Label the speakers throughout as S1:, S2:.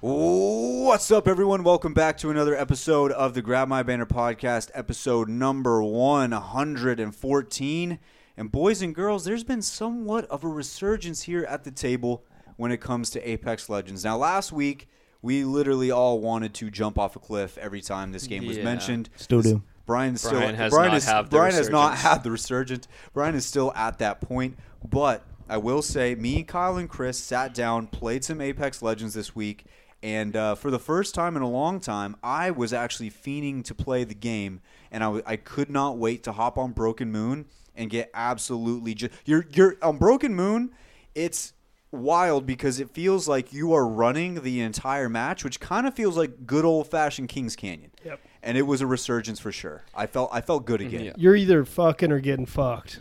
S1: What's up, everyone? Welcome back to another episode of the Grab My Banner podcast, episode number 114. And, boys and girls, there's been somewhat of a resurgence here at the table when it comes to Apex Legends. Now, last week, we literally all wanted to jump off a cliff every time this game was
S2: Yeah.
S1: mentioned.
S3: Still do.
S1: Brian still
S2: Brian has
S1: Brian
S2: not
S1: is,
S2: have the
S1: Brian has not
S2: resurgence.
S1: had the resurgence. Brian is still at that point, but I will say, me, Kyle, and Chris sat down, played some Apex Legends this week, and uh, for the first time in a long time, I was actually fiending to play the game, and I, w- I could not wait to hop on Broken Moon and get absolutely just you're you're on Broken Moon. It's wild because it feels like you are running the entire match, which kind of feels like good old fashioned Kings Canyon. Yep. And it was a resurgence for sure. I felt I felt good again. Yeah.
S4: You're either fucking or getting fucked.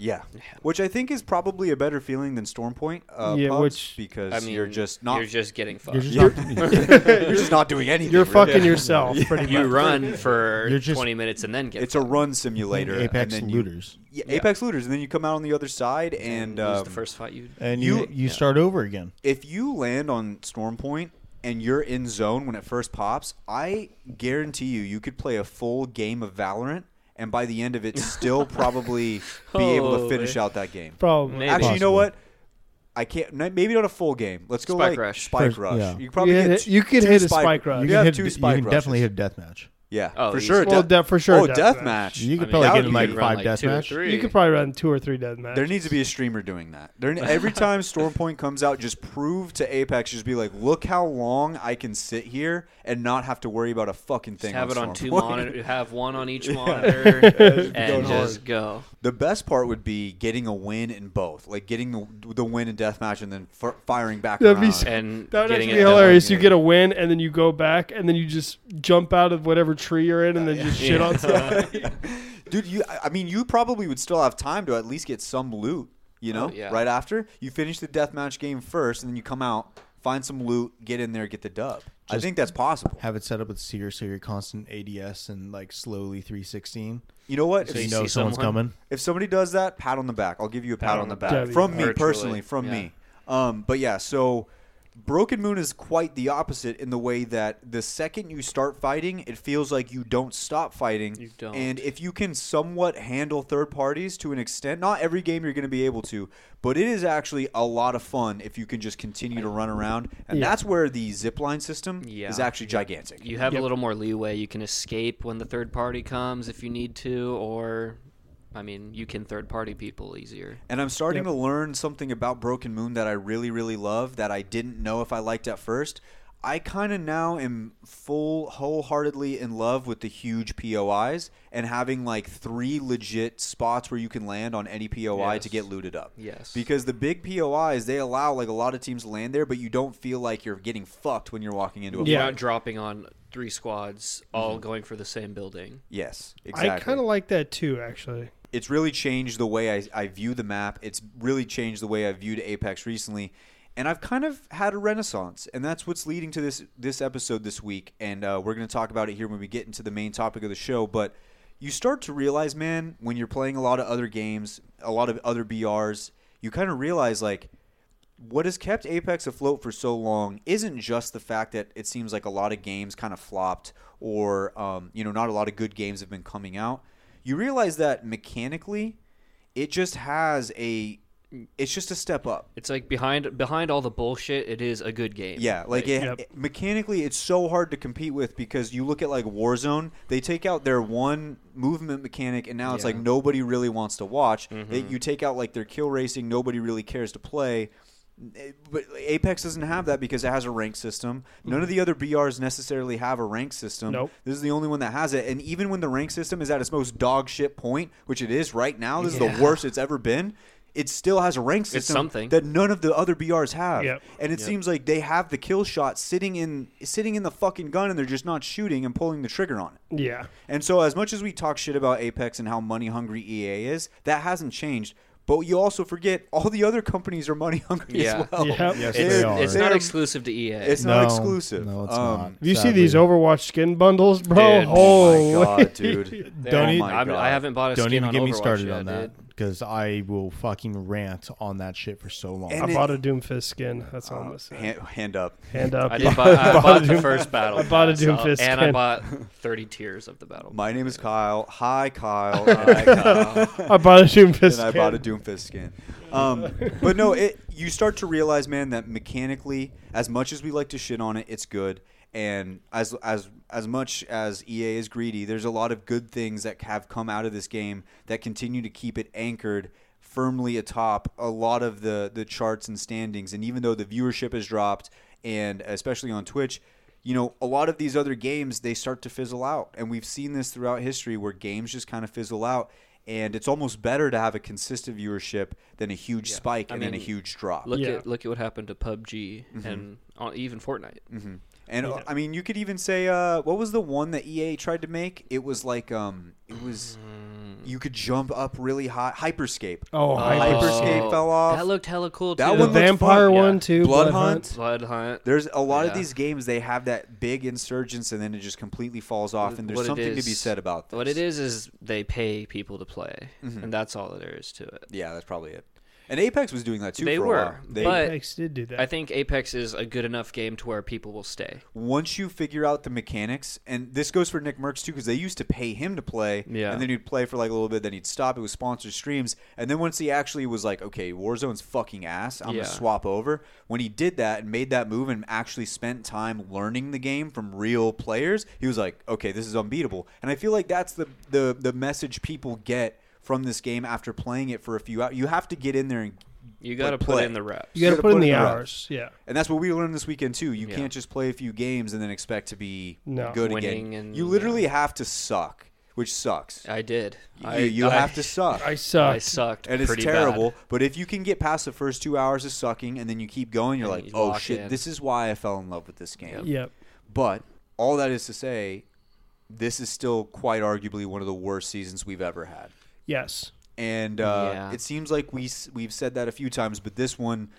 S1: Which I think is probably a better feeling than Stormpoint. Uh,
S4: Yeah,
S1: pubs,
S4: which-
S1: because
S2: I mean,
S1: you're just not
S2: You're just getting fucked.
S3: You're
S2: you
S3: just
S1: you're just not doing anything.
S4: You're
S1: really.
S4: fucking yourself, pretty much.
S2: run for
S3: You're just-
S2: 20 minutes and then get.
S1: It's a run simulator. and
S3: Apex
S1: then you-
S3: looters.
S1: Yeah, Apex looters, and then you come out on the other side, and
S2: lose
S1: um,
S2: the first fight you.
S3: And you
S1: You-
S3: you start over again.
S1: if you land on Stormpoint and you're in zone when it first pops, I guarantee you, you could play a full game of Valorant, and by the end of it, still probably be able to
S2: Holy.
S1: finish out that game.
S4: Probably.
S2: Maybe.
S1: Actually, you know
S3: Possible.
S1: what? I can't. n- Maybe not a full game. Let's go
S2: Spike
S1: like
S2: Rush.
S1: Spike
S3: First-
S1: Rush.
S3: yeah.
S1: You could probably
S4: You hit
S1: hit
S4: it- you could
S1: two
S4: hit a
S1: Spike,
S4: Spike Rush.
S1: You,
S4: You
S1: have
S3: hit,
S1: two
S3: you
S1: Spike
S3: can definitely
S1: Rushes.
S3: hit deathmatch.
S1: Yeah,
S2: Oh,
S1: for
S2: easy.
S1: sure.
S4: Well,
S1: death-
S4: de- for sure
S1: Oh,
S4: deathmatch.
S1: deathmatch.
S3: You could
S2: I mean, that
S3: probably get
S2: would
S3: in
S2: be
S3: like
S2: run
S3: five
S2: like two or
S3: deathmatch.
S2: three.
S4: You could probably run two or three dead matches.
S1: There needs to be a streamer doing that. There, every time Stormpoint comes out, just prove to Apex, just be like, look how long I can sit here and not have to worry about a fucking thing.
S2: Just have it on two
S1: Stormpoint.
S2: monitors. Have one on each monitor
S1: going
S2: and just go.
S1: The best part would be getting a win in both, like getting the, the win in deathmatch and then f- firing back
S4: That'd be
S1: around.
S4: so-
S2: And
S4: That would
S2: getting it
S4: actually be
S2: done.
S4: hilarious. You
S1: yeah.
S4: get a win, and then you go back, and then you just jump out of whatever tree you're in, and
S1: Uh,
S4: then just shit
S2: Yeah.
S4: on somebody.
S1: Dude, you I I mean, you probably would still have time to at least get some loot, you know,
S2: Oh, yeah.
S1: right after. You finish the deathmatch game first and then you come out, find some loot, get in there, get the dub. I think that's possible.
S3: Have it set up with Seer so you're constant ADS and like slowly 316.
S1: You know what?
S3: So
S1: if,
S3: you
S2: you
S3: know
S2: see
S3: someone's
S2: someone-
S3: coming.
S1: if somebody does that, pat on the back. I'll give you a pat, on the back.
S4: That'd be
S1: From me
S2: Virtually,
S1: personally, from
S2: yeah.
S1: me. Um, but yeah, so Broken Moon is quite the opposite in the way that the second you start fighting, it feels like you don't stop fighting.
S2: You don't.
S1: And if you can somewhat handle third parties to an extent, not every game you're going to be able to, but it is actually a lot of fun if you can just continue to run around. And
S4: Yeah.
S1: that's where the zipline system
S2: Yeah.
S1: is actually gigantic.
S2: You have
S4: Yep.
S2: a little more leeway. You can escape when the third party comes if you need to, or, I mean, you can third party people easier.
S1: And I'm starting to learn something about Broken Moon that I really, really love that I didn't know if I liked at first. I kind of now am full, wholeheartedly in love with the huge POIs and having like three legit spots where you can land on any POI to
S2: Yes.
S1: get looted up.
S2: Yes.
S1: Because the big POIs, they allow like a lot of teams to land there, but you don't feel like you're getting fucked when you're walking into a
S2: You're
S4: Yeah.
S2: not dropping on three squads all going for the same building.
S1: Yes, exactly.
S4: I kind of like that too, actually.
S1: it's really changed the way I, I view the map. It's really changed the way I viewed Apex recently. And I've kind of had a renaissance, and that's what's leading to this this episode this week. And uh, we're going to talk about it here when we get into the main topic of the show. But you start to realize, man, when you're playing a lot of other games, a lot of other BRs, you kind of realize like what has kept Apex afloat for so long isn't just the fact that it seems like a lot of games kind of flopped or um, you know not a lot of good games have been coming out. You realize that mechanically, it just has a it's just a step up.
S2: It's like behind behind all the bullshit, it is a good game.
S1: Yeah, like it,
S4: Yep.
S1: it- mechanically, it's so hard to compete with because you look at like Warzone, they take out their one movement mechanic, and now it's like nobody really wants to watch. They,
S2: Mm-hmm.
S1: you take out like their kill racing, nobody really cares to play. Eh, But Apex doesn't have that because it has a rank system. None of
S2: Mm-hmm.
S1: the other BRs necessarily have a rank system.
S4: Nope.
S1: This is the only one that has it. And even when the rank system is at its most dog shit point, which it is right now, this is
S2: Yeah.
S1: the worst it's ever been. It still has a rank system
S2: something.
S1: that none of the other BRs have.
S4: Yep.
S1: And it seems like they have the kill shot sitting in sitting in the fucking gun and they're just not shooting and pulling the trigger on it.
S4: Yeah.
S1: And so as much as we talk shit about Apex and how money hungry EA is, that hasn't changed. But you also forget all the other companies are money hungry
S2: Yeah.
S1: as well.
S4: Yep.
S1: It-
S3: Yes, they
S2: It's,
S3: are.
S2: it's
S1: they
S2: not
S1: are-
S2: exclusive to E EA.
S1: It's
S3: No,
S1: not exclusive.
S3: No, it's not.
S4: If you see
S3: sadly.
S4: these Overwatch skin bundles, bro,
S2: Dude.
S4: holy.
S1: Oh my god, dude.
S3: Don't
S1: oh
S3: even-
S1: my
S2: I'm-
S1: god.
S2: I haven't bought a
S3: Don't
S2: skin
S3: even
S2: on
S3: get me
S2: Overwatch
S3: started
S2: yet,
S3: on
S2: dude.
S3: that because I will fucking rant on that shit for so long.
S1: And
S4: I
S1: it-
S4: bought a Doomfist skin. That's all I'm gonna say.
S1: Uh, hand, hand up.
S4: Hand up.
S2: I did buy. I bought the first battle.
S4: I bought a
S2: pass,
S4: Doomfist
S2: and I
S4: skin.
S2: bought thirty tiers of the battle.
S1: My name is Kyle. Hi Kyle. Hi Kyle.
S4: I bought a Doomfist
S1: and I
S4: skin.
S1: bought a Doomfist skin. Um, but no, it you start to realize, man, that mechanically, as much as we like to shit on it, it's good. And as as as much as EA is greedy, there's a lot of good things that have come out of this game that continue to keep it anchored firmly atop a lot of the the charts and standings. And even though the viewership has dropped, and especially on Twitch, you know, a lot of these other games they start to fizzle out, and we've seen this throughout history where games just kind of fizzle out, and it's almost better to have a consistent viewership than a huge spike
S2: I
S1: and then a
S2: mean,
S1: huge drop.
S2: Look
S4: Yeah.
S2: at look at what happened to PUBG
S1: Mm-hmm.
S2: and uh, even Fortnite.
S1: and uh, I mean, you could even say, uh, what was the one that EA tried to make? It was like, um, it was
S2: Mm.
S1: you could jump up really high. Hyperscape.
S4: Oh, Hyperscape.
S1: Hyperscape fell off.
S2: That looked hella cool
S1: That
S2: too.
S4: The
S1: one looks
S4: vampire
S1: fun,
S4: one
S2: yeah.
S4: too.
S1: Blood
S4: Blood
S1: Hunt.
S4: Hunt.
S2: Blood Hunt.
S1: There's a lot of
S2: Yeah.
S1: these games they have that big insurgence and then it just completely falls off, and there's
S2: What it
S1: something to be
S2: is-
S1: said about this. Mm-hmm.
S2: What it is is they pay people to play, and that's all there is to it.
S1: Yeah, that's probably it. And Apex was doing that too.
S2: They
S1: for a
S2: were,
S1: while. They,
S2: but-
S4: Apex did do that.
S2: I think Apex is a good enough game to where people will stay.
S1: once you figure out the mechanics, and this goes for Nick Merckx too, because they used to pay him to play,
S2: Yeah.
S1: and then he'd play for like a little bit, then he'd stop. It was sponsored streams, and then once he actually was like, "Okay, Warzone's fucking ass. I'm
S2: Yeah.
S1: gonna swap over." When he did that and made that move and actually spent time learning the game from real players, he was like, "Okay, this is unbeatable." And I feel like that's the the the message people get from this game after playing it for a few hours. You have to get in there and
S2: You got to
S1: like,
S2: put
S1: play.
S2: in the reps.
S4: you got to put in the
S1: reps.
S4: hours. Yeah.
S1: And that's what we learned this weekend too. You
S2: Yeah.
S1: can't just play a few games and then expect to be
S4: No.
S1: good again.
S2: Winning and-
S1: you literally have to suck, which sucks.
S2: I did. I,
S1: you you
S2: I-
S1: have to suck.
S4: I
S2: I
S4: sucked.
S2: sucked.
S1: and it's
S2: pretty
S1: terrible,
S2: bad.
S1: but if you can get past the first 2 hours of sucking and then you keep going, you're
S2: And
S1: like,
S2: you
S1: "Oh
S2: lock
S1: shit,
S2: in."
S1: this is why I fell in love with this game."
S4: Yep.
S1: But all that is to say, this is still quite arguably one of the worst seasons we've ever had.
S4: Yes.
S1: and uh,
S2: Yeah.
S1: it seems like we s- we've said that a few times, but this one,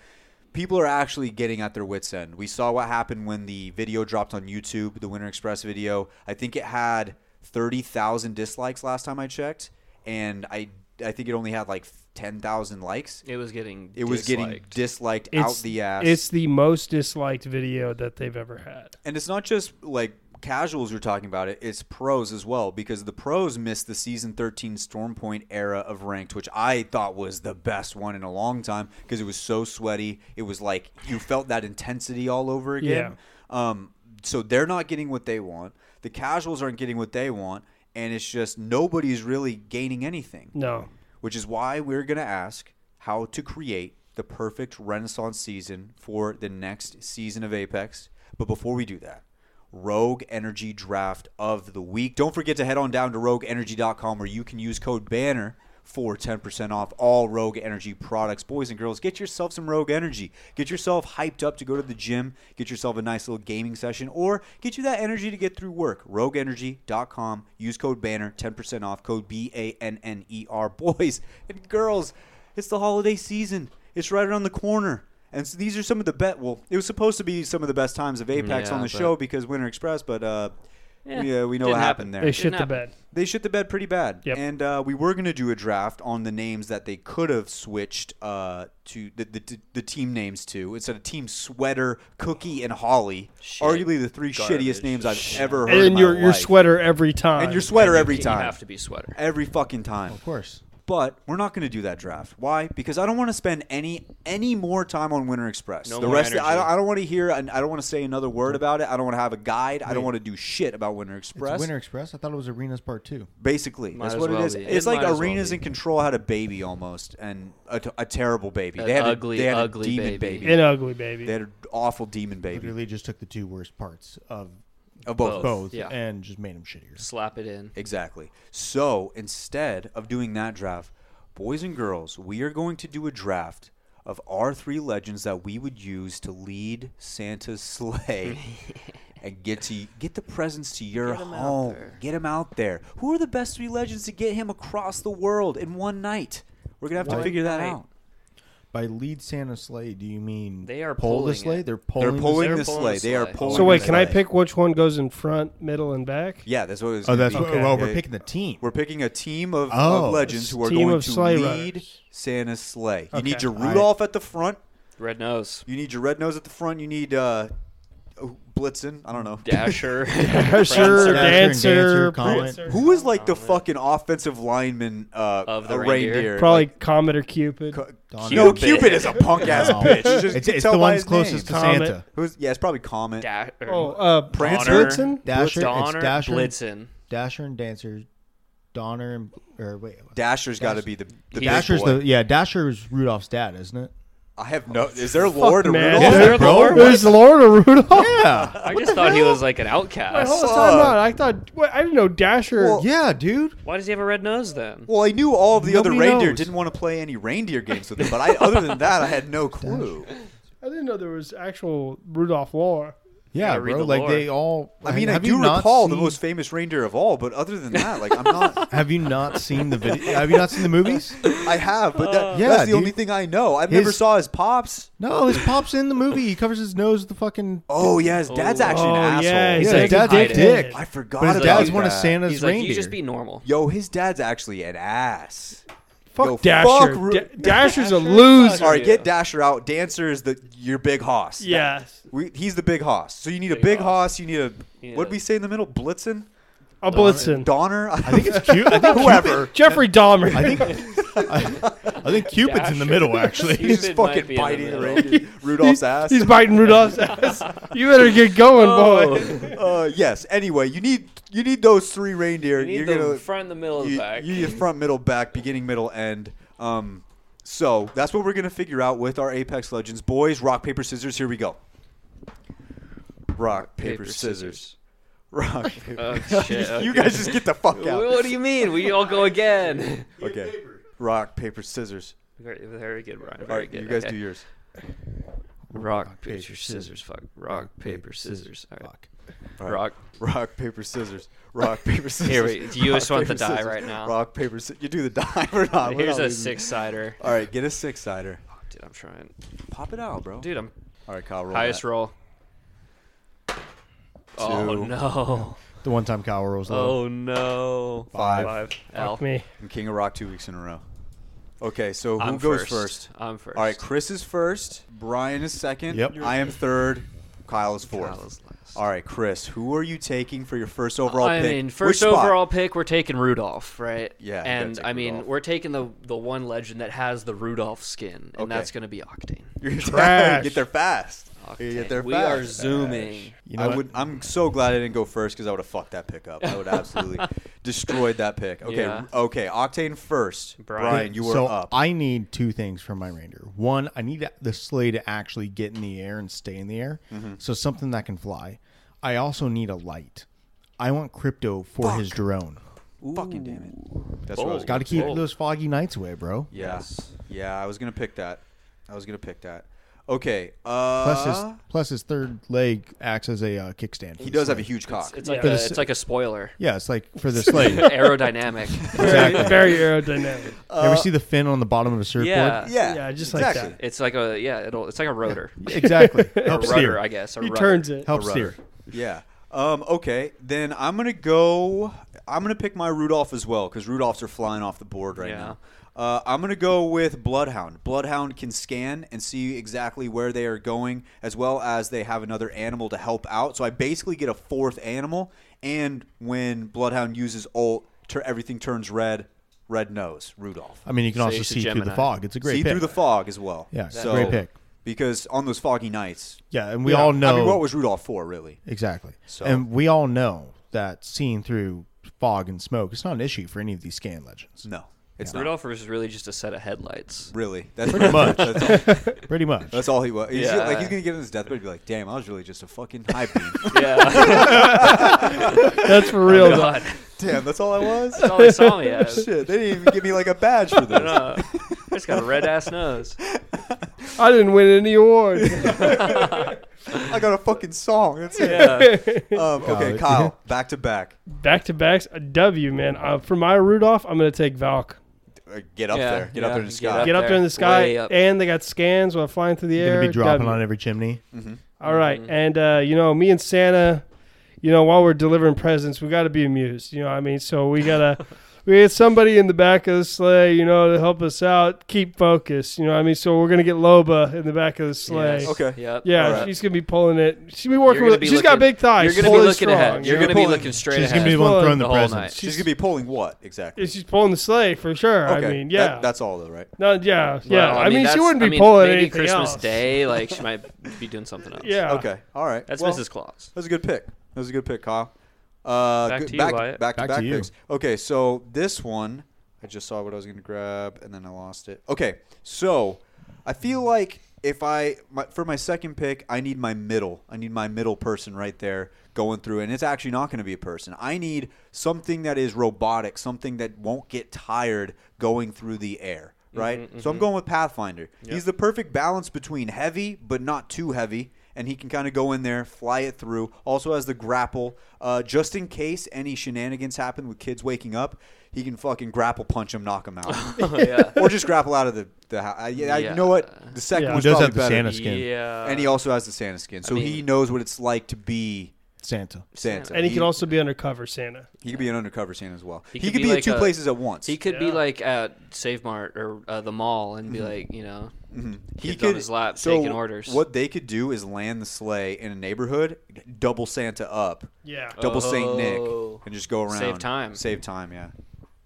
S1: people are actually getting at their wits end. We saw what happened when the video dropped on YouTube, the Winter Express video. I think it had thirty thousand dislikes last time I checked, and I I think it only had like ten thousand likes.
S2: It was getting.
S1: It was getting
S2: disliked.
S1: disliked
S4: It's
S1: out the ass.
S4: It's the most disliked video that they've ever had.
S1: And it's not just like casuals you're talking about it, it's pros as well because the pros missed the season 13 Stormpoint era of ranked, which I thought was the best one in a long time because it was so sweaty. It was like you felt that intensity all over again. Um, so they're not getting what they want. The casuals aren't getting what they want. And it's just nobody's really gaining anything
S4: No.
S1: which is why we're going to ask how to create the perfect renaissance season for the next season of Apex. But before we do that, Rogue Energy Draft of the Week. Don't forget to head on down to rogueenergy.com where you can use code BANNER for 10% off all Rogue Energy products. Boys and girls, get yourself some Rogue Energy. Get yourself hyped up to go to the gym, get yourself a nice little gaming session, or get you that energy to get through work. RogueEnergy.com. Use code BANNER, 10% off, code B A N N E R. Boys and girls, it's the holiday season, it's right around the corner. And so these are some of the best. Well, it was supposed to be some of the best times of Apex
S2: Yeah,
S1: on the
S2: but-
S1: show because Winter Express, but uh,
S2: Yeah,
S1: we, uh, we know
S2: didn't
S1: what
S2: happen.
S1: happened there.
S4: They shit the
S2: happen.
S4: bed.
S1: They shit the bed pretty bad.
S4: Yep.
S1: And uh, we were going to do a draft on the names that they could have switched uh, to the, the, the team names to instead of Team Sweater, Cookie, and Holly.
S2: Shit.
S1: Arguably the three shittiest names I've ever heard. in
S4: And
S1: my
S4: your your
S1: life.
S4: sweater every time.
S1: And your sweater
S2: You
S1: every
S2: can-
S1: time.
S2: You have to be sweater.
S1: Every fucking time.
S3: Of course.
S1: But we're not going to do that draft. Why? Because I don't want to spend any any more time on Winter Express.
S2: No
S1: the
S2: more
S1: rest, of- I
S2: energy.
S1: don't, I don't want to hear, and I don't want to say another word about it. I don't want to have a guide. I don't want to do shit about Winter Express.
S3: It's Winter Express. I thought it was Arenas Part Two.
S1: Basically,
S2: Might
S1: that's
S2: as
S1: what
S2: well
S1: it is.
S2: be.
S1: It's
S2: It
S1: like
S2: might as well
S1: Arenas
S2: be.
S1: and Control had a baby almost, and a, t- a terrible baby.
S2: An
S1: they had
S2: ugly,
S1: a, they had
S2: ugly
S1: a demon
S2: baby.
S1: baby.
S4: an ugly baby.
S1: They had an awful demon baby
S3: Literally just took the two worst parts of
S1: of both.
S2: Both.
S3: both
S2: yeah.
S3: and just made them shittier.
S2: Slap it in.
S1: Exactly. So instead of doing that draft, boys and girls, we are going to do a draft of our three legends that we would use to lead Santa's sleigh and get to get the presents to your home. Get him out there. Who are the best three legends to get him across the world in one night? We're gonna have to
S2: One
S1: figure that
S2: night.
S1: out.
S3: By lead Santa sleigh, do you mean
S2: They are
S3: pull the
S2: pulling
S3: sleigh?
S2: it.
S3: They're pulling.
S1: They're pulling
S2: They're
S1: the
S2: pulling
S1: sleigh.
S2: the
S1: They are
S2: sleigh.
S1: pulling.
S4: so wait,
S1: the
S4: can I
S1: sleigh.
S4: pick which one goes in front, middle, and back?
S1: Yeah, that's what. It's
S3: Oh,
S1: gonna
S3: that's
S1: be.
S3: what, well.
S1: Yeah.
S3: We're picking the team.
S1: We're picking a team of,
S3: Oh.
S1: of legends who are
S4: Team
S1: going
S4: of
S1: to
S4: sleigh
S1: lead
S4: riders.
S1: Santa's sleigh. You need
S4: Okay.
S1: your
S3: I-
S1: Rudolph at the front.
S2: Red nose.
S1: You need your red nose at the front. You need uh, oh, Blitzen. I don't know.
S2: Dasher.
S4: Dasher,
S2: Prancer.
S4: dancer,
S3: Dancer, Comet.
S4: Prancer.
S1: Who was like the fucking offensive lineman uh,
S2: Of the
S1: uh,
S2: reindeer.
S4: Probably
S1: Like,
S4: Comet or Cupid.
S1: co-
S3: Cupid.
S1: no, Cupid is a punk ass
S3: No.
S1: bitch. You Just
S3: it's
S1: can
S3: it's
S1: tell
S3: the
S1: by
S3: ones
S1: his
S3: closest
S1: name.
S3: to
S4: Comet.
S3: Santa.
S1: Who's yeah? It's probably Comet.
S2: Da- or
S4: oh, uh,
S1: Prancer?
S4: Blitzen?
S3: Dasher,
S2: Donner.
S3: it's Dasher,
S2: Blitzen.
S3: Dasher and Dancer, Donner and or wait,
S1: Dasher's got to be the, the big
S3: Dasher's
S1: boy.
S3: the yeah. Dasher's Rudolph's dad, isn't it?
S1: I have no. Is there Lord or
S4: man.
S1: Rudolph?
S2: Is there
S3: bro.
S2: Lord?
S4: There's Lord or Rudolph?
S3: Yeah,
S2: I just thought he was like an outcast.
S4: Hold on, time out. I thought wait, I didn't know Dasher.
S1: Well-
S3: yeah, dude.
S2: Why does he have a red nose then?
S1: Well, I knew all of the other
S3: Nobody
S1: reindeer
S3: knows.
S1: didn't want to play any reindeer games with him, but I, other than that, I had no clue.
S4: I didn't know there was actual Rudolph lore.
S3: Yeah,
S2: gotta read
S3: bro.
S2: the
S3: Like
S2: lore.
S3: they all.
S1: I mean, I
S3: have you
S1: do
S3: not
S1: recall the
S3: seen-
S1: most famous reindeer of all, but other than that, like I'm not.
S3: Have you not seen the video? have you not seen the movies?
S1: I have, but that,
S3: Yeah,
S1: that's the only
S3: dude.
S1: thing I know. I never
S3: His-
S1: saw his pops.
S3: No, his pops in the movie. He covers his nose with the fucking.
S1: Oh yeah, his dad's actually an asshole.
S4: yeah, he's
S3: Yeah,
S4: like
S3: his dad's
S4: a
S3: a
S4: dickhead.
S3: dick.
S1: I forgot.
S3: But his
S1: about
S3: dad's one of
S1: that.
S3: Santa's
S2: He's like,
S3: reindeer.
S2: you just be normal.
S1: Yo, his dad's actually an ass.
S4: Fuck
S1: Yo,
S4: Dasher.
S1: fuck Ru-
S4: Da- Dasher's a loser.
S1: All right, get Dasher out. Dancer is the your big hoss.
S4: Yes.
S1: we, he's the big hoss. So you need a
S2: Big
S1: big
S2: hoss.
S1: hoss. You need a
S2: Yeah.
S1: what would we say in the middle? Blitzen,
S4: A Blitzen.
S1: Donner. I
S3: I think it's cute. I think
S1: whoever.
S4: Jeffrey Dahmer.
S3: I think. I, I think Cupid's in the middle actually.
S1: He's just
S2: Cupid might
S1: fucking
S2: be in the
S1: biting the
S2: middle.
S1: reindeer, Rudolph's ass.
S4: He's biting Rudolph's ass. You better get going,
S2: Oh,
S4: boy.
S1: uh, yes. Anyway, you need you need those three reindeer.
S2: You need
S1: are
S2: the
S1: gonna
S2: front and the middle and
S1: you,
S2: back.
S1: you need front, middle, back, beginning, middle, end. Um, so that's what we're gonna figure out with our Apex Legends boys. Rock paper scissors. Here we go. Rock paper, scissors. Rock. Paper.
S2: Oh, shit.
S1: you
S2: okay.
S1: guys just get the fuck out.
S2: What do you mean? We all go again.
S1: Okay. Rock paper scissors.
S2: Very, very good, Ryan. Very
S1: All right,
S2: good.
S1: you guys
S2: okay.
S1: do yours.
S2: rock, paper, scissors. Fuck. Rock, paper, scissors. All right.
S1: All right.
S2: Rock.
S1: Rock paper scissors. Rock paper scissors.
S2: Here, wait, do you
S1: rock,
S2: just want the
S1: paper,
S2: die
S1: scissors,
S2: right now?
S1: Rock paper. sci- You do the die or not? We're
S2: Here's
S1: not
S2: a
S1: losing.
S2: six sider.
S1: All right, get a six sider.
S2: Dude, I'm trying.
S1: Pop it out, bro.
S2: Dude, I'm
S1: All right, Kyle, roll
S2: highest
S1: that.
S2: roll. Oh
S1: Two.
S2: no!
S3: The one time Kyle rolls low.
S2: Oh no!
S1: Five.
S2: L.
S4: Me.
S1: I'm King of Rock two weeks in a row. Okay, so who
S2: I'm
S1: goes first.
S2: I'm first.
S1: All right, Chris is first. Brian is second.
S3: Yep.
S1: I am third. Kyle is fourth.
S2: Kyle is last.
S1: All right, Chris, who are you taking for your first overall
S2: I
S1: pick?
S2: mean,
S1: Which
S2: first
S1: spot?
S2: overall pick, we're taking Rudolph, right?
S1: Yeah, you gotta
S2: And
S1: take
S2: I mean,
S1: Rudolph.
S2: we're taking the the one legend that has the Rudolph skin, and
S1: Okay.
S2: that's going to be Octane.
S1: You're gonna
S4: Trash.
S1: get there fast. You
S2: Octane.
S1: get there
S2: we
S1: fast.
S2: are zooming.
S3: You know
S1: I
S3: what?
S1: would. I'm so glad I didn't go first because I would have fucked that pick up. I would have absolutely destroyed that pick. Okay.
S2: Yeah.
S1: Okay. Octane first. Brian,
S2: Brian.
S1: you are
S3: so
S1: up.
S3: I need two things from my reindeer. One, I need the sleigh to actually get in the air and stay in the air.
S1: Mm-hmm.
S3: So something that can fly. I also need a light. I want crypto for his drone.
S1: Fucking damn it. That's what I was.
S2: Bold.
S3: Got to keep
S2: Whoa.
S3: those foggy nights away, bro.
S1: Oh. Yeah.
S2: Yes.
S1: Yeah. I was gonna pick that. I was gonna pick that. Okay. Uh,
S3: Plus his plus his third leg acts as a uh, kickstand. for
S1: he
S3: the
S1: does have a
S3: sleigh.
S1: huge cock.
S2: It's like
S3: Yeah.
S2: a, it's like a spoiler.
S3: Yeah, it's like for the sleigh.
S1: Uh,
S3: you
S2: Aerodynamic.
S3: Exactly.
S4: Very, very aerodynamic.
S3: ever see the fin on the bottom of a surfboard?
S2: yeah.
S1: yeah.
S4: Yeah, just like
S1: exactly.
S4: that.
S2: It's like a yeah. It'll it's like a rotor.
S3: Exactly.
S2: A
S3: Help
S2: rudder, I
S3: steer.
S2: guess. A
S4: He
S2: rudder.
S4: turns it.
S3: Help
S1: rudder.
S3: steer.
S1: Yeah. Um, okay, then I'm gonna go. I'm gonna pick my Rudolph as well because Rudolphs are flying off the board right
S2: Yeah.
S1: now. Uh, I'm gonna go with Bloodhound. Bloodhound can scan and see exactly where they are going, as well as they have another animal to help out. So I basically get a fourth animal, and when Bloodhound uses ult, tur- everything turns red. Red nose, Rudolph.
S3: I mean, you can
S2: So
S3: also
S2: you should
S3: see through the
S2: Gemini.
S3: fog. It's a great
S1: see
S3: pick.
S1: through the fog as well.
S3: Yeah, great pick.
S1: Because on those foggy nights,
S3: yeah, and we all know
S1: I mean, what was Rudolph for, really?
S3: exactly.
S1: So-
S3: And we all know that seeing through fog and smoke, it's not an issue for any of these scan legends.
S1: No, it's not.
S2: Rudolph is really just a set of headlights.
S1: Really, that's pretty
S3: much.
S1: That's all,
S3: Pretty much.
S1: that's all he was. He's
S2: Yeah.
S1: like he's gonna get on his deathbed and be like, "Damn, I was really just a fucking high beam.
S2: Yeah.
S4: That's for real. though.
S2: God.
S1: Damn, that's all I was.
S2: That's all they saw me as.
S1: Shit, they didn't even give me like a badge for this.
S2: No. I just got a red ass nose.
S4: I didn't win any awards.
S1: I got a fucking song. That's it.
S2: Yeah.
S1: Um, okay,
S3: Kyle.
S1: Kyle, back to back.
S4: Back to backs, a W, man. Uh, for my Rudolph, I'm gonna take Valk.
S1: Uh, Get up
S2: Yeah,
S1: there. Get up
S2: yeah,
S1: there in the
S2: get
S1: sky.
S2: up.
S4: Get up there in the sky,
S2: Way up.
S4: and they got scans while flying through the
S3: You're
S4: air.
S3: gonna be dropping
S4: W.
S3: on every chimney.
S4: All right.
S2: Mm-hmm.
S4: and uh, you know, me and Santa, you know, while we're delivering presents, we got to be amused. You know, what I mean, so we gotta, we get somebody in the back of the sleigh, you know, to help us out, keep focus. You know, what I mean, so we're gonna get Loba in the back of the sleigh.
S2: Yes.
S1: Okay.
S2: Yep.
S4: Yeah,
S1: All right.
S4: she's gonna be pulling it. She's gonna be
S2: You're
S4: working
S2: gonna
S4: with.
S2: be
S4: She's got
S2: looking-
S4: big thighs.
S2: You're
S4: She's
S2: gonna be
S4: pulling
S2: looking
S4: strong,
S2: ahead. You're
S4: you know?
S2: gonna be
S1: Pulling-
S2: looking straight
S3: She's
S2: ahead.
S3: gonna be the one
S4: Well,
S3: throwing the
S2: the whole
S3: presents.
S2: night.
S1: She's gonna be pulling what exactly?
S4: She's pulling the sleigh for sure.
S1: okay,
S4: I mean,
S1: that-
S4: yeah.
S1: that's all though, right?
S4: no, yeah, yeah.
S2: Well,
S4: I, mean, she
S2: that's-
S4: wouldn't be
S2: I mean,
S4: pulling
S2: maybe
S4: anything
S2: Christmas
S4: else.
S2: Day, like she might be doing something else.
S4: Yeah.
S1: Okay, all right.
S2: That's
S1: Well,
S2: Mrs. Claus.
S1: That was a good pick. That was a good pick, Kyle. Uh,
S2: Back
S1: good-
S2: to you,
S1: back,
S2: Wyatt.
S1: Back to back,
S3: Back to you.
S1: picks. Okay, so this one, I just saw what I was going to grab, and then I lost it. Okay, so I feel like if I my, for my second pick, I need my middle. I need my middle person right there going through, and it's actually not going to be a person. I need something that is robotic, something that won't get tired going through the air.
S2: Mm-hmm,
S1: Right, so I'm going with Pathfinder. He's the perfect balance between heavy but not too heavy, and he can kind of go in there, fly it through. Also has the grapple, uh, just in case any shenanigans happen with kids waking up. He can fucking grapple punch him, knock him out,
S2: yeah.
S1: or just grapple out of the the. hou- I, yeah, I- you know what? The second
S4: Yeah. He
S1: one's
S3: He does
S1: probably
S3: have the
S1: better.
S3: Santa skin.
S2: Yeah.
S1: and he also has the Santa skin, so he
S2: mean-
S1: knows what it's like to be
S3: Santa.
S1: Santa.
S4: And he, can also be undercover Santa.
S1: he could be an undercover Santa as well. He,
S2: He
S1: could,
S2: could
S1: be,
S2: be
S1: at
S2: like
S1: two
S2: a-
S1: places at once.
S2: He
S1: He,
S2: could be
S4: Yeah.
S2: like at Save Mart or uh, the mall and be like, you know, kids
S1: Mm-hmm. could
S2: on his lap
S1: so
S2: taking orders.
S1: What they could do is land the sleigh in a neighborhood, double Santa up,
S4: Yeah.
S1: double Saint Nick,
S2: Oh.
S1: and just go around.
S2: Save time.
S1: Save time, yeah.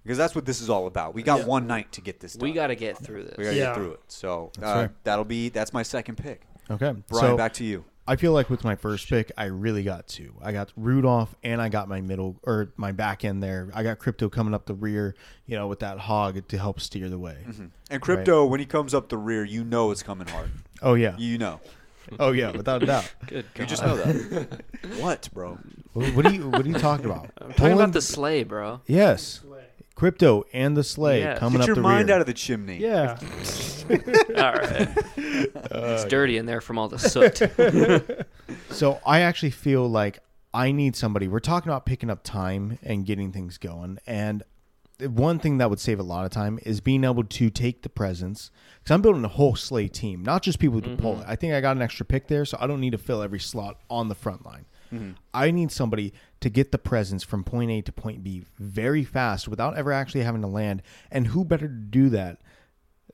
S1: Because that's what this is all about. We got one night to get this done.
S2: we got to get through this.
S1: we gotta
S4: Yeah.
S1: get through it. So uh,
S3: right.
S1: that'll be that's my second pick.
S3: Okay,
S1: Brian,
S3: so
S1: back to you.
S3: I feel like with my first pick, I really got two. I got Rudolph and I got my middle or my back end there. I got Crypto coming up the rear, you know, with that hog to help steer the way.
S1: And crypto, when he comes up the rear, you know it's coming hard.
S3: Oh yeah,
S1: You know.
S3: oh yeah, without a doubt.
S2: Good God.
S1: You just know that. what, bro?
S3: What what are you What are you talking about? I'm
S2: Talking about the sleigh, bro.
S3: Yes, Crypto and the sleigh
S2: Yes.
S3: coming
S1: Get
S3: up
S1: your
S3: the
S1: mind
S3: rear.
S1: out of the chimney.
S4: Yeah.
S2: All right.
S1: Uh,
S2: it's dirty in there from all the soot.
S3: So I actually feel like I need somebody. We're talking about picking up time and getting things going. And one thing that would save a lot of time is being able to take the presents. Because I'm building a whole slate team, not just people to
S2: Mm-hmm.
S3: pull it. I think I got an extra pick there, so I don't need to fill every slot on the front line.
S2: Mm-hmm.
S3: I need somebody to get the presents from point A to point B very fast without ever actually having to land. And who better to do that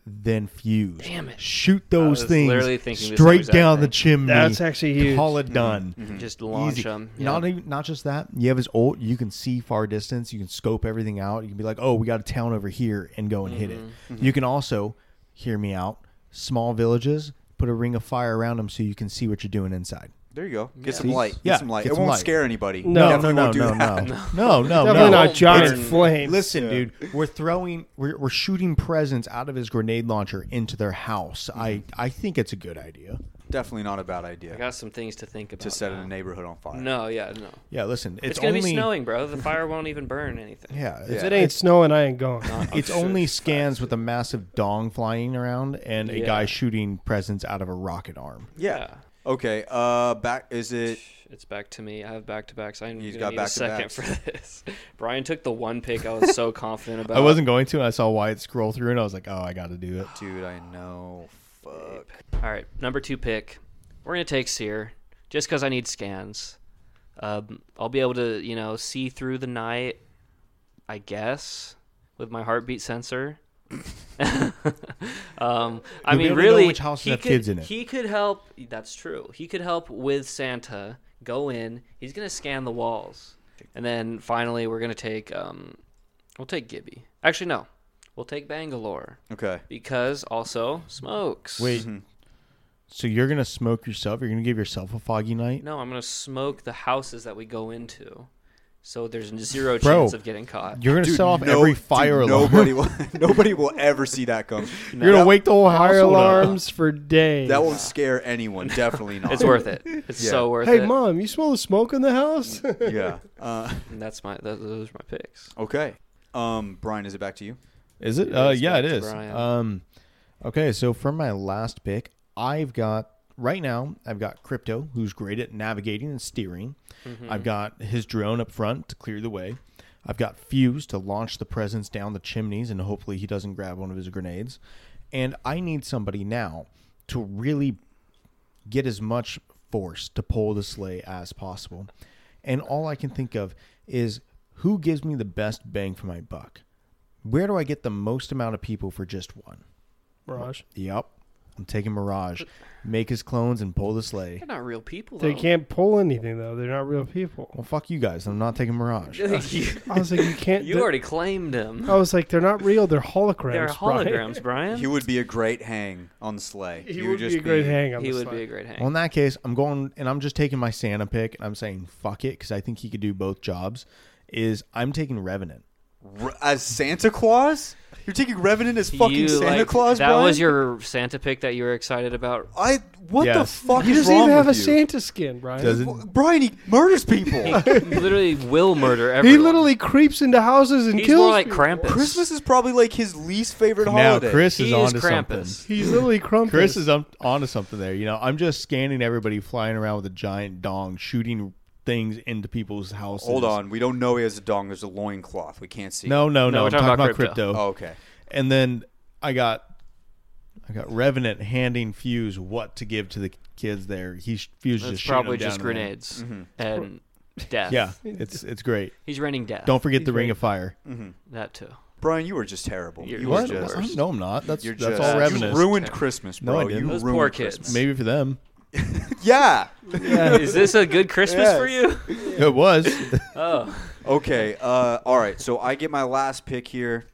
S3: than Fuse?
S2: Damn it.
S3: Shoot those
S2: was
S3: things
S2: literally thinking the same
S3: straight
S2: exact
S3: down the
S2: thing.
S3: chimney.
S4: That's actually huge.
S3: Call it done.
S2: just launch
S3: Mm-hmm. Easy.
S2: them.
S3: Not even, not just that. You have his old. You can see far distance. You can scope everything out. You can be like, oh, we got a town over here, and go and hit it.
S2: Mm-hmm.
S3: You can also hear me out. Small villages. Put a ring of fire around them so you can see what you're doing inside.
S1: There you go. Get some light. Get
S3: Yeah,
S1: some light.
S3: get
S1: it
S3: some
S1: won't
S3: light.
S1: scare anybody.
S4: No,
S3: no,
S1: Definitely
S3: no,
S1: won't do
S3: no, no,
S1: that.
S3: no, no,
S4: Definitely
S3: no.
S4: not giant
S2: burn.
S4: flames.
S3: Listen, dude, we're throwing, we're, we're
S2: Mm-hmm.
S3: shooting presents out of his grenade launcher into their house. I, I think it's a good idea.
S1: definitely not a bad
S2: I
S1: idea
S2: got some things to think about.
S1: to set
S2: now.
S1: a neighborhood on fire.
S2: No, yeah, no.
S3: Yeah, listen, it's,
S2: It's, gonna
S3: only
S2: be snowing, bro. The fire won't even burn anything.
S3: Yeah, it's,
S4: If it ain't snowing, I ain't going.
S1: Oh,
S3: it's only scans with a massive dong flying around and a
S2: Yeah.
S3: guy shooting presents out of a rocket arm.
S1: Yeah.
S2: Yeah.
S1: Okay. Uh, back is it?
S2: It's back to me. I have back to backs. I'm
S1: He's got
S2: gonna need a second
S1: back-to-backs.
S2: for this. Brian took the one pick I was so confident
S1: Uh,
S2: about.
S3: I wasn't going to. And I saw Wyatt scroll through, and I was like, "Oh, I got to do it."
S1: Dude, I know. Fuck.
S2: All right, number two pick. We're gonna take Seer, just because I need scans. Um, I'll be able to, you know, see through the night, I guess, with my heartbeat sensor. um, I mean,
S3: You'll be able to know
S2: really,
S3: which house
S2: he
S3: have
S2: could,
S3: kids in it.
S2: He could help. That's true. He could help with Santa. Go in. He's gonna scan the walls, and then finally, we're gonna take. Um, we'll take Gibby. Actually, no, we'll take Bangalore
S1: Okay.
S2: because also smokes.
S3: Wait,
S1: Mm-hmm.
S3: so you're gonna smoke yourself? You're gonna give yourself a foggy night?
S2: No, I'm gonna smoke the houses that we go into, so there's zero
S3: Bro,
S2: chance of getting caught.
S3: You're gonna
S1: Dude,
S3: set off
S1: no-
S3: every fire
S1: dude,
S3: alarm.
S1: Nobody will. nobody will ever see that come.
S3: you're gonna wake the whole
S4: Fire
S3: household alarm.
S4: alarms for days.
S1: That won't scare anyone. Definitely not.
S2: It's worth it. It's
S1: Yeah.
S2: so worth
S4: hey,
S2: it.
S4: mom, you smell the smoke in the house?
S1: Yeah. Uh,
S2: And that's my those, those are my picks.
S1: okay. Um, Brian, is it back to you?
S3: Is it? Uh,
S2: it's
S3: yeah,
S2: back
S3: it
S2: to
S3: is.
S2: Brian.
S3: Um, okay, so for my last pick, I've got right now. I've got Crypto, who's great at navigating and steering. I've got his drone up front to clear the way. I've got Fuse to launch the presence down the chimneys, and hopefully he doesn't grab one of his grenades. And I need somebody now to really get as much force to pull the sleigh as possible. And all I can think of is who gives me the best bang for my buck? Where do I get the most amount of people for just one?
S4: Mirage.
S3: Yep. I'm taking Mirage. Make his clones and pull the sleigh.
S2: They're not real people. Though.
S4: They can't pull anything, though. They're not real people.
S3: Well, fuck you guys. I'm not taking Mirage.
S2: you
S4: I was like, you can't.
S2: you
S4: they're-
S2: already claimed them.
S4: I was like, they're not real. They're holograms.
S2: They're
S4: Oh, Brian.
S2: holograms, Brian.
S1: He would be a great hang on the sleigh.
S4: He
S1: You
S4: would
S1: just
S4: be a great hang on
S2: He
S4: the
S2: would
S4: slide.
S2: be a great hang.
S3: Well, in that case, I'm going and I'm just taking my Santa pick and I'm saying fuck it because I think he could do both jobs. Is I'm taking Revenant.
S1: Re- as Santa Claus. You're taking Revenant as fucking
S2: You,
S1: Santa
S2: like,
S1: Claus,
S2: That
S1: Brian?
S2: was your Santa pick that you were excited about.
S1: I. What the
S3: Yes.
S1: fuck
S4: He
S1: is
S4: doesn't
S1: wrong
S4: even have a
S1: with you?
S4: Santa skin, Brian.
S3: Does it?
S1: W- Brian, he murders people.
S2: He literally will murder
S4: he
S2: everyone.
S4: literally creeps into houses and
S2: He's
S4: kills.
S2: more like
S4: people.
S2: Krampus.
S1: Christmas is probably like his least favorite
S3: Now
S1: holiday.
S3: Chris is
S2: He
S3: on
S2: is
S3: to something.
S2: Krampus.
S4: He's literally Krampus.
S3: Chris is on onto something there. You know, I'm just scanning everybody flying around with a giant dong, shooting things into people's houses.
S1: Hold on, we don't know he has a dong. There's a loincloth. We can't see.
S3: No, no, no.
S2: we're
S3: I'm talking, about, crypto.
S1: Oh, okay.
S3: And then I got I got Revenant handing Fuse what to give to the kids there. He Fuse
S2: That's
S3: just shooting
S2: probably
S3: them down Mm-hmm.
S2: just
S3: and
S2: grenades
S3: then-
S2: and death.
S3: Yeah, it's it's great.
S2: he's raining death.
S3: Don't forget the Ring of Fire.
S2: that too.
S1: Brian, you were just terrible.
S2: You're-
S1: you
S2: What?
S1: were just.
S3: I'm- no, I'm not. That's
S1: You're
S3: that's
S1: just
S3: all
S2: you
S3: Revenant.
S1: You ruined Christmas,
S3: No,
S1: bro.
S3: I didn't.
S1: You
S2: Those
S1: ruined
S2: poor
S1: Christmas.
S2: kids.
S3: Maybe for them
S1: Yeah.
S2: Is this a good Christmas for you?
S3: it was.
S1: Okay. Uh, all right. So I get my last pick here.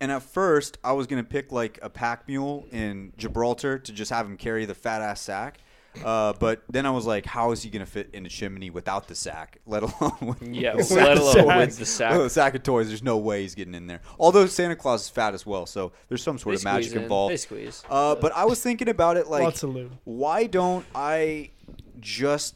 S1: And at first, I was going to pick like a pack mule in Gibraltar to just have him carry the fat ass sack. Uh, but then I was like, how is he going to fit in a chimney without the sack, let alone with,
S2: Yeah,
S1: with
S2: let
S1: the
S2: alone
S1: toys?
S2: with the sack.
S1: With the sack of toys? There's no way he's getting in there. Although Santa Claus is fat as well, so there's some sort
S2: They
S1: of magic
S2: squeeze in.
S1: involved.
S2: They squeeze.
S1: Uh, but I was thinking about it like,
S4: Lots of lube.
S1: why don't I just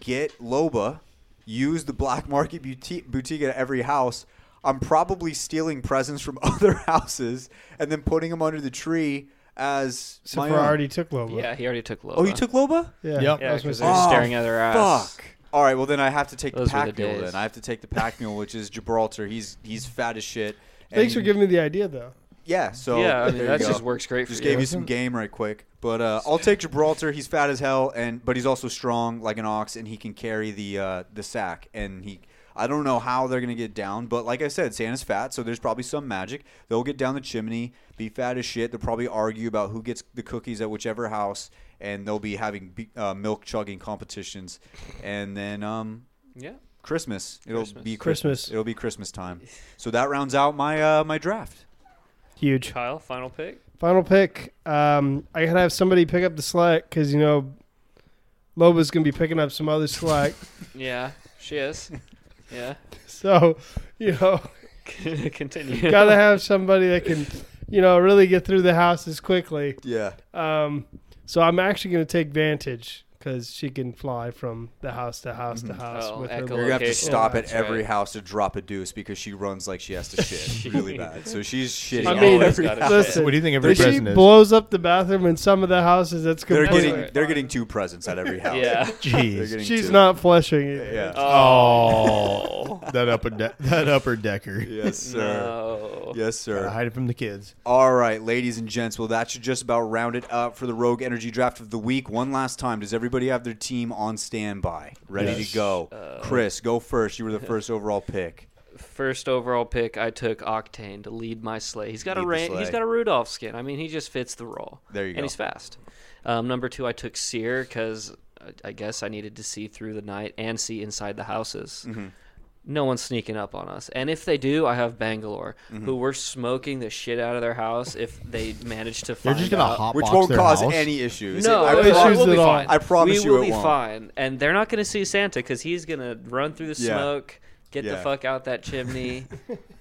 S1: get Loba, use the black market boutique, boutique at every house? I'm probably stealing presents from other houses and then putting them under the tree as
S4: So
S1: my
S4: far,
S1: own.
S4: I already took Lobo.
S2: Yeah, he already took Loba.
S1: Oh, you took Loba?
S4: Yeah.
S3: Yep.
S2: Yeah,
S4: that's what
S2: because
S4: I
S2: they're
S4: said.
S1: Oh,
S2: staring at their ass.
S1: Fuck. All right, well then I have to take
S2: Those
S1: the
S2: were the
S1: pack mule.
S2: days.
S1: Then I have to take the pack mule, which is Gibraltar. He's he's fat as shit. And-
S4: Thanks for giving me the idea, though.
S1: Yeah, so
S2: Yeah, I
S1: there
S2: mean
S1: you
S2: that
S1: go.
S2: just works great for
S1: Just
S2: you.
S1: gave you some game right quick, but uh, I'll take Gibraltar. He's fat as hell, and but he's also strong like an ox, and he can carry the uh, the sack. And he, I don't know how they're gonna get down, but like I said, Santa's fat, so there's probably some magic. They'll get down the chimney, be fat as shit. They'll probably argue about who gets the cookies at whichever house, and they'll be having be- uh, milk chugging competitions, and then um.
S2: Yeah.
S1: Christmas. It'll be
S4: Christmas.
S1: Christmas. It'll be Christmas time. So that rounds out my uh, my draft.
S4: Huge.
S2: Kyle, final pick.
S4: Final pick. Um, I gotta have somebody pick up the slack because you know Loba's gonna be picking up some other slack.
S2: Yeah, she is. Yeah.
S4: so, you know,
S2: Continue.
S4: gotta have somebody that can, you know, really get through the houses quickly.
S1: Yeah.
S4: Um, So I'm actually going to take Vantage because she can fly from the house to house to house
S2: Oh,
S4: with her.
S2: echo
S4: little-
S1: You're gonna have to
S2: Location.
S1: stop at
S2: That's
S1: every
S2: right.
S1: house to drop a deuce because she runs like she has to shit really bad. So she's shitting.
S2: I
S1: all
S2: mean,
S1: over
S2: gotta
S1: the house.
S2: shit.
S4: Listen,
S3: What do you think every
S4: if she
S3: president is?
S4: blows up the bathroom in some of the houses. That's
S1: They're
S4: completely.
S1: getting they're getting two presents at every house.
S2: Yeah.
S1: They're
S3: Jeez.
S1: getting
S4: She's
S1: two.
S4: not flushing it.
S1: Yeah.
S3: Oh, that upper de- that upper decker.
S1: yes, sir.
S2: No.
S1: Yes, sir.
S3: Gotta hide it from the kids.
S1: All right, ladies and gents. Well, that should just about round it up for the Rogue Energy Draft of the week. One last time, does everybody have their team on standby, ready
S3: Yes.
S1: to go?
S2: Uh,
S1: Chris, go first. You were the first overall pick.
S2: First overall pick, I took Octane to lead my sleigh. He's got
S1: Lead
S2: a
S1: the
S2: Ran- he's
S1: sleigh.
S2: got a Rudolph skin. I mean, he just fits the role.
S1: There you
S2: and
S1: go.
S2: he's fast. Um, number two, I took Seer because I guess I needed to see through the night and see inside the houses.
S1: Mm-hmm.
S2: No one's sneaking up on us, and if they do, I have Bangalore,
S1: Mm-hmm.
S2: who we're smoking the shit out of their house if they manage to.
S3: They're
S2: Find
S3: just gonna
S2: out.
S3: hop
S1: Which
S3: box
S1: won't
S3: their
S1: cause
S3: house.
S1: any issues.
S2: No,
S1: I promise-
S2: it- it will be
S4: at all.
S2: fine.
S1: I promise
S2: we
S1: you
S2: will
S1: it
S2: be
S1: won't.
S2: fine, and they're not going to see Santa because he's going to run through the
S1: Yeah.
S2: smoke, get the
S1: Yeah.
S2: fuck out that chimney,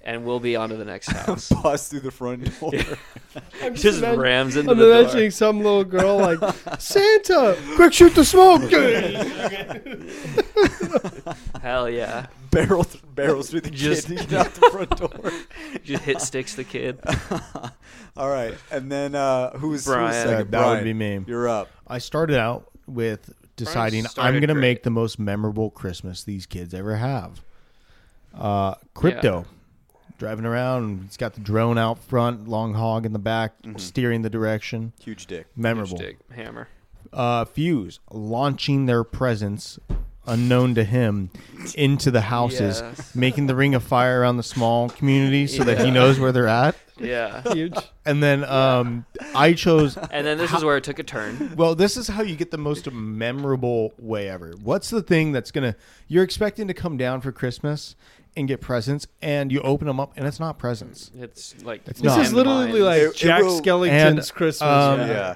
S2: and we'll be on to the next house.
S1: Bust through the front door.
S4: I'm
S2: just
S4: imagine-
S2: rams into
S4: I'm
S2: the door.
S4: imagining some little girl like Santa, quick shoot the smoke.
S2: Hell yeah!
S1: barrel th- barrels through the
S2: Just-
S1: kid out the front door.
S2: Just hit sticks the kid.
S1: All right, and then uh, who's
S2: Brian.
S1: Who's
S3: Uh,
S1: second?
S3: that would
S1: Brian,
S3: be me.
S1: You're up.
S3: I started out with deciding I'm
S2: started
S3: going to
S2: great.
S3: make the most memorable Christmas these kids ever have. Uh, crypto. Driving around, he's got the drone out front, long hog in the back,
S2: Mm-hmm.
S3: steering the direction.
S1: Huge dick.
S3: Memorable.
S2: Stick, hammer.
S3: Uh, Fuse launching their presence, unknown to him, into the houses,
S2: Yes.
S3: making the ring of fire around the small community so that he knows where they're at.
S2: Yeah.
S4: Huge.
S3: And then um, I chose
S2: And then this is where it took a turn.
S3: Well, this is how you get the most memorable way ever. What's the thing that's gonna you're expecting to come down for Christmas and get presents, and you open them up and it's not presents.
S2: It's like
S3: This not.
S4: This is
S3: And
S4: literally like
S1: It- it
S4: Jack
S1: will-
S3: and,
S4: Skellington's Christmas.
S3: um,
S4: yeah.
S1: Yeah.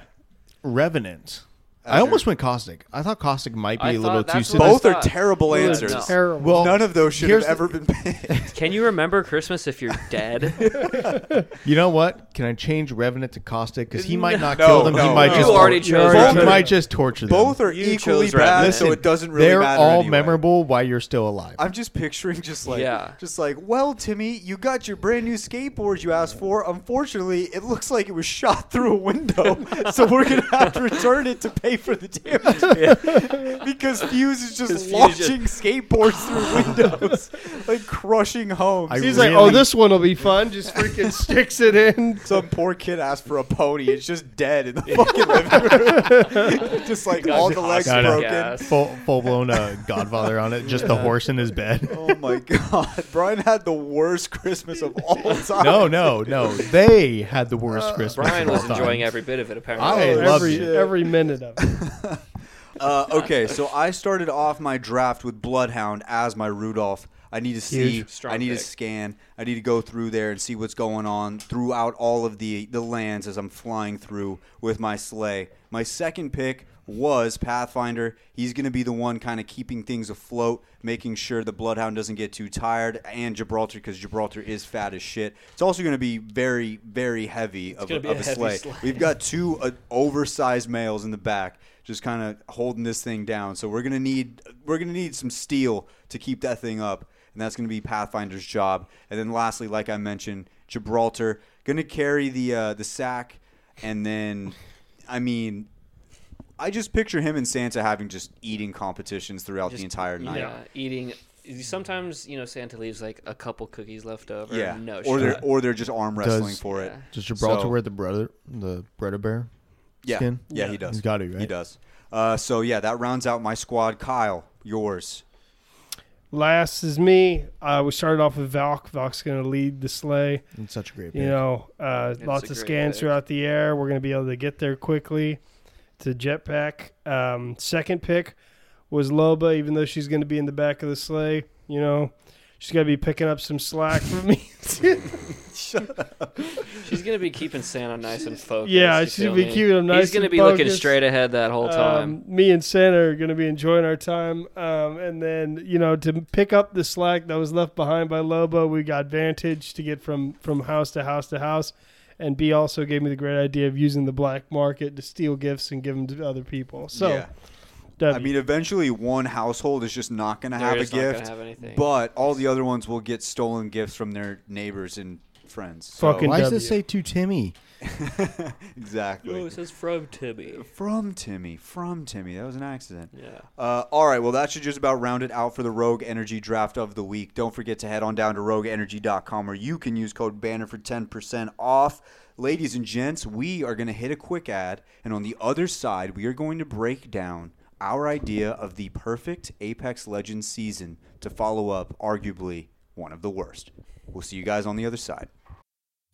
S3: Revenant. I almost went caustic. I thought caustic might be
S2: I
S3: a little
S2: thought
S3: too
S2: that's
S3: soon.
S2: what I
S1: Both are
S2: thought.
S1: terrible
S2: Yeah,
S1: answers.
S2: no.
S4: Terrible.
S3: Well,
S1: None of those should have
S3: here's the-
S1: ever been picked.
S2: Can you remember Christmas if you're dead?
S3: You know what? Can I change Revenant to caustic? Because he might not
S1: No,
S3: kill them.
S1: no,
S3: he might
S2: you
S3: just
S2: already
S3: he
S2: chose.
S1: already
S2: Revenant.
S3: might just torture them.
S1: Both are
S2: You
S1: equally
S2: chose
S1: bad,
S2: Revenant.
S1: so it doesn't really
S3: they're
S1: matter.
S3: all
S1: anyway.
S3: memorable while you're still alive.
S1: I'm just picturing just like
S2: Yeah.
S1: just like, well, Timmy, you got your brand new skateboard you asked for. Unfortunately, it looks like it was shot through a window, so we're gonna have to return it to pay for the damage. because Fuse is just
S2: Fuse just-
S1: launching skateboards through windows, like crushing homes.
S3: I
S4: He's
S3: really-
S4: like, oh, this one will be fun. Just freaking sticks it in.
S1: "Oh, Some poor kid asked for a pony. It's just dead in the fucking living room. just like all the legs
S3: Got it.
S1: broken.
S2: Gas.
S3: full full blown uh, Godfather on it. Just the horse in his bed.
S1: Oh my god, Brian had the worst Christmas of all time.
S3: No, no, no. They had the worst
S1: Uh,
S3: Christmas.
S2: Brian
S3: of all
S2: was enjoying
S3: time.
S2: every bit of it.
S3: I
S2: Apparently,
S3: love
S4: every
S3: you.
S4: every minute of it.
S1: Uh, okay, so I started off my draft with Bloodhound as my Rudolph. I need to see.
S2: Huge. Strong
S1: I need to
S2: pick.
S1: scan. I need to go through there and see what's going on throughout all of the the lands as I'm flying through with my sleigh. My second pick was Pathfinder. He's going to be the one kind of keeping things afloat, making sure the Bloodhound doesn't get too tired, and Gibraltar because Gibraltar is fat as shit. It's also going to be very, very heavy of,
S2: gonna be
S1: of
S2: a
S1: a,
S2: heavy
S1: sleigh.
S2: sleigh.
S1: We've got two uh, oversized males in the back, just kind of holding this thing down. So we're gonna need we're gonna need some steel to keep that thing up, and that's gonna be Pathfinder's job. And then lastly, like I mentioned, Gibraltar gonna carry the uh, the sack, and then I mean. I just picture him and Santa having just eating competitions throughout the entire night.
S2: yeah, uh, eating. Sometimes you know Santa leaves like a couple cookies left over.
S1: Yeah.
S2: no
S1: or they're
S2: shot.
S1: or they're just arm wrestling
S3: Does-
S1: for it.
S2: Yeah.
S3: Does Gibraltar
S1: So-
S3: wear the brother the brother bear?
S1: Yeah.
S3: skin?
S1: Yeah,
S3: Yeah.
S1: he does.
S3: He's gotta, right?
S1: He does. Uh, so yeah, that rounds out my squad. Kyle, yours.
S4: Last is me. Uh, we started off with Valk. Valk's going to lead the sleigh.
S3: It's such a great
S4: You
S3: band.
S4: know, uh, lots
S2: a great
S4: of scans
S2: pick.
S4: throughout the air. We're going to be able to get there quickly to jetpack. Um, second pick was Loba, even though she's going to be in the back of the sleigh. You know, she's going to be picking up some slack for me.
S2: She's gonna be keeping Santa nice and focused.
S4: Yeah,
S2: you
S4: she's gonna
S2: feel
S4: be
S2: me?
S4: keeping him nice
S2: He's gonna
S4: and
S2: be looking
S4: focused.
S2: straight ahead that whole time.
S4: Um, me and Santa are going to be enjoying our time. Um, and then, you know, to pick up the slack that was left behind by Lobo, we got Vantage to get from, from house to house to house. And B also gave me the great idea of using the black market to steal gifts and give them to other people. So,
S1: Yeah.
S4: W.
S1: I mean, eventually one household is just not going to
S2: They're
S1: have a
S2: just not gonna
S1: gift,
S2: have anything.
S1: but all the other ones will get stolen gifts from their neighbors and friends. So-
S4: Fucking-
S3: Why does it
S4: W.
S3: say to Timmy?
S2: Oh,
S1: exactly.
S2: it says from Tibby.
S1: From Timmy, from Timmy. That was an accident.
S2: Yeah.
S1: Uh, all right, well, that should just about round it out for the Rogue Energy Draft of the Week. Don't forget to head on down to rogueenergy.com where you can use code BANNER for 10% off. Ladies and gents, we are going to hit a quick ad, and on the other side, we are going to break down our idea of the perfect Apex Legends season to follow up, arguably, one of the worst. We'll see you guys on the other side.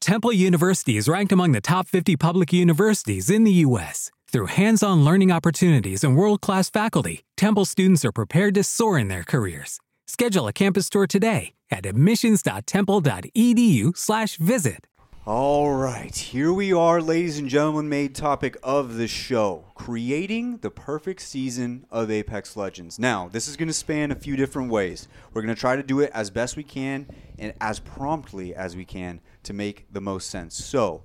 S5: Temple University is ranked among the top 50 public universities in the U.S. Through hands on learning opportunities and world class faculty, Temple students are prepared to soar in their careers. Schedule a campus tour today at E admissions.temple.edu/slash visit.
S1: All right, here we are, ladies and gentlemen. Made topic of the show: creating the perfect season of Apex Legends. Now, this is going to span a few different ways. We're going to try to do it as best we can and as promptly as we can to make the most sense. So,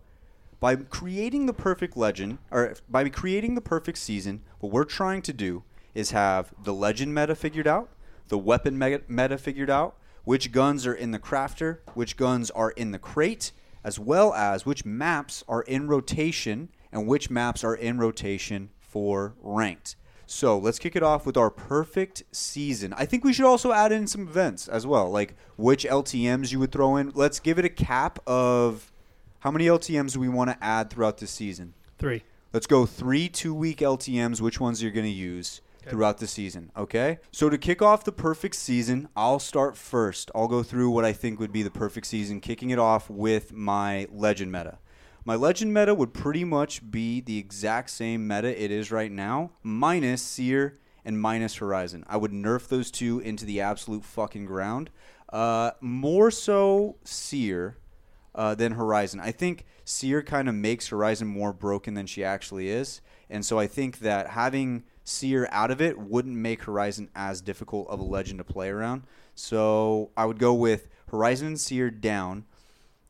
S1: by creating the perfect legend, or by creating the perfect season, what we're trying to do is have the legend meta figured out, the weapon mega- meta figured out, which guns are in the crafter, which guns are in the crate, as well as which maps are in rotation and which maps are in rotation for ranked. So let's kick it off with our perfect season. I think we should also add in some events as well, like which LTMs you would throw in. Let's give it a cap of how many LTMs do we want to add throughout this season?
S4: three.
S1: Let's go three two week LTMs, which ones you're going to use throughout the season, okay? So to kick off the perfect season, I'll start first. I'll go through what I think would be the perfect season, kicking it off with my legend meta. My legend meta would pretty much be the exact same meta it is right now, minus Seer and minus Horizon. I would nerf those two into the absolute fucking ground. Uh, more so Seer uh, than Horizon. I think Seer kind of makes Horizon more broken than she actually is, and so I think that having Seer out of it wouldn't make Horizon as difficult of a legend to play around. So I would go with Horizon and Seer down,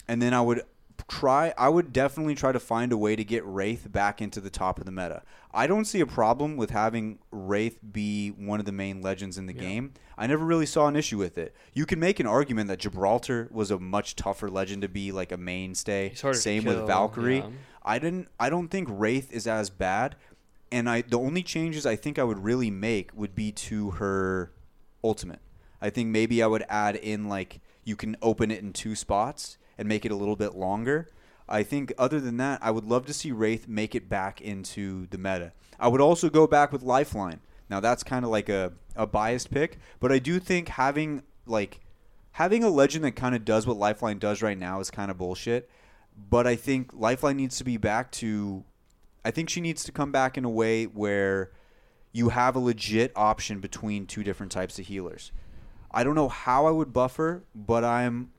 S1: and then I would try. I would definitely try to find a way to get Wraith back into the top of the meta. I don't see a problem with having Wraith be one of the main legends in the game. I never really saw an issue with it. You can make an argument that Gibraltar was a much tougher legend to be like a mainstay.
S2: He's harder to
S1: Same
S2: kill,
S1: with Valkyrie.
S2: yeah.
S1: I didn't. I don't think Wraith is as bad. And I, the only changes I think I would really make would be to her ultimate. I think maybe I would add in like you can open it in two spots and make it a little bit longer. I think other than that, I would love to see Wraith make it back into the meta. I would also go back with Lifeline. Now that's kind of like a, a biased pick, but I do think having like having a legend that kind of does what Lifeline does right now is kind of bullshit. But I think Lifeline needs to be back to. I think she needs to come back in a way where you have a legit option between two different types of healers. I don't know how I would buffer, but I'm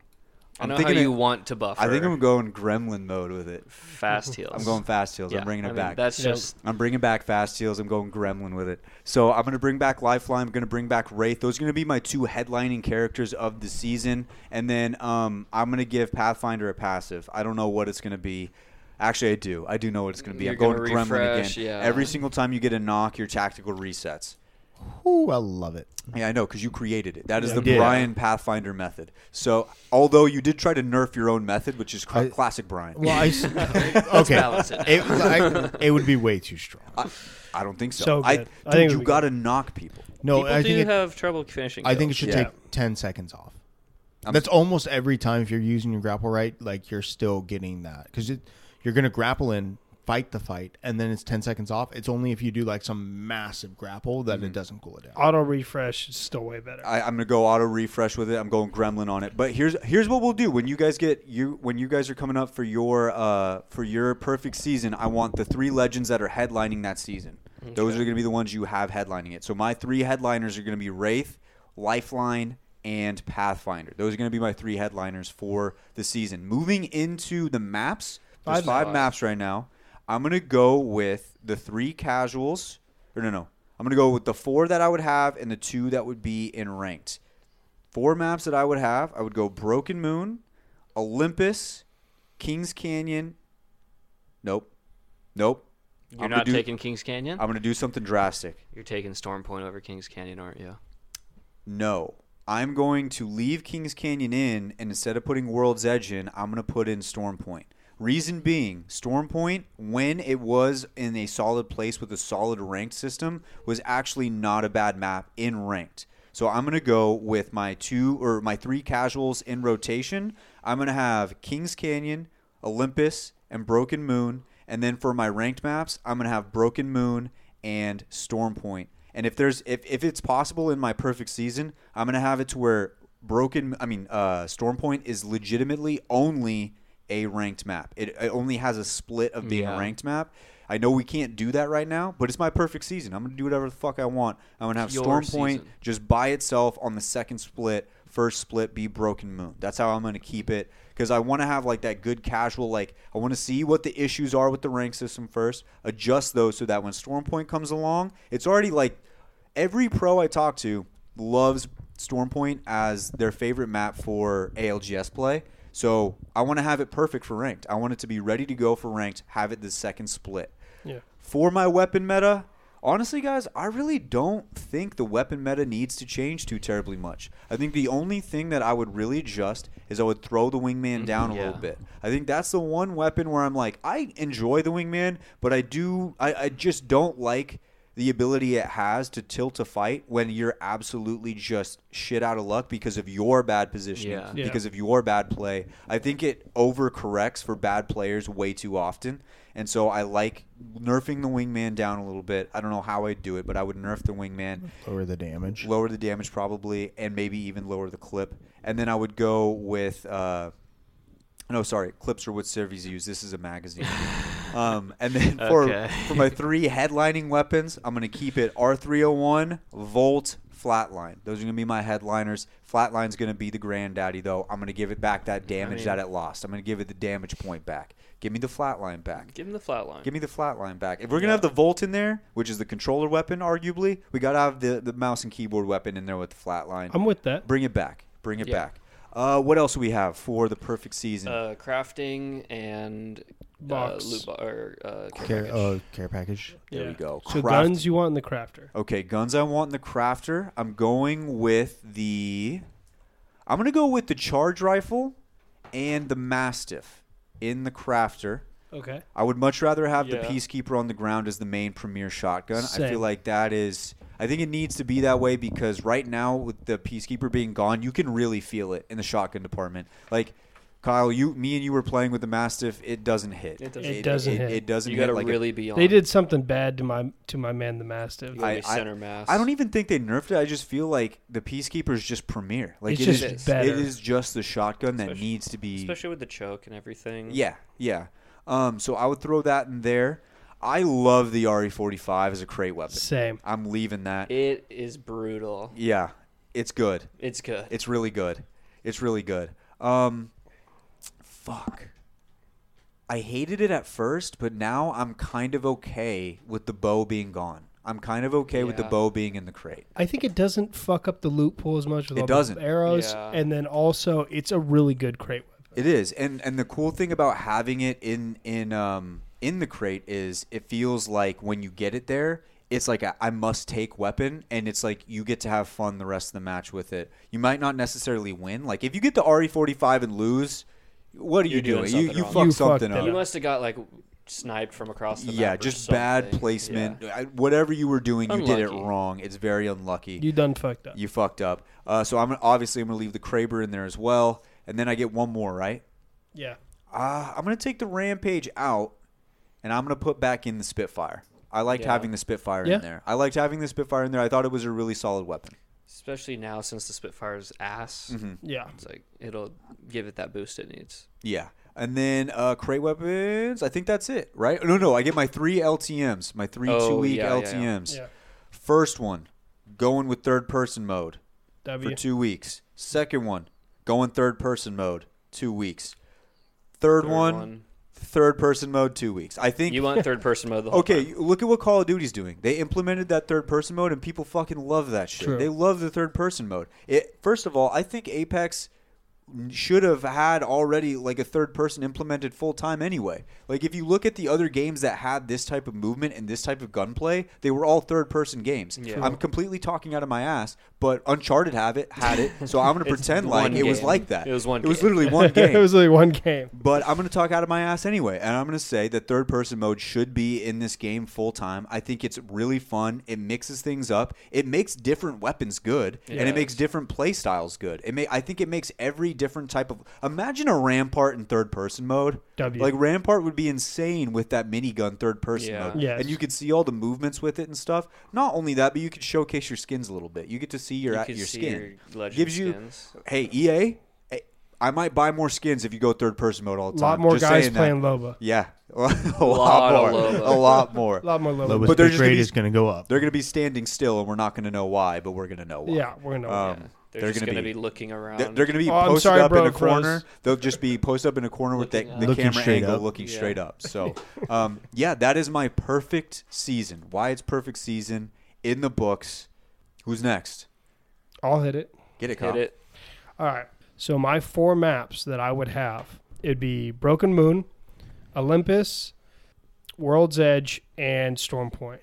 S2: I
S1: I'm
S2: know
S1: thinking
S2: how you
S1: it-
S2: want to buffer.
S1: I think I'm going gremlin mode with it.
S2: fast heals.
S1: I'm going fast heals.
S2: Yeah,
S1: I'm bringing
S2: I
S1: it
S2: mean,
S1: back.
S2: That's just
S1: I'm bringing back fast heals. I'm going gremlin with it. So I'm going to bring back Lifeline. I'm going to bring back Wraith. Those are going to be my two headlining characters of the season. And then um, I'm going to give Pathfinder a passive. I don't know what it's going to be. Actually, I do. I do know what it's going to be.
S2: You're
S1: I'm going
S2: gonna
S1: gremlin
S2: refresh,
S1: again.
S2: yeah.
S1: Every single time you get a knock, your tactical resets.
S3: Ooh, I love it.
S1: Yeah, I know, because you created it. That is the
S3: Yeah.
S1: Brian Pathfinder method. So, although you did try to nerf your own method, which is cr-
S3: I-
S1: classic Brian,
S3: Well, I s- okay.
S2: balance it.
S3: It, I- it would be way too strong.
S1: I, I don't think so.
S4: So
S1: I,
S4: good.
S1: dude,
S4: I think it would
S1: you
S4: be
S1: got to knock people.
S3: No,
S2: people
S3: I
S2: do
S3: think it,
S2: have trouble finishing.
S3: I think it
S2: kills.
S3: should
S1: Yeah.
S3: take ten seconds off. That's almost every time if you're using your grapple right, like you're still getting that because you're going to grapple in, fight the fight, and then it's ten seconds off. It's only if you do like some massive grapple that
S1: Mm-hmm.
S3: it doesn't cool it down.
S4: Auto refresh is still way better.
S1: I, I'm gonna go auto refresh with it. I'm going gremlin on it. But here's here's what we'll do when you guys get you when you guys are coming up for your uh for your perfect season. I want the three legends that are headlining that season. Those are gonna be the ones you have headlining it. So my three headliners are gonna be Wraith, Lifeline, and Pathfinder. Those are gonna be my three headliners for the season. Moving into the maps, there's
S4: Five
S1: five maps right now. I'm gonna go with the three casuals. Or no, no. I'm gonna go with the four that I would have and the two that would be in ranked. Four maps that I would have. I would go Broken Moon, Olympus, Kings Canyon. Nope. Nope.
S2: You're
S1: I'm gonna
S2: not
S1: do-
S2: taking Kings Canyon.
S1: I'm gonna do something drastic.
S2: You're taking Storm Point over Kings Canyon, aren't you?
S1: No. I'm going to leave Kings Canyon in, and instead of putting World's Edge in, I'm going to put in Storm Point. Reason being, Storm Point, when it was in a solid place with a solid ranked system, was actually not a bad map in ranked. So I'm going to go with my two or my three casuals in rotation. I'm going to have Kings Canyon, Olympus, and Broken Moon. And then for my ranked maps, I'm gonna have Broken Moon and Storm Point. And if there's if, if it's possible in my perfect season, I'm gonna have it to where Broken I mean uh, Storm Point is legitimately only a ranked map. It, it only has a split of being a
S2: Yeah.
S1: ranked map. I know we can't do that right now, but it's my perfect season. I'm gonna do whatever the fuck I want. I'm gonna have
S2: It's your
S1: Storm Point
S2: season.
S1: just by itself on the second split, first split be Broken Moon. That's how I'm going to keep it because I want to have like that good casual. Like I want to see what the issues are with the rank system first, adjust those so that when Storm Point comes along, it's already like every pro I talk to loves Storm Point as their favorite map for ALGS play. So I want to have it perfect for ranked. I want it to be ready to go for ranked. Have it the second split
S4: yeah.
S1: for my weapon meta, honestly, guys, I really don't think the weapon meta needs to change too terribly much. I think the only thing that I would really adjust is I would throw the wingman down a little bit. I think that's the one weapon where I'm like, I enjoy the wingman, but I do, I, I just don't like the ability it has to tilt a fight when you're absolutely just shit out of luck because of your bad positioning,
S2: Yeah.
S4: Yeah.
S1: because of your bad play. I think it overcorrects for bad players way too often. And so I like nerfing the wingman down a little bit. I don't know how I'd do it, but I would nerf the wingman,
S3: Lower the damage.
S1: lower the damage probably, and maybe even lower the clip. And then I would go with. Uh, no, sorry. Clips are what Cervies use. This is a magazine. um, and then for
S2: Okay.
S1: for my three headlining weapons, I'm going to keep it R301, Volt, Flatline. Those are going to be my headliners. Flatline's going to be the granddaddy, though. I'm going to give it back that damage that it lost. I'm going to give it the damage point back. Give me the Flatline back.
S2: Give him the flat line.
S1: Give me the flatline back. If we're gonna have the Volt in there, which is the controller weapon, arguably, we gotta have the, the mouse and keyboard weapon in there with the flatline.
S4: I'm with that.
S1: Bring it back. Bring it
S2: Yeah.
S1: back. Uh, what else do we have for the perfect season?
S2: uh, crafting and
S4: Box.
S2: Uh, loot bo- or uh, care
S3: Care,
S2: package.
S3: uh, care package.
S1: there we go.
S4: So
S1: Craft-
S4: guns you want in the crafter.
S1: Okay, guns I want in the crafter. I'm going with the. I'm gonna go with the charge rifle, and the mastiff in the crafter.
S4: Okay.
S1: I would much rather have the
S2: Yeah.
S1: peacekeeper on the ground as the main premier shotgun. I feel
S4: Same.
S1: like that is. I think it needs to be that way because right now with the peacekeeper being gone, you can really feel it in the shotgun department. Like Kyle, you, me, and you were playing with the mastiff. It doesn't hit.
S2: It doesn't.
S4: It doesn't
S1: It,
S4: hit.
S1: it doesn't
S2: You
S1: hit
S2: gotta
S1: like a-
S2: really be on.
S4: They did something bad to my to my man the mastiff.
S2: You gotta be center mass.
S1: I don't even think they nerfed it. I just feel like the peacekeeper is just premier. Like
S4: It's
S1: it
S4: just
S1: is-
S4: better.
S1: It is just the shotgun that
S2: Especially-
S1: needs to be.
S2: especially with the choke and everything.
S1: Yeah, yeah. Um, so I would throw that in there. I love the RE45 as a crate weapon.
S4: Same.
S1: I'm leaving that.
S2: it is brutal.
S1: yeah, it's good.
S2: It's good.
S1: It's really good. It's really good. Um, fuck. I hated it at first, but now I'm kind of okay with the bow being gone. I'm kind of okay with the
S2: Yeah.
S1: bow being in the crate.
S4: I think it doesn't fuck up the loot pool as much with
S1: It
S4: all the
S1: doesn't.
S4: arrows,
S2: Yeah.
S4: and then also it's a really good crate weapon.
S1: It is, and and the cool thing about having it in in um in the crate is it feels like when you get it there, it's like a I must take weapon, and it's like you get to have fun the rest of the match with it. You might not necessarily win. Like if you get the RE45 and lose, what are you
S2: You're doing
S1: doing? You
S2: something
S1: you
S2: wrong.
S1: fuck
S4: You fucked
S1: something
S4: it
S1: up.
S2: You must have got like sniped from across the
S1: yeah,
S2: map or
S1: just bad
S2: something.
S1: placement.
S2: Yeah.
S1: I- Whatever you were doing, you did it
S2: Unlucky.
S1: wrong. It's very unlucky.
S4: You done fucked up.
S1: You fucked up. Uh, so I'm obviously I'm gonna leave the Kraber in there as well, and then I get one more right.
S4: yeah.
S1: Uh, I'm going to take the Rampage out and I'm going to put back in the Spitfire. I liked
S2: Yeah.
S1: having the Spitfire
S4: Yeah.
S1: in there. I liked having the Spitfire in there. I thought it was a really solid weapon.
S2: Especially now since the Spitfire's ass.
S1: Mm-hmm.
S4: Yeah.
S2: It's like it'll give it that boost it needs.
S1: Yeah. And then uh, crate weapons, I think that's it, right? No, no, I get my three LTMs, my three
S2: Oh,
S1: two week
S2: yeah, yeah, yeah.
S1: LTMs.
S4: Yeah.
S1: First one, going with third person mode
S4: W.
S1: for two weeks. Second one, going third person mode, two weeks. Third,
S2: Third
S1: one,
S2: one.
S1: third person mode, two weeks. I think
S2: You want third person mode the whole
S1: Okay,
S2: time.
S1: you- look at what Call of Duty's doing. They implemented that third person mode, and people fucking love that shit.
S4: True.
S1: They love the third person mode. It first of all, I think Apex should have had already like a third person implemented full time anyway. Like if you look at the other games that had this type of movement and this type of gunplay, they were all third person games.
S2: Yeah. True.
S1: I'm completely talking out of my ass, but Uncharted have it had it, so I'm gonna pretend like
S2: one
S1: it was
S2: game.
S1: like that.
S2: It was one
S1: It was
S2: game.
S1: literally one game.
S6: it was only one game.
S1: But I'm going to talk out of my ass anyway, and I'm going to say that third person mode should be in this game full time. I think it's really fun. It mixes things up. It makes different weapons good, and it makes different play styles good. It may I think it makes every different type of Imagine a Rampart in third person mode.
S4: W.
S1: Like Rampart would be insane with that minigun third person
S2: Yeah.
S1: mode.
S4: Yes.
S1: And you could see all the movements with it and stuff. Not only that, but you could showcase your skins a little bit. You get to see your
S2: You
S1: at
S2: could
S1: your
S2: see
S1: skin.
S2: your legend
S1: Gives you
S2: skins.
S1: Hey, EA, eh, I might buy more skins if you go third person mode all the
S4: A
S1: time.
S4: lot more
S1: Just
S4: guys
S1: saying that.
S4: playing Loba.
S1: Yeah, a lot,
S2: Lot of
S1: more.
S2: Loba.
S1: A lot more.
S4: A lot more Loba.
S3: Loba's
S1: But they're
S3: pick
S1: just gonna
S3: rate
S1: be-
S3: is going to go up.
S1: They're going to be standing still, and we're not going to know why, but we're going to know why.
S4: Yeah, we're gonna.
S1: Um,
S2: They're,
S1: they're
S2: just
S1: gonna
S2: going to
S1: be-
S2: be, looking around.
S1: They're, going to be
S4: Oh, I'm
S1: posted
S4: sorry,
S1: up
S4: bro,
S1: in a
S4: Chris.
S1: corner. They'll just be posted up in a corner with the,
S2: Looking
S1: the
S3: up. Looking
S1: camera
S3: straight
S1: angle
S3: up.
S1: looking
S2: Yeah.
S1: straight up. So, um, yeah, that is my perfect season. Why it's perfect season in the books. Who's next?
S4: I'll hit it.
S1: Get it, Kyle.
S2: hit it.
S4: All right. So my four maps that I would have it'd be Broken Moon, Olympus, World's Edge, and Stormpoint.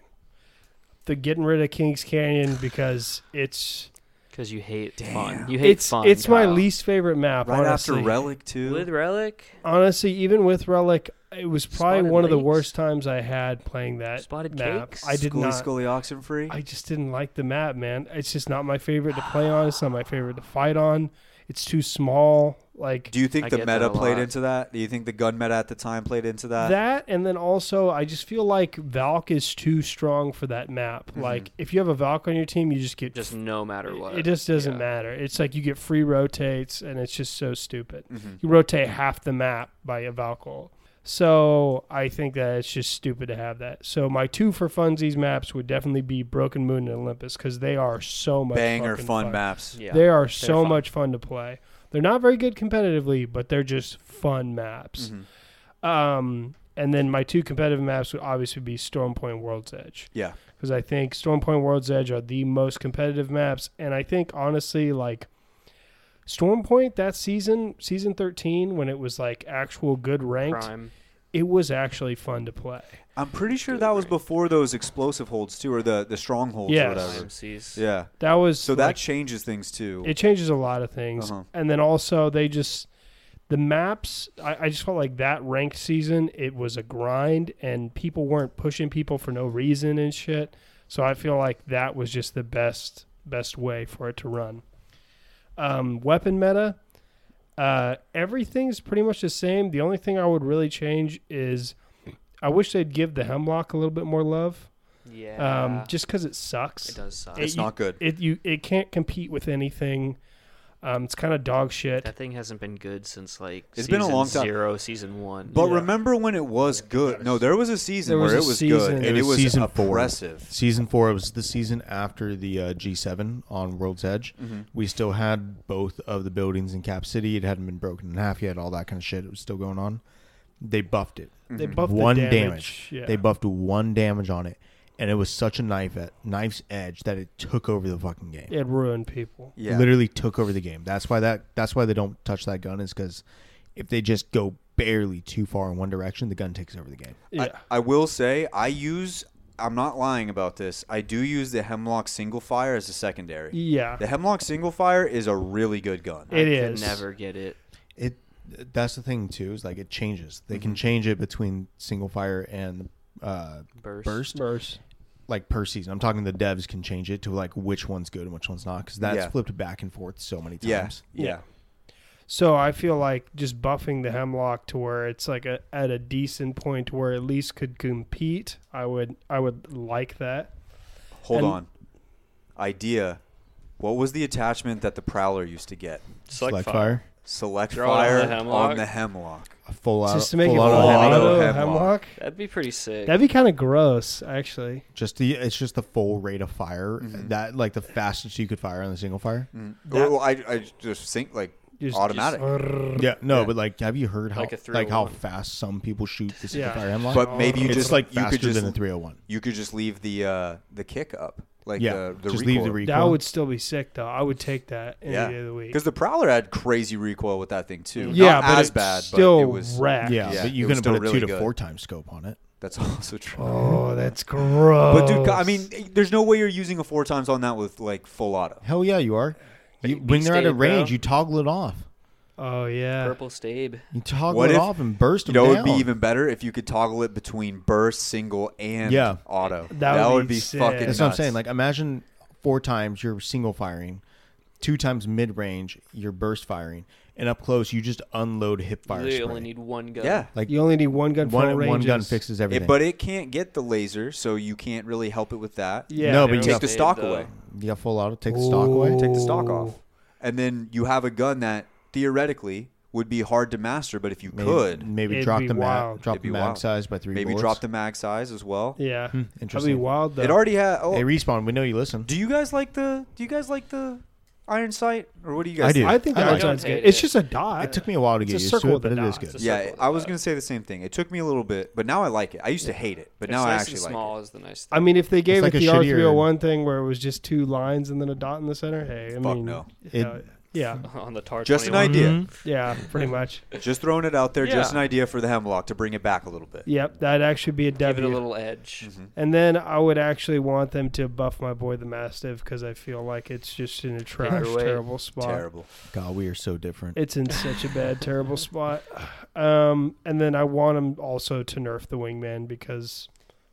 S4: The getting rid of Kings Canyon because it's
S2: Because you hate fun. You hate
S4: it's
S2: fun.
S4: it's my
S2: Kyle.
S4: least favorite map.
S1: Right
S4: honestly.
S1: after Relic too.
S2: With Relic,
S4: honestly, even with Relic, it was probably
S2: Spotted
S4: one of the
S2: Lakes.
S4: worst times I had playing that
S2: Spotted
S4: map.
S2: Cakes.
S4: I did
S1: Scully
S4: not.
S1: Scully Oxenfree.
S4: I just didn't like the map, man. It's just not my favorite to play on. It's not my favorite to fight on. It's too small. Like
S1: Do you think
S2: I
S1: the
S2: get that
S1: meta
S2: a
S1: played
S2: lot.
S1: into that? Do you think the gun meta at the time played into that?
S4: that, and then also I just feel like Valk is too strong for that map.
S1: Mm-hmm.
S4: Like if you have a Valk on your team, you just get
S2: just no matter what.
S4: It just doesn't
S2: Yeah.
S4: matter. It's like you get free rotates, and it's just so stupid.
S1: Mm-hmm.
S4: You rotate half the map by a Valkyrie. So I think that it's just stupid to have that. So my two for funsies maps would definitely be Broken Moon and Olympus because they are so much
S1: Banger
S4: fucking
S1: fun, maps.
S2: Yeah.
S4: They are so
S2: fun.
S4: much fun to play. They're not very good competitively, but they're just fun maps.
S1: Mm-hmm.
S4: Um, and then my two competitive maps would obviously be Stormpoint and World's Edge
S1: Yeah.
S4: because I think Stormpoint World's Edge are the most competitive maps, and I think honestly, like Stormpoint that season, season thirteen, when it was like actual good ranked,
S2: Prime.
S4: it was actually fun to play.
S1: I'm pretty sure that was before those explosive holds too, or the the strongholds
S4: Yes.
S1: or whatever.
S2: Prime sees.
S1: Yeah.
S4: That was
S1: So that
S4: like,
S1: changes things too.
S4: it changes a lot of things,
S1: Uh-huh.
S4: and then also they just the maps. I, I just felt like that ranked season it was a grind, and people weren't pushing people for no reason and shit. So I feel like that was just the best best way for it to run. Um, weapon meta, uh, everything's pretty much the same. The only thing I would really change is I wish they'd give the hemlock a little bit more love,
S2: Yeah.
S4: um, just because it sucks
S2: it does suck.
S4: It-
S1: it's not good.
S4: it you it can't compete with anything. Um, it's kind of dog shit.
S2: That thing hasn't been good since like
S1: It's
S2: season
S1: been a long time.
S2: zero, season one.
S1: But remember when it was good? No, there was a season
S7: There was
S1: where
S7: a
S1: it was
S7: season.
S1: good,
S7: It
S1: and it was,
S3: season four.
S1: oppressive.
S3: Season four was the season after the uh, G7 on World's Edge.
S1: Mm-hmm.
S3: We still had both of the buildings in Cap City. It hadn't been broken in half yet. All that kind of shit. It was still going on. They buffed it.
S1: Mm-hmm.
S4: They buffed the
S3: one
S4: damage.
S3: damage.
S4: Yeah.
S3: They buffed one damage on it, and it was such a knife at knife's edge that it took over the fucking game.
S4: it ruined people.
S1: Yeah,
S3: Literally took over the game. That's why that. That's why they don't touch that gun. Is because if they just go barely too far in one direction, the gun takes over the game.
S4: Yeah.
S1: I, I will say I use. I'm not lying about this. I do use the Hemlock single fire as a secondary.
S4: yeah.
S1: The Hemlock single fire is a really good gun.
S4: It
S2: I
S4: is.
S2: Could never get it.
S3: it that's the thing too is like it changes they can change it between single fire and uh
S2: Burst.
S3: burst
S4: Merce.
S3: like per season i'm talking the devs can change it to like which one's good and which one's not because that's
S1: Yeah.
S3: flipped back and forth so many
S1: yeah,
S3: times
S1: yeah.
S4: So I feel like just buffing the hemlock to where it's like a, at a decent point where at least could compete. I would I would like that.
S1: Hold
S4: And-
S1: on. Idea. What was the attachment that the Prowler used to get?
S2: Select,
S3: Select
S2: fire.
S3: fire
S1: Select
S2: Throw it on
S1: fire
S2: the
S1: on
S2: hemlock.
S1: the hemlock.
S3: a full out
S4: just to make it
S3: full-out
S4: auto,
S1: auto
S3: hemlock.
S4: hemlock.
S1: hemlock.
S2: That'd be pretty sick.
S4: That'd be kind of gross, actually.
S3: just the it's just the full rate of fire that like the fastest you could fire on the single fire
S1: Well, well, I, I just think like
S4: Just-
S1: automatic.
S3: yeah no but like have you heard how
S2: Like
S3: like,
S2: a 301.
S3: how fast some people shoot the single
S4: Yeah.
S3: fire hemlock
S1: but maybe you
S3: it's
S1: just
S3: like
S1: you
S3: faster
S1: could just
S3: than a 301
S1: you could just leave the uh, the kick up like
S3: yeah
S1: the, the
S3: just
S1: recoil.
S3: leave the recoil
S4: That would still be sick though. I would take that any
S1: yeah
S4: day of the week.
S1: because the Prowler had crazy recoil with that thing too.
S4: Yeah,
S1: Not
S4: but
S1: as
S4: it's
S1: bad,
S4: still
S1: but it was
S4: wrecked.
S3: yeah,
S1: Yeah,
S3: but
S1: it
S3: you
S1: was
S3: can
S1: still
S3: put a
S1: really
S3: two to
S1: good.
S3: four times scope on it
S1: That's also true.
S4: Oh, that's gross.
S1: But dude, I mean, there's no way you're using a four times on that with like full auto.
S3: Hell yeah, you are. You,
S2: you
S3: when they're out
S2: stated,
S3: of range,
S2: bro.
S3: you toggle it off.
S4: oh yeah.
S2: Purple stabe.
S3: You toggle
S1: What
S3: it
S1: if-
S3: off and burst
S1: You
S3: them
S1: know, it
S3: down.
S1: would be even better if you could toggle it between burst, single, and
S3: Yeah.
S1: auto.
S4: That would
S1: would
S4: be
S1: be
S4: sick.
S1: fucking.
S3: That's what I'm saying. Like imagine four times you're single firing, two times mid range you're burst firing, and up close you just unload hip fire.
S2: You
S3: spray.
S2: only need one gun.
S1: yeah,
S3: like
S4: you only need one gun for all
S3: one one gun
S4: ranges.
S3: fixes
S1: It-
S3: uh, everything.
S1: but it can't get the laser, so you can't really help it with that.
S4: Yeah.
S3: No,
S2: Arrow
S3: but you
S1: Take
S3: got,
S1: the
S2: stabe,
S1: stock
S2: though.
S1: away.
S3: you got full auto. Take the stock away.
S1: Take the stock off, and then you have a gun that theoretically would be hard to master, but if you
S3: Maybe,
S1: could,
S3: maybe
S4: It'd
S3: drop
S4: be
S3: the mag,
S4: wild.
S3: drop
S1: It'd be
S3: the mag
S1: wild.
S3: size by three.
S1: maybe
S3: bullets.
S1: drop the mag size as well.
S4: Yeah. That'd be
S3: Hmm, interesting.
S4: wild though.
S1: It already had. Oh,
S3: Hey, respawn. We know you listen.
S1: do you guys like the? Do you guys like the iron sight, or what do you guys?
S3: I do.
S1: think?
S4: I think
S3: I
S4: that
S3: like
S4: one's
S2: it.
S4: good. It's just a dot.
S3: It took me a while to
S4: It's a
S3: get used
S4: circle
S3: to it,
S4: with a
S3: but it is
S2: dot.
S3: good.
S2: It's a
S1: Yeah,
S2: circle
S1: I
S2: with
S1: was
S2: that.
S1: gonna say the same thing. It took me a little bit, but now I like it. I used to hate it, but
S2: It's
S1: now I
S2: nice
S1: actually
S2: and
S1: like
S2: small is the nice thing.
S4: I mean, if they gave
S3: like
S4: it
S3: a
S4: the R
S3: shittier-
S4: three hundred one thing where it was just two lines and then a dot in the center, hey, I
S1: Fuck
S4: mean,
S1: no.
S3: It-
S4: uh, yeah,
S2: on the tar.
S1: it. Just an
S2: 21.
S1: idea.
S4: Mm-hmm. yeah, pretty much.
S1: Just throwing it out there. Just an
S2: Yeah.
S1: idea for the hemlock to bring it back a little bit.
S4: Yep, that'd actually be a
S2: Give it a
S4: W.
S2: little edge.
S1: Mm-hmm.
S4: and then I would actually want them to buff my boy the Mastiff because I feel like it's just in a trash,
S2: away.
S4: terrible spot.
S1: Terrible.
S3: God, we are so different.
S4: It's in such a bad, terrible spot. Um, and then I want him also to nerf the wingman because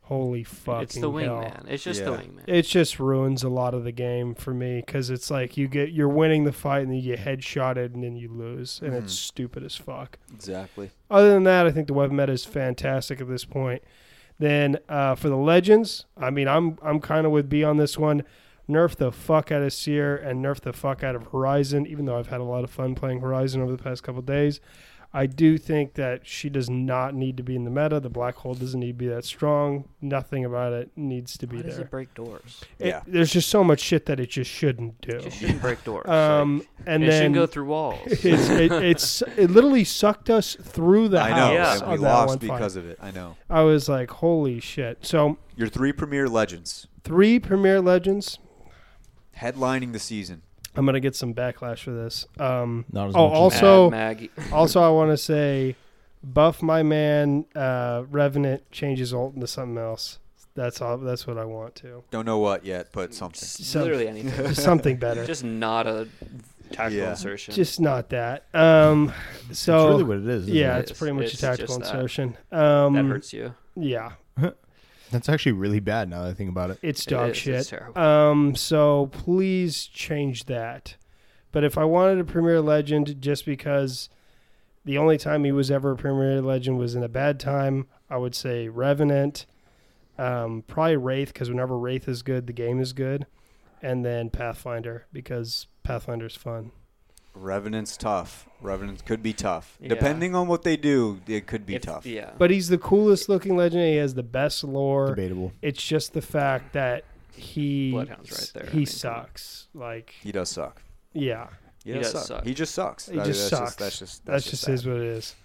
S4: holy fucking
S2: It's the
S4: hell.
S2: wingman. It's just the
S1: Yeah.
S2: wingman.
S4: It just ruins a lot of the game for me because it's like you get you're winning the fight and then you get headshotted and then you lose and it's stupid as fuck.
S1: Exactly.
S4: Other than that, I think the web meta is fantastic at this point. Then uh, for the legends, I mean, I'm I'm kind of with B on this one. Nerf the fuck out of Seer and nerf the fuck out of Horizon. Even though I've had a lot of fun playing Horizon over the past couple of days, I do think that she does not need to be in the meta. The black hole doesn't need to be that strong. Nothing about it needs to be
S2: Why does
S4: there.
S2: it break doors?
S4: It-
S1: Yeah.
S4: there's just so much shit that it just shouldn't do.
S2: It just shouldn't break doors.
S4: um,
S2: Like,
S4: and
S2: it
S4: then
S2: shouldn't go through walls.
S4: it's, it, it's it literally sucked us through the
S1: I
S4: house.
S1: know.
S2: Yeah.
S1: and
S4: on
S1: We
S4: that one
S1: lost
S4: fight.
S1: because of it. I know.
S4: I was like, holy shit. So
S1: Your three premier legends
S4: three Premier Legends.
S1: headlining the season.
S4: I'm gonna get some backlash for this. Um,
S3: Not as
S4: oh,
S3: much as
S4: also,
S2: Mad Maggie.
S4: also, I want to say, buff my man uh, Revenant changes ult into something else. That's all. That's what I want to.
S1: Don't know what yet, but something.
S2: Just
S4: So-
S2: literally anything.
S4: Just something better. just,
S2: Just not a tactical
S1: Yeah.
S2: insertion.
S4: not that. Um, so
S3: That's really what it is. isn't
S4: yeah,
S3: it?
S4: it's pretty much
S2: It's
S4: a tactical
S2: just that.
S4: insertion.
S2: that
S4: Um,
S2: hurts you.
S4: yeah,
S3: that's actually really bad. Now that I think about it.
S4: it's
S2: It
S4: dog
S2: is, it's
S4: shit.
S2: terrible.
S4: Um, so please change that. But if I wanted a Premier Legend, just because the only time he was ever a Premier Legend was in a bad time, I would say Revenant, um, probably Wraith, because whenever Wraith is good, the game is good, and then Pathfinder because Pathfinder's fun.
S1: Revenant's tough. Revenant could be tough.
S2: Yeah.
S1: Depending on what they do, it could be
S2: If-
S1: tough.
S2: Yeah.
S4: But he's the coolest looking legend. He has the best lore.
S3: Debatable.
S4: It's just the fact that he
S2: Bloodhound's right there, I
S4: He
S2: mean,
S4: sucks. Like
S1: He does suck.
S4: yeah,
S1: He,
S2: He
S1: does,
S2: does
S1: suck.
S2: suck.
S1: He just sucks.
S4: he just
S1: that's
S4: sucks.
S1: that's just
S4: that's,
S1: just
S4: just is
S1: sad.
S4: what it is.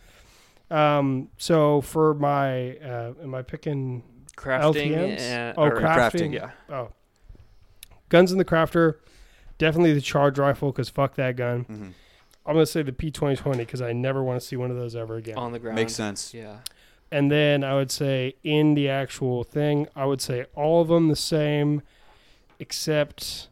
S4: Um. So for my, uh, am I picking?
S2: Crafting
S4: LTMs?
S2: and
S4: Oh,
S2: or-
S4: crafting.
S2: Yeah.
S4: Oh, guns in the crafter. Definitely the charge rifle because fuck that gun.
S1: Mhm.
S4: I'm gonna say the P2020 because I never want to see one of those ever again.
S2: On the ground.
S1: Makes sense.
S2: Yeah.
S4: and then I would say in the actual thing, I would say all of them the same, except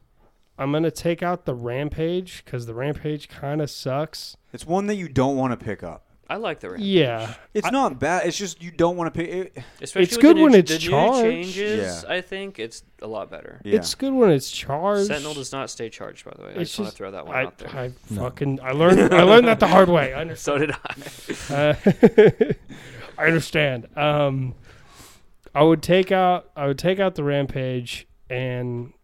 S4: I'm gonna take out the rampage because the rampage kind of sucks.
S1: It's one that you don't want to pick up.
S2: I like the ramp.
S4: Yeah,
S1: It's not bad. It's just you don't want to pick it.
S2: Especially
S4: It's
S2: with
S4: good
S2: the new-
S4: when it's
S2: the new
S4: charged.
S2: changes,
S1: Yeah.
S2: I think it's a lot better.
S1: Yeah.
S4: it's good when it's charged.
S2: Sentinel does not stay charged, by the way. I
S4: It's
S2: just, want
S4: just-
S2: to throw that one
S4: I,
S2: out there.
S4: I fucking I learned I learned that the hard way. I
S2: so
S4: understand.
S2: did I.
S4: Uh, I understand. Um, I would take out I would take out the rampage and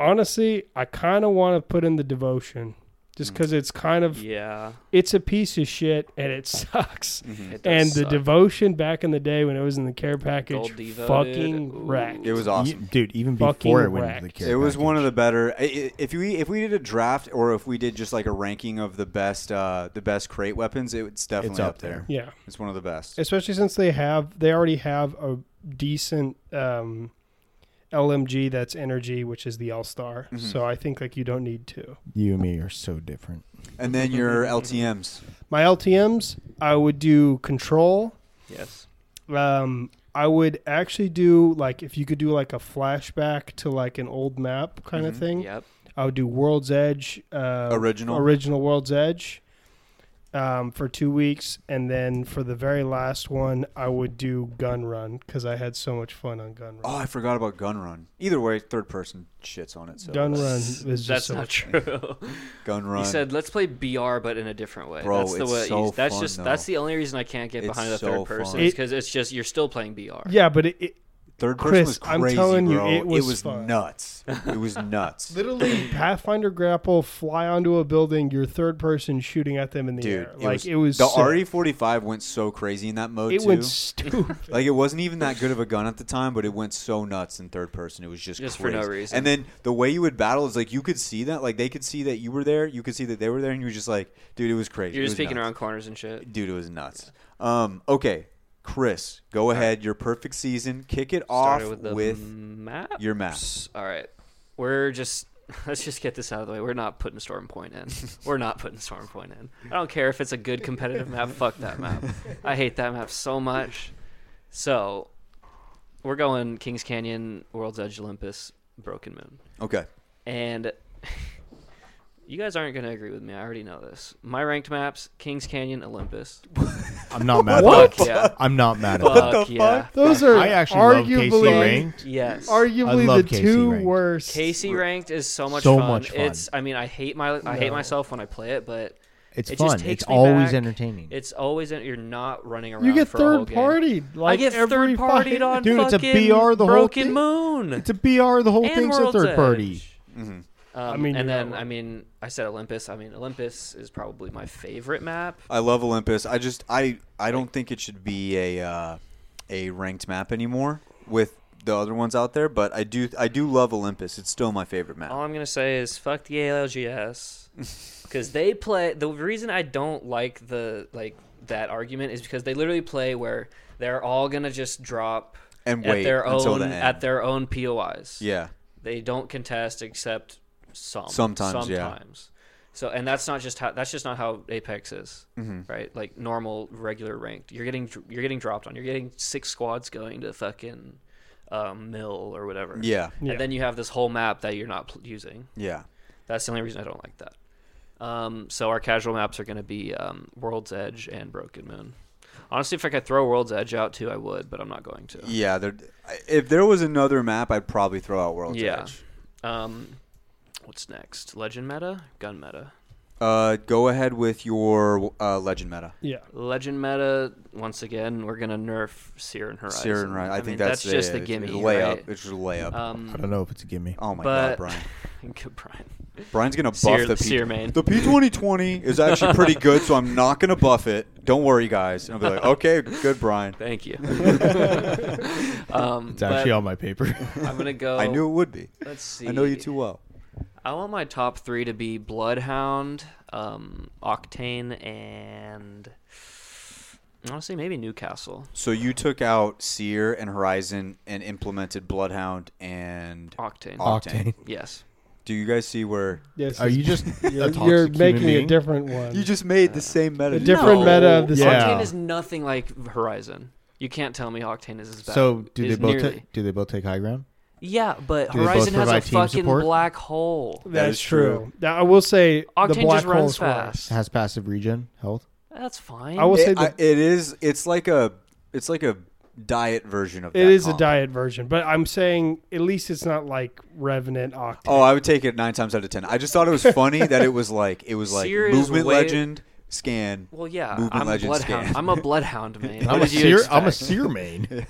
S4: honestly, I kind of want to put in the devotion just
S1: Mm.
S4: because it's kind of
S2: Yeah.
S4: it's a piece of shit and it sucks.
S1: Mm-hmm.
S2: It does
S4: And the
S2: suck.
S4: devotion back in the day when it was in the care package,
S2: Gold Devo,
S4: fucking
S2: dude. Ooh.
S4: wrecked.
S1: It was awesome.
S3: Ye- dude, even
S4: Fucking
S3: before it went into the
S4: wrecked.
S3: care
S1: it was one
S3: package.
S1: of the better. i- i- If we if we did a draft or if we did just like a ranking of the best uh the best crate weapons, it's definitely
S3: up
S1: up there.
S3: there.
S4: Yeah,
S1: It's one of the best.
S4: especially since they have they already have a decent um, LMG that's energy, which is the L Star. So I think like you don't need two.
S3: You and me are so different.
S1: and then your LTM's.
S4: My LTM's, I would do control.
S2: Yes.
S4: Um, I would actually do like if you could do like a flashback to like an old map kind of thing.
S2: Yep.
S4: I would do World's Edge. Uh,
S1: Original.
S4: Original World's Edge. Um, for two weeks, and then for the very last one, I would do Gun Run because I had so much fun on Gun Run.
S1: Oh, I forgot about Gun Run. Either way, third person shits on it. So
S4: Gun Run is just
S2: That's
S4: so
S2: not
S4: much-
S2: true.
S1: Gun Run.
S2: He said, "Let's play BR, but in a different way."
S1: Bro,
S2: that's the
S1: it's
S2: way.
S1: so
S2: that's
S1: fun,
S2: just
S1: though.
S2: that's the only reason I can't get
S1: It's
S2: behind the
S1: so
S2: third person
S1: fun.
S2: is because it's just you're still playing BR.
S4: Yeah, but it, it
S1: third person
S4: Chris,
S1: was
S4: I'm
S1: crazy,
S4: telling you,
S1: bro.
S4: it was fun.
S1: nuts. It was nuts.
S4: literally Pathfinder grapple, fly onto a building, your third person shooting at them in the
S1: Dude,
S4: air. like it was
S1: the
S4: sick.
S1: RE45 went so crazy in that mode
S4: It
S1: too.
S4: went stupid.
S1: Like it wasn't even that good of a gun at the time, but it went so nuts in third person. It was just
S2: Just for
S1: crazy.
S2: no reason.
S1: And then the way you would battle is like you could see that, like they could see that you were there, you could see that they were there, and you were just like, dude, it was crazy.
S2: You're
S1: It
S2: just
S1: was
S2: peeking
S1: nuts.
S2: around corners and shit.
S1: Dude, it was nuts. Um, okay, Chris, go ahead. Your perfect season. Kick it
S2: Started
S1: off with,
S2: map.
S1: your maps.
S2: All right, we're just let's just get this out of the way. We're not putting Storm Point in. we're not putting Storm Point in. I don't care if it's a good competitive map. Fuck that map. I hate that map so much. So we're going Kings Canyon, World's Edge, Olympus, Broken Moon.
S1: Okay.
S2: And you guys aren't going to agree with me. I already know this. My ranked maps Kings Canyon, Olympus.
S3: I'm not mad
S2: What?
S3: at that.
S2: Yeah.
S3: I'm not mad at that.
S2: Fuck yeah.
S4: Those are
S3: I actually love
S4: arguably
S3: Casey ranked.
S2: Yes.
S3: I
S4: arguably
S3: love
S4: the
S3: KC
S4: two
S3: ranked.
S4: worst.
S2: Casey ranked is so much
S3: So
S2: fun.
S3: much fun.
S2: It's I mean I hate my I hate
S4: No.
S2: myself when I play it, but
S3: It's
S2: It just
S3: fun.
S2: takes
S3: It's
S2: me
S3: always
S2: back.
S3: entertaining.
S2: it's always in, you're not running around.
S4: you get
S2: for a whole
S4: third
S2: game.
S4: party. Like
S2: I get
S4: every
S2: third partied
S4: fucking-
S2: on
S3: Dude, it's a
S2: fucking
S3: BR the whole
S2: Broken
S3: thing.
S2: Moon.
S3: it's a BR. The whole
S2: and
S3: thing's a
S2: World's
S3: third
S2: Edge.
S3: party.
S2: Um,
S4: I mean,
S2: and
S4: you're not
S2: then
S4: wrong.
S2: I mean, I said Olympus. I mean, Olympus is probably my favorite map.
S1: I love Olympus. I just I I don't think it should be a uh, a ranked map anymore with the other ones out there, but I do I do love Olympus. It's still my favorite map.
S2: All I'm gonna say is fuck the ALGS because they play. The reason I don't like the like that argument is because they literally play where they're all gonna just drop
S1: And wait
S2: at their
S1: until
S2: own
S1: the end.
S2: at their own POIs.
S1: yeah.
S2: they don't contest except some
S1: Sometimes, yeah.
S2: sometimes. So and that's not just how that's just not how Apex is,
S1: Mm-hmm.
S2: right? Like normal regular ranked, you're getting you're getting dropped on. You're getting six squads going to fucking um, mill or whatever.
S1: Yeah.
S4: Yeah.
S2: and then you have this whole map that you're not pl- using.
S1: Yeah.
S2: That's the only reason I don't like that. Um, so our casual maps are going to be um, World's Edge and Broken Moon. Honestly, if I could throw World's Edge out too, I would, but I'm not going to.
S1: Yeah, there, if there was another map, I'd probably throw out World's
S2: Yeah.
S1: Edge.
S2: Um, what's next? Legend meta, gun meta.
S1: Uh, go ahead with your uh, legend meta.
S4: Yeah.
S2: Legend meta. Once again, we're gonna nerf Seer and Horizon.
S1: Seer and Ryan. I, think
S2: mean,
S1: that's,
S2: just
S1: it.
S2: the
S1: It's-
S2: gimme,
S1: It's a layup.
S2: right?
S1: It's just a layup.
S3: I
S2: Um,
S3: don't know if it's a gimme.
S1: oh my
S2: but
S1: god, Brian.
S2: good Brian.
S1: Brian's gonna buff
S2: Sear-
S1: the P.
S2: sear main.
S1: The P twenty twenty is actually pretty good, so I'm not gonna buff it. Don't worry, guys. And I'll be like, okay, good, Brian.
S2: Thank you. um,
S3: It's actually on my paper.
S2: I'm gonna go.
S1: I knew it would be.
S2: Let's see.
S1: I know you too well.
S2: I want my top three to be Bloodhound, um, Octane, and honestly, maybe Newcastle.
S1: So you took out Seer and Horizon and implemented Bloodhound and
S2: Octane.
S1: Octane.
S2: yes.
S1: Do you guys see where
S4: Yes,
S3: Are you just a
S4: you're,
S3: toxic
S4: you're
S3: human
S4: making a
S3: being?
S4: different one.
S1: you just made the same meta?
S4: A different meta of the
S3: Yeah.
S2: Octane is nothing like Horizon. You can't tell me Octane is as bad.
S3: So do they
S2: is
S3: both
S2: nearly.
S3: ta- do they both take high ground?
S2: yeah, but
S3: do they both
S2: Horizon has a
S3: provide team
S2: fucking
S3: support?
S2: black hole.
S1: That
S4: That's
S1: is
S4: true.
S1: true.
S4: Now, I will say the
S2: Octane
S4: black
S2: just runs
S4: hole's worse.
S2: fast.
S3: Has passive regen health.
S2: That's fine.
S4: I will say
S1: It, I,
S4: that
S1: it is. It's like a. It's like a diet version of.
S4: it
S1: that
S4: is a
S1: comp.
S4: diet version, but I'm saying at least it's not like Revenant Octane.
S1: Oh, I would take it nine times out of ten. I just thought it was funny that it was like it was like
S2: Seer is
S1: movement
S2: way-
S1: legend scan.
S2: Well, yeah,
S1: movement
S2: I'm a
S1: legend
S2: bloodhound.
S1: scan.
S2: I'm a bloodhound man.
S3: I'm
S2: What did
S3: a
S2: you
S3: seer. I'm a
S2: expect?
S3: seer main.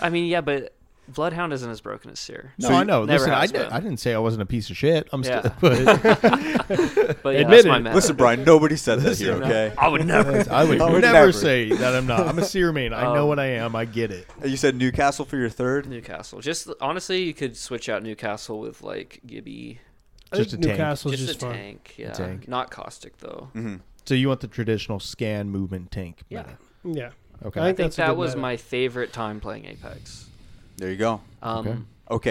S2: I mean, yeah, but bloodhound isn't as broken as seer.
S3: no, I know.
S2: never
S3: Listen, I,
S2: has
S3: did,
S2: been.
S3: I didn't say I wasn't a piece of shit. I'm
S2: Yeah.
S3: still. But
S2: But yeah,
S4: Admit
S2: that's my
S4: it.
S2: method.
S1: Listen, Brian, nobody said that here.
S3: Listen,
S1: Okay,
S2: I would never.
S3: I would
S1: I
S3: never,
S1: would never.
S3: say that I'm not. I'm a seer main. I know
S2: Um,
S3: what I am. I get it.
S1: you said Newcastle for your third.
S2: Newcastle. Just honestly, you could switch out Newcastle with like Gibby,
S4: I think
S3: Just a tank.
S4: Newcastle's
S2: just,
S4: just
S2: a
S4: fun.
S2: tank. Yeah,
S3: tank.
S2: not caustic though.
S3: So you want the traditional scan movement tank?
S2: Yeah,
S3: meta.
S4: Yeah.
S3: Okay.
S4: I
S2: I think
S4: think that's a
S2: that
S4: good
S2: was
S4: meta.
S2: my favorite time playing Apex.
S1: There you go.
S2: Um,
S3: Okay.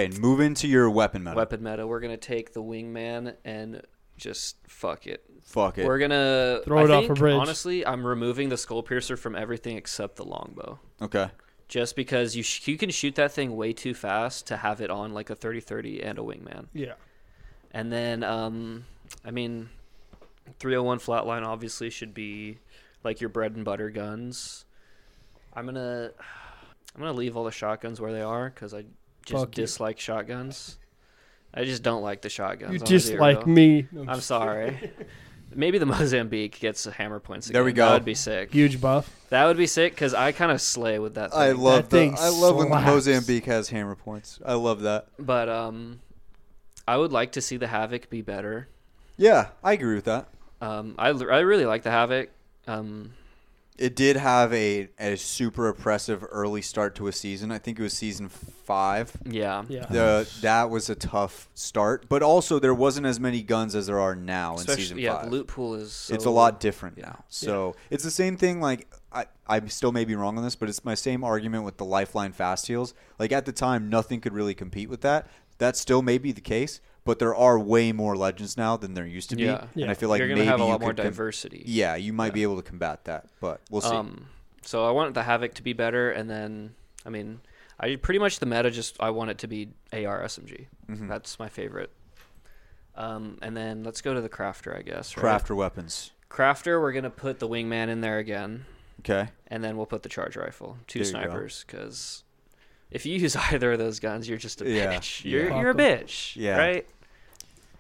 S1: Okay, move into your weapon meta.
S2: Weapon meta. We're gonna take the wingman and just fuck it.
S1: Fuck it.
S2: We're gonna
S4: Throw
S2: I
S4: it off a
S2: think,
S4: bridge.
S2: Honestly, I'm removing the skull piercer from everything except the longbow.
S1: okay.
S2: Just because you sh- you can shoot that thing way too fast to have it on like a 30-30 and a wingman.
S4: Yeah.
S2: And then, um, I mean, 301 Flatline obviously should be like your bread and butter guns. I'm gonna, I'm gonna leave all the shotguns where they are because I just
S4: Fuck you.
S2: dislike shotguns. I just don't like the shotguns.
S4: You
S2: on a
S4: just
S2: zero.
S4: like me. No,
S2: I'm sorry. Maybe the Mozambique gets the hammer points. Again.
S1: There we go.
S2: That would be sick.
S4: Huge buff.
S2: That would be sick because I kind of slay with that. Thing.
S1: I love
S4: thing
S1: that. I love when the
S4: slaps.
S1: Mozambique has hammer points. I love that.
S2: But um, I would like to see the havoc be better.
S1: Yeah, I agree with that.
S2: Um, I, I really like the Havoc. Um,
S1: It did have a, a super oppressive early start to a season. I think it was season five.
S2: yeah.
S4: Yeah.
S1: The, that was a tough start, but also there wasn't as many guns as there are now in season
S2: Especially, yeah,
S1: five.
S2: the loot pool is. So,
S1: it's a lot different now. So it's the same thing. Like I, I still may be wrong on this, but it's my same argument with the Lifeline fast heals. Like at the time, nothing could really compete with that. That still may be the case, but there are way more legends now than there used to be.
S2: Yeah.
S1: and I feel like
S2: You're gonna
S1: maybe
S2: have a
S1: you
S2: lot more
S1: could com-
S2: diversity.
S1: yeah, you might be able to combat that, but we'll see.
S2: Um, so I want the Havoc to be better, and then I mean, I pretty much the meta just I want it to be AR SMG.
S1: Mm-hmm.
S2: That's my favorite. Um, and then let's go to the crafter, I guess. Right?
S1: Crafter weapons.
S2: crafter. We're gonna put the wingman in there again,
S1: Okay.
S2: and then we'll put the charge rifle, two
S1: There you go.
S2: snipers, because if you use either of those guns, you're just a
S1: Yeah.
S2: bitch. You're
S4: Yeah.
S2: you're a bitch.
S1: Yeah.
S2: Right.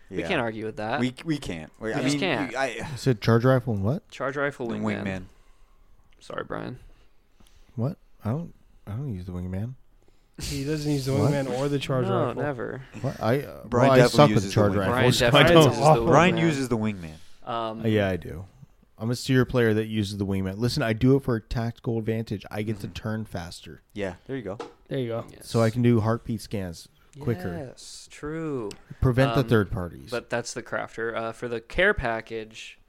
S2: We
S1: Yeah.
S2: can't argue with that.
S1: We, we can't. We, I
S2: We just
S1: mean,
S2: can't.
S1: we- I,
S3: You said charge rifle and what?
S2: Charge rifle,
S1: the
S2: wingman.
S1: wingman.
S2: Sorry, Brian.
S3: What? I don't. I don't use the wingman.
S4: He doesn't use the
S3: What?
S4: wingman or the charge
S2: no,
S4: rifle.
S2: never.
S3: What? I uh,
S1: Brian
S3: well, I
S1: definitely
S3: suck with
S1: uses
S3: the
S1: the
S3: charge
S1: wingman.
S3: rifle.
S2: Brian
S3: so I
S2: definitely
S3: don't-
S2: uses the
S1: Brian
S2: wingman.
S1: uses the wingman.
S2: Um,
S3: Uh, yeah, I do. I'm a seer player that uses the wingman. Listen, I do it for a tactical advantage. I get
S2: Mm-hmm.
S3: to turn faster,
S1: Yeah, there you go.
S4: There you go.
S3: so I can do heartbeat scans quicker.
S2: Yes, true.
S3: Prevent the
S2: Um,
S3: third parties.
S2: But that's the crafter. Uh, for the care package,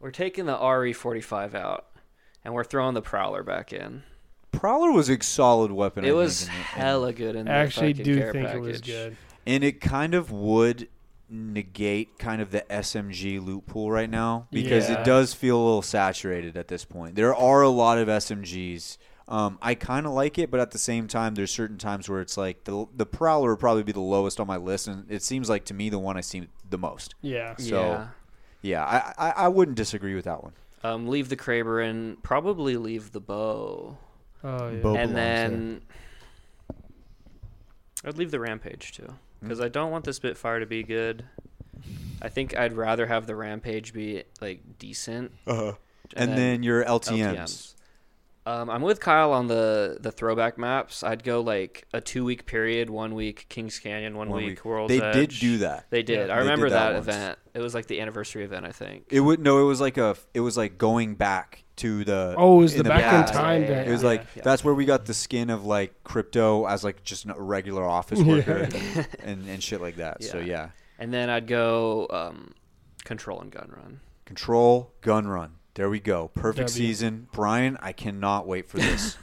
S2: we're taking the RE45 out and we're throwing the Prowler back in.
S1: Prowler was a solid weapon. I
S2: It was
S1: think, in the- in the
S2: hella good in the
S4: I actually
S2: fucking
S4: do
S2: care
S4: think
S2: package.
S4: it was good.
S1: And it kind of would negate kind of the SMG loot pool right now because
S4: Yeah.
S1: it does feel a little saturated at this point. There are a lot of SMGs. Um, I kind of like it, but at the same time, there's certain times where it's like the the Prowler would probably be the lowest on my list, and it seems like to me the one I see the most.
S4: Yeah.
S1: So
S2: Yeah.
S1: yeah, I, I I wouldn't disagree with that one.
S2: Um, leave the Kraber in. Probably leave the bow.
S4: Oh, yeah.
S3: Both belongs
S2: and
S3: there. Hmm.
S2: then I'd leave the rampage too, because I don't want the Spitfire to be good. I think I'd rather have the rampage be like decent,
S1: And, then, your LTMs.
S2: LTMs. Um, I'm with Kyle on the the throwback maps. I'd go like a two week period, one week Kings Canyon, one,
S1: One
S2: week,
S1: week.
S2: World's
S1: They
S2: Edge.
S1: did do that.
S2: They did.
S1: Yeah.
S2: I
S1: They did
S2: remember
S1: that
S2: that,
S1: once.
S2: event. It was like the anniversary event, I think.
S1: It would no. It was like a. It was like going back to the.
S4: Oh, it was the back in
S1: past.
S4: time
S2: Yeah, yeah,
S4: day.
S1: It was like that's where we got the skin of like crypto as like just a regular office worker and, and shit like that. So
S2: Yeah.
S1: yeah,
S2: and then I'd go um, Control and Gun Run.
S1: control gun run. There we go. Perfect
S4: W.
S1: season, Brian. I cannot wait for this.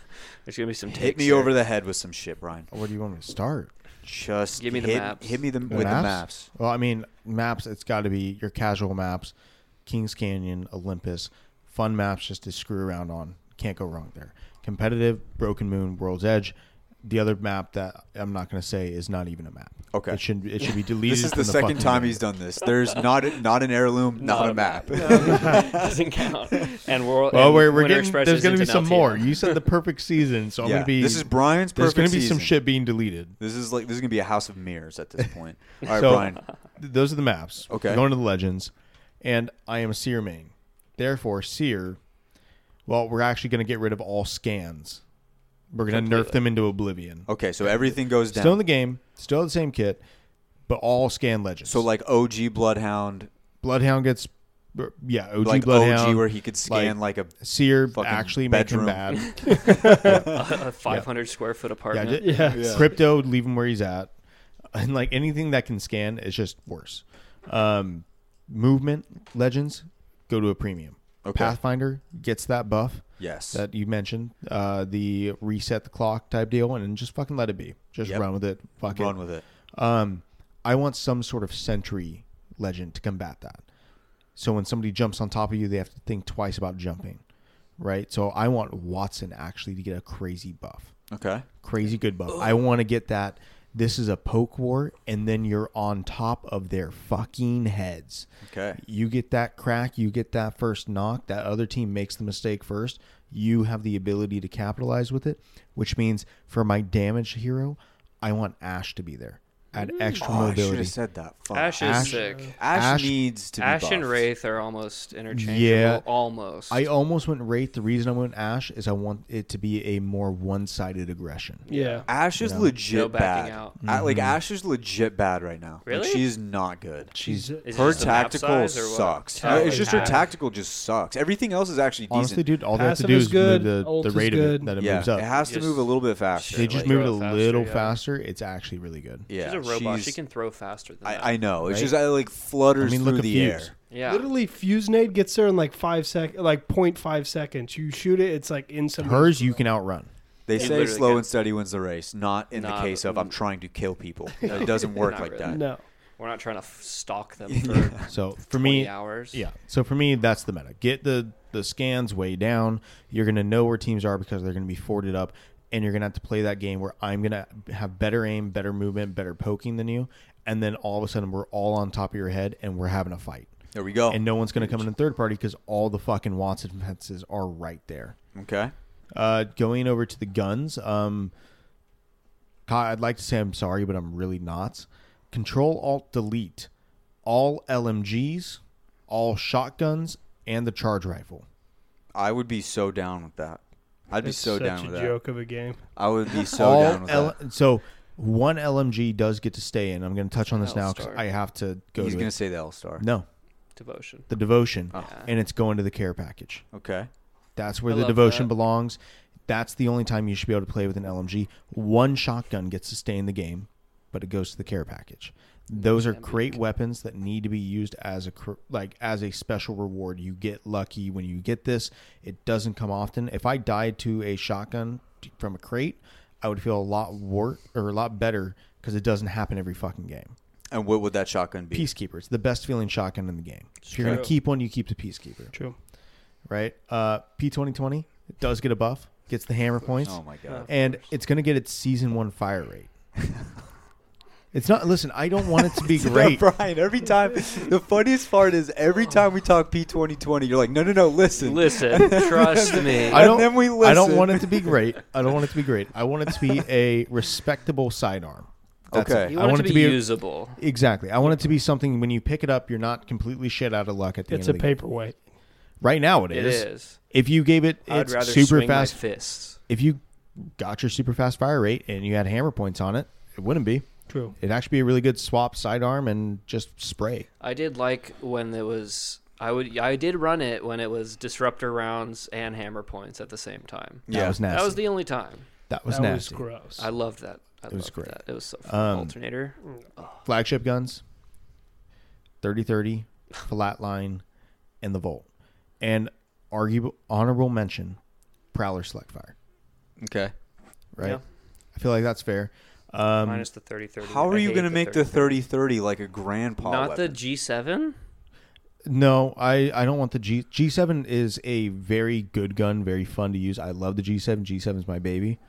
S2: There's gonna be some
S1: hit
S2: takes
S1: me
S2: here.
S1: over the head with some shit, Brian.
S3: Where do you want me to start?
S1: Just
S2: Give me the
S1: hit,
S2: maps.
S1: Hit me the, with the maps.
S3: Well, I mean, maps. It's got to be your casual maps, Kings Canyon, Olympus, fun maps just to screw around on. Can't go wrong there. Competitive, Broken Moon, World's Edge. The other map that I'm not going to say is not even a map.
S1: Okay.
S3: It should it should be deleted.
S1: This is
S3: from
S1: the second
S3: fucking
S1: time
S3: menu.
S1: he's done this. There's not a, not an heirloom, not, a map.
S2: doesn't count. And World.
S3: Well,
S2: and
S3: we're, we're
S2: Winter
S3: getting,
S2: Express
S3: there's
S2: is
S3: going to be
S2: into
S3: some
S2: LTL.
S3: more. You said the perfect season, so I'm
S1: Yeah.
S3: going to be.
S1: This is Brian's
S3: There's gonna
S1: perfect
S3: be some
S1: season.
S3: shit being deleted.
S1: This is like this is gonna be a house of mirrors at this point. All right,
S3: so
S1: Brian.
S3: th- those are the maps.
S1: Okay.
S3: We're going to the legends, and I am a seer main. Therefore, seer. Well, we're actually going to get rid of all scans. We're going to nerf them into oblivion.
S1: Okay, so everything goes down.
S3: Still in the game, still the same kit, but all scan legends.
S1: so like OG Bloodhound,
S3: Bloodhound gets, br- yeah, OG
S1: like
S3: Bloodhound.
S1: OG, where he could scan like, a
S3: seer
S1: fucking
S3: actually
S1: bedroom.
S3: make him bad.
S2: A 500 square foot
S3: yeah,
S2: apartment.
S3: ju- crypto, leave him where he's at, and like anything that can scan is just worse. Um, movement legends go to a premium.
S1: Okay.
S3: Pathfinder gets that buff
S1: yes.
S3: that you mentioned, uh, the reset the clock type deal, and then just fucking let it be. Just
S1: Yep.
S3: run with it. Fuck
S1: Run
S3: it.
S1: with it.
S3: Um, I want some sort of sentry legend to combat that. So when somebody jumps on top of you, they have to think twice about jumping, right? So I want Watson actually to get a crazy buff
S1: Okay.
S3: crazy good buff. I want to get that. This is a poke war, and then you're on top of their fucking heads.
S1: Okay.
S3: You get that crack, you get that first knock, that other team makes the mistake first. You have the ability to capitalize with it, which means for my damaged hero, I want Ash to be there. Add extra
S1: Oh, I should
S3: mobility.
S1: have said that. Fuck.
S2: Ash is
S3: Ash-
S2: sick.
S1: Ash
S3: Ash-
S1: needs to be
S2: Ash and
S1: buffed.
S2: Wraith are almost interchangeable.
S3: Yeah.
S2: Almost.
S3: I almost went Wraith. The reason I went Ash is I want it to be a more one sided aggression.
S4: Yeah.
S1: Ash is
S2: No
S1: legit
S2: backing
S1: bad.
S2: out.
S1: A- Like
S3: Mm-hmm.
S1: Ash is legit bad right now. Like,
S2: Really?
S1: she's not good.
S2: Is
S3: She's
S2: it
S1: her
S2: just the map
S1: tactical
S2: size or what?
S1: sucks.
S2: Oh,
S1: Uh, it's
S2: like
S1: just her
S2: half.
S1: tactical just sucks. Everything else is actually
S3: honestly,
S1: decent.
S3: dude, all they have to
S4: Passive
S3: do
S4: is
S3: is move
S4: good,
S3: the,
S4: ult
S3: the
S4: is
S3: rate of
S4: good.
S3: it that it
S1: yeah,
S3: moves up.
S1: it has to
S2: Just-
S1: move a little bit faster.
S3: they just
S2: like
S3: move it a
S2: throw faster,
S3: little
S2: yeah.
S3: faster. It's actually really good.
S1: yeah,
S2: she's a robot. She
S1: she's-
S2: can throw faster than that.
S1: I, I know. It's just I, like flutters
S3: I mean,
S1: through
S3: look at
S1: the
S3: Fuse.
S1: air.
S2: yeah.
S4: Literally, Fusenade gets there in like five sec, like 0.5 seconds. You shoot it, it's like in some.
S3: Hers, you can outrun.
S1: They
S2: You
S1: say
S2: literally
S1: slow
S2: can.
S1: and steady wins the race. Not in
S2: Nah,
S1: the case of
S2: but-
S1: I'm trying to kill people. It doesn't work
S2: Not
S1: like
S2: really.
S1: that.
S4: No.
S2: We're not trying to f- stalk them for
S3: So for
S2: 20
S3: me,
S2: hours.
S3: yeah. So for me, that's the meta. Get the the scans way down. You're gonna know where teams are because they're gonna be forwarded up, and you're gonna have to play that game where I'm gonna have better aim, better movement, better poking than you, and then all of a sudden we're all on top of your head and we're having a fight,
S1: There we
S2: Oh.
S1: go.
S3: and no one's gonna come in in third party because all the fucking Watson defenses are right there.
S1: okay.
S3: Uh, going over to the guns, um, Kai, I'd like to say I'm sorry, but I'm really not. Control Alt Delete all LMGs, all shotguns, and the charge rifle.
S1: I would be so down with that. I'd be
S4: It's
S1: so
S4: such
S1: down with
S4: a
S1: that.
S4: joke of a game.
S1: I would be so
S3: all
S1: down with
S3: L-
S1: that.
S3: so one LMG does get to stay in. I'm going to touch on this now because
S2: L-star.
S3: I have to go
S1: He's
S3: to
S1: gonna
S3: it.
S1: say the L star.
S3: no
S2: Devotion.
S3: the devotion,
S1: Oh.
S3: and it's going to the care package.
S1: Okay.
S3: That's where
S2: I
S3: the
S2: love
S3: devotion
S2: that.
S3: belongs. That's the only time you should be able to play with an LMG. One shotgun gets to stay in the game, but it goes to the care package. Those are great weapons that need to be used as a cr- like as a special reward. You get lucky when you get this. It doesn't come often. If I died to a shotgun t- from a crate, I would feel a lot wor- or a lot better because it doesn't happen every fucking game.
S1: And what would that shotgun be?
S3: Peacekeeper, it's the best feeling shotgun in the game. If you're gonna
S2: true.
S3: keep one, you keep the peacekeeper
S4: True.
S3: right? Uh, P twenty twenty does get a buff, gets the hammer points,
S1: Oh my god.
S3: and it's gonna get its season one fire rate. it's not. Listen, I don't want it to be great.
S1: Brian, every time the funniest part is every time we talk P twenty twenty, you're like, no, no, no, listen.
S2: Listen, trust me.
S3: I don't.
S1: And then we
S3: I don't
S1: listen.
S3: want it to be great. I don't want it to be great. I want it to be a respectable sidearm. That's
S1: Okay.
S3: it.
S2: you
S3: I
S2: want, it to be, usable.
S3: exactly. I want it to be something when you pick it up, you're not completely shit out of luck at the
S4: It's a
S3: end. of the game.
S4: paperweight.
S3: Right now,
S2: It is.
S3: If you gave it
S2: I'd
S3: its
S2: rather
S3: super
S2: swing
S3: fast,
S2: my fists.
S3: if you got your super fast fire rate and you had hammer points on it, it wouldn't be.
S8: True.
S3: It'd actually be a really good swap sidearm and just spray.
S2: I did like when it was. I would. I did run it when it was disruptor rounds and hammer points at the same time.
S3: That
S1: Yeah.
S3: was nasty.
S2: That was the only time.
S3: that was
S8: That was
S3: nasty.
S8: gross.
S2: I loved that. I
S3: was
S2: loved
S3: great.
S2: That. It was so fun.
S3: Um,
S2: Alternator.
S3: Flagship guns, 30-30, flatline, and the Volt, and arguable honorable mention, Prowler select fire.
S1: Okay.
S3: Right.
S2: Yeah.
S3: I feel like that's fair. Um,
S2: Minus the 30-30.
S1: How are
S2: I
S1: you
S2: hate
S1: going to make the
S2: 30-30.
S1: 30 30 like a grandpa?
S2: Not
S1: weapon?
S2: the G7?
S3: No, I, I don't want the G G seven is a very good gun, very fun to use. I love the G seven. G seven is my baby,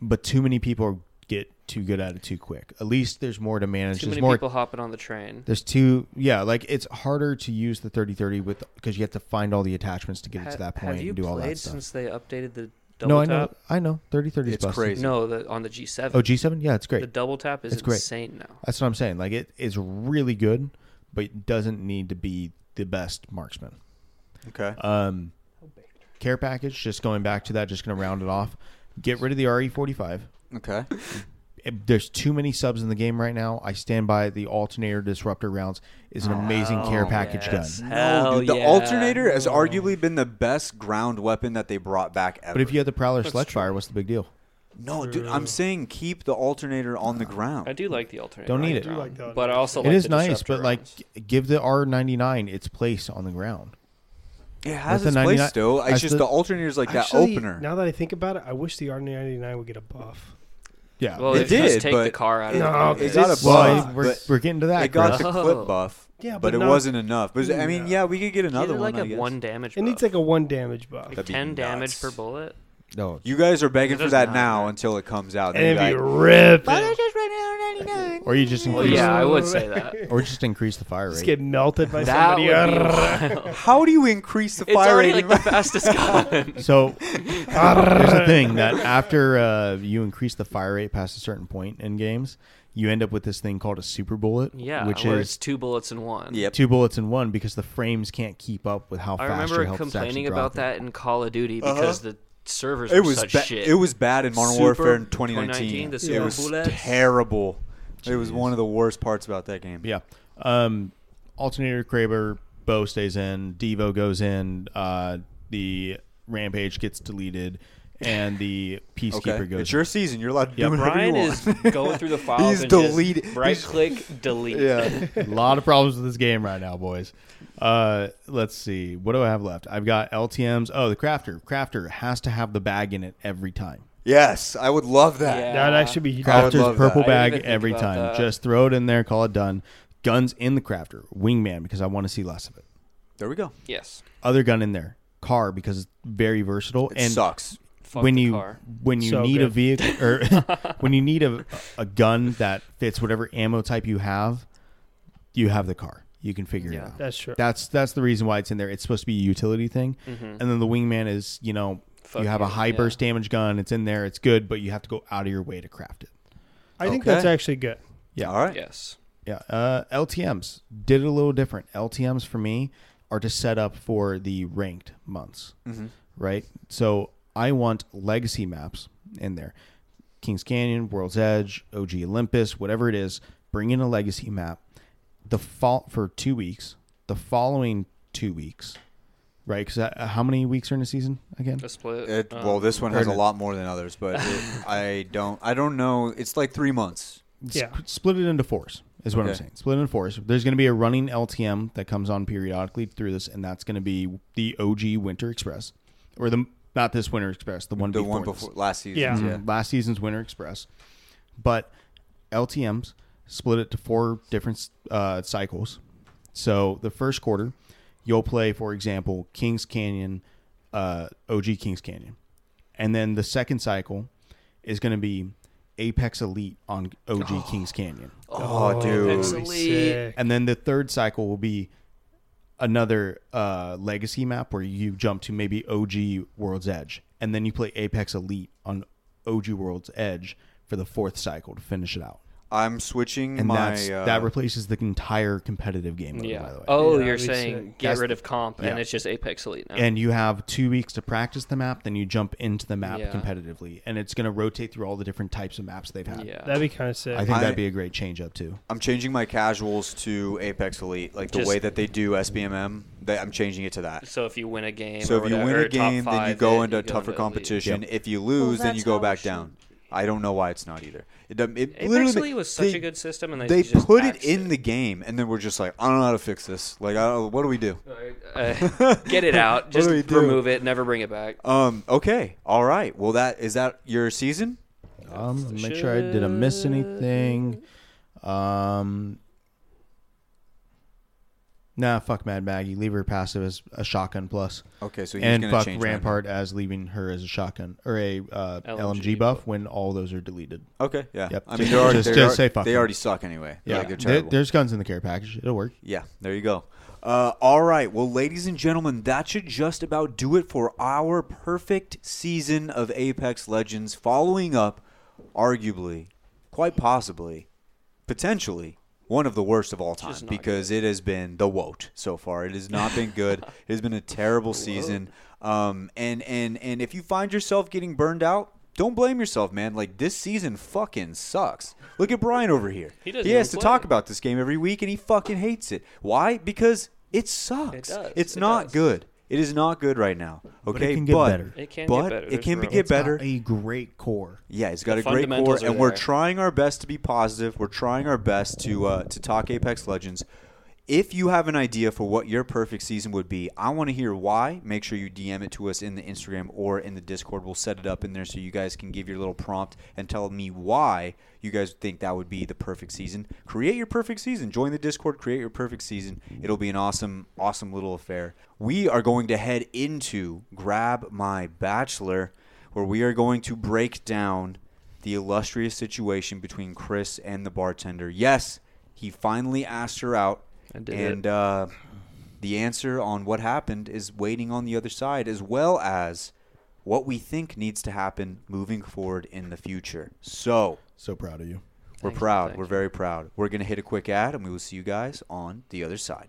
S3: but too many people get too good at it too quick. At least there's more to manage.
S2: Too
S3: there's
S2: many
S3: more.
S2: people hopping on the train.
S3: There's two. Yeah, like it's harder to use the thirty thirty with because you have to find all the attachments to get it
S2: Ha-
S3: to that point
S2: Have you
S3: and do all
S2: played
S3: that stuff.
S2: since they updated the double
S3: No, I know,
S2: tap?
S3: I know. Thirty thirty is
S1: It's
S3: busted.
S1: crazy.
S2: No, the, on the G7.
S3: Oh, G seven, yeah, it's
S2: The
S3: great.
S2: double tap is
S3: It's great.
S2: insane now.
S3: That's what I'm saying. Like it is really good, but it doesn't need to be the best marksman.
S1: Okay.
S3: Um, care package. Just going back to that. Just going to round it off. Get rid of the E RE45.
S1: okay.
S3: It- There's too many subs in the game right now. I stand by the alternator disruptor rounds is an amazing care package
S2: yes.
S3: gun.
S2: Hell
S1: no, dude, the
S2: yeah.
S1: alternator has arguably been the best ground weapon that they brought back ever.
S3: But if you had the Prowler Sledge Fire, what's the big deal?
S1: no, dude, I'm saying keep the alternator on the ground.
S2: I do like the alternator.
S3: Don't
S2: on
S3: need
S2: the
S3: it. I do
S2: ground,
S8: like the
S2: but I also
S3: it
S2: like
S3: is
S2: the
S3: nice,
S2: disruptor
S3: but like
S2: rounds.
S3: g- give the R99 its place on the ground.
S1: It has its
S3: That's the
S1: place
S3: 99
S1: still. It's
S3: that's
S1: just
S3: the-
S1: the, alternator is like
S8: Actually,
S1: that opener.
S8: Now that I think about it, I wish the R99 would get a buff.
S3: Yeah,
S2: well,
S1: it
S2: they
S1: did,
S2: just take the
S1: but-
S2: car out of
S8: No,
S2: the
S1: it
S2: game.
S1: got a
S3: It's-
S1: buff,
S3: well, we're,
S1: but
S3: we're getting to that.
S1: it got
S3: Chris.
S1: the
S2: Chris. Oh.
S1: clip buff.
S8: Yeah,
S1: but,
S8: but
S1: it
S8: not-
S1: wasn't enough. But I mean,
S8: No.
S1: yeah, we could get another
S2: Needed,
S1: one.
S2: like
S1: I
S2: a
S1: guess.
S2: one damage.
S8: It needs
S2: buff.
S8: like a one damage buff.
S1: That'd be
S2: ten damage
S1: nuts.
S2: per bullet.
S3: no,
S1: You guys are begging
S2: It
S1: for
S2: does
S1: that
S2: not,
S1: now
S2: right?
S1: until it comes out.
S8: And
S1: They'd
S8: it'd
S1: be
S8: be
S1: like,
S8: ripping.
S3: or you just
S2: Well,
S3: increase,
S2: yeah, I would say that.
S3: or just increase the fire
S8: Just
S3: rate.
S8: get melted by
S2: That
S8: somebody.
S2: would be
S8: Arr,
S2: wild.
S1: How do you increase the
S2: It's
S1: fire
S2: already
S1: rate?
S2: like
S1: in
S2: the
S1: my-
S2: fastest gun.
S3: So uh, there's a thing that after uh, you increase the fire rate past a certain point in games, you end up with this thing called a super bullet,
S2: Yeah,
S3: which
S2: where
S3: is
S2: it's two bullets in one.
S1: Yep.
S3: two bullets in one because the frames can't keep up with how
S2: I
S3: fast
S2: remember
S3: your health
S2: complaining about that in Call of Duty because the servers
S1: It
S2: were
S1: was
S2: such
S1: ba-
S2: shit.
S1: it was bad in Modern Warfare in
S2: Super
S1: 2019.
S2: 2019, the
S1: it
S2: Super
S1: was
S2: Bullets.
S1: terrible. It was one of the worst parts about that game.
S3: Yeah, um, alternator Kraber bow stays in, Devo goes in, uh, the rampage gets deleted, and the peacekeeper
S1: Okay,
S3: goes.
S1: it's your season. You're allowed to do
S3: Yep.
S1: whatever
S2: Brian
S1: you want.
S2: is going through the files
S1: He's
S2: and
S1: deleted-
S2: just right
S1: he's-
S2: click delete.
S1: yeah.
S3: a lot of problems with this game right now, boys. Uh, let's see. What do I have left? I've got LTMs. Oh, the crafter. Crafter has to have the bag in it every time.
S1: yes, I would love that.
S2: Yeah.
S8: That'd actually be
S1: I would
S3: Crafter's
S1: love that.
S3: purple
S2: I didn't
S3: bag
S2: even think
S3: every
S2: about
S3: time.
S2: that.
S3: Just throw it in there. Call it done. Guns in the crafter. Wingman because I want to see less of it.
S1: There we go.
S2: Yes.
S3: Other gun in there. Car because it's very versatile.
S1: It
S3: and
S1: sucks.
S2: Fuck
S3: when
S2: the
S3: you
S2: car.
S3: when you
S8: So
S3: need a
S8: good.
S3: vehicle or when you need a a gun that fits whatever ammo type you have, you have the car. You can figure it out.
S8: That's true.
S3: That's that's the reason why it's in there. It's supposed to be a utility thing, and then the wingman is you know
S2: Fuck
S3: you have a
S2: you,
S3: high
S2: yeah.
S3: burst damage gun. It's in there. It's good, but you have to go out of your way to craft it.
S8: I think
S1: Okay.
S8: that's actually good.
S3: Yeah.
S1: All right.
S2: Yes.
S3: Yeah. Uh, LTM's did it a little different. LTM's for me are to set up for the ranked months, right? So I want legacy maps in there. Kings Canyon, World's Edge, OG Olympus, whatever it is, bring in a legacy map. The fall for two weeks. The following two weeks, right? Because how many weeks are in a season again?
S2: A split.
S1: It,
S2: um,
S1: well, this one has a
S3: Pardon.
S1: lot more than others, but it, I don't. I don't know. It's like three months.
S8: Yeah.
S3: Sp- split it into fours is what I'm
S1: Okay.
S3: saying. Split it into fours. There's going to be a running LTM that comes on periodically through this, and that's going to be the OG Winter Express, or the not this Winter Express, the one
S1: The
S3: before
S1: one
S3: this.
S1: before last season.
S8: Yeah.
S3: Mhm. last season's Winter Express, but LTM's split it to four different uh, cycles. So the first quarter, you'll play, for example, Kings Canyon, uh, OG Kings Canyon, and then the second cycle is going to be Apex Elite on OG Kings Canyon,
S1: Oh, dude.
S2: Apex
S8: Really
S2: Elite.
S8: sick.
S3: and then the third cycle will be another uh, legacy map where you jump to maybe OG World's Edge, and then you play Apex Elite on OG World's Edge for the fourth cycle to finish it out.
S1: I'm switching
S3: and
S1: my
S3: that's
S1: uh,
S3: that replaces the entire competitive game. Mode, By the way.
S2: Oh,
S4: Yeah,
S2: you're
S4: that'd be
S2: saying
S4: sick.
S2: get
S3: That's-
S2: rid of comp, and
S3: yeah.
S2: it's just Apex Elite now.
S3: and you have two weeks to practice the map, then you jump into the map
S2: Yeah.
S3: competitively, and it's going to rotate through all the different types of maps they've had.
S2: yeah.
S4: That'd be kind of sick.
S3: I think
S1: I-
S3: that'd be a great change up too.
S1: I'm changing my casuals to Apex Elite, like the
S2: Just-
S1: way that they do SBMM. That I'm changing it to that.
S2: so if you win a game,
S1: So
S2: or
S1: if you
S2: whatever,
S1: win a
S2: or top
S1: game, then you
S2: five,
S1: go into a
S2: you go
S1: tougher
S2: Elite.
S1: competition.
S3: Yep.
S1: If you lose, then you
S9: that's
S1: go
S9: how
S1: back
S9: it
S1: down. I don't know why it's not either. It, doesn't- it
S2: Apex
S1: literally
S2: Elite was such
S1: they-
S2: a good system, and they,
S1: They
S2: just
S1: put it
S2: axed
S1: in the game, and then we're just like, I don't know how to fix this. Like, I don't, what do we do?
S2: Uh, get it out. Just
S1: do we do?
S2: remove it. Never bring it back.
S1: Um. Okay. All right. Well, that is that your season.
S3: Um, let me make sure I didn't miss anything. Um, nah, fuck Mad Maggie. Leave her passive as a shotgun plus,
S1: Okay. So he's
S3: and
S1: gonna
S3: fuck
S1: change mine.
S3: Rampart as leaving her as a shotgun or a uh, LMG, buff when all those are deleted.
S1: Okay. Yeah.
S3: Yep.
S1: I mean,
S3: Just-
S1: they're already,
S3: just-
S1: they're
S3: just
S1: already-
S3: say fuck
S1: they
S3: them.
S1: already suck anyway.
S3: Yeah,
S1: Like, they're
S3: There-
S1: terrible.
S3: there's guns in the care package. It'll work.
S1: Yeah, there you go. Uh, all right. Well, ladies and gentlemen, that should just about do it for our perfect season of Apex Legends, following up, arguably, quite possibly, potentially, one of the worst of all time because it has been the woat so far. It has not been good. it has been a terrible season. Um, and, and, and if you find yourself getting burned out, don't blame yourself, man. Like, this season fucking sucks. Look at Brian over here.
S2: He doesn't
S1: has to
S2: even
S1: talk about
S2: play.
S1: about this game every week and he fucking hates it. Why? Because it sucks.
S2: It does.
S1: It's
S2: It
S1: not
S2: does.
S1: good. It is not good right now. Okay, but
S3: it can get better.
S2: It can get
S1: but
S2: better.
S1: It
S2: There's
S1: can be
S2: room.
S1: get better.
S3: Got a great core.
S1: Yeah, he's got
S2: The
S1: a great core,
S2: fundamentals are
S1: and we're
S2: there.
S1: trying our best to be positive. We're trying our best to uh, to talk Apex Legends. If you have an idea for what your perfect season would be, I want to hear why. Make sure you DM it to us in the Instagram or in the Discord. We'll set it up in there so you guys can give your little prompt and tell me why you guys think that would be the perfect season. Create your perfect season. Join the Discord, create your perfect season. It'll be an awesome, awesome little affair. We are going to head into Grab My Bachelor where we are going to break down the illustrious situation between Chris and the bartender. Yes, he finally asked her out,
S2: did
S1: and uh, the answer on what happened is waiting on the other side, as well as what we think needs to happen moving forward in the future. So
S3: So proud of you.
S1: we're proud. We're very proud. We're gonna hit a quick ad, and we will see you guys on the other side.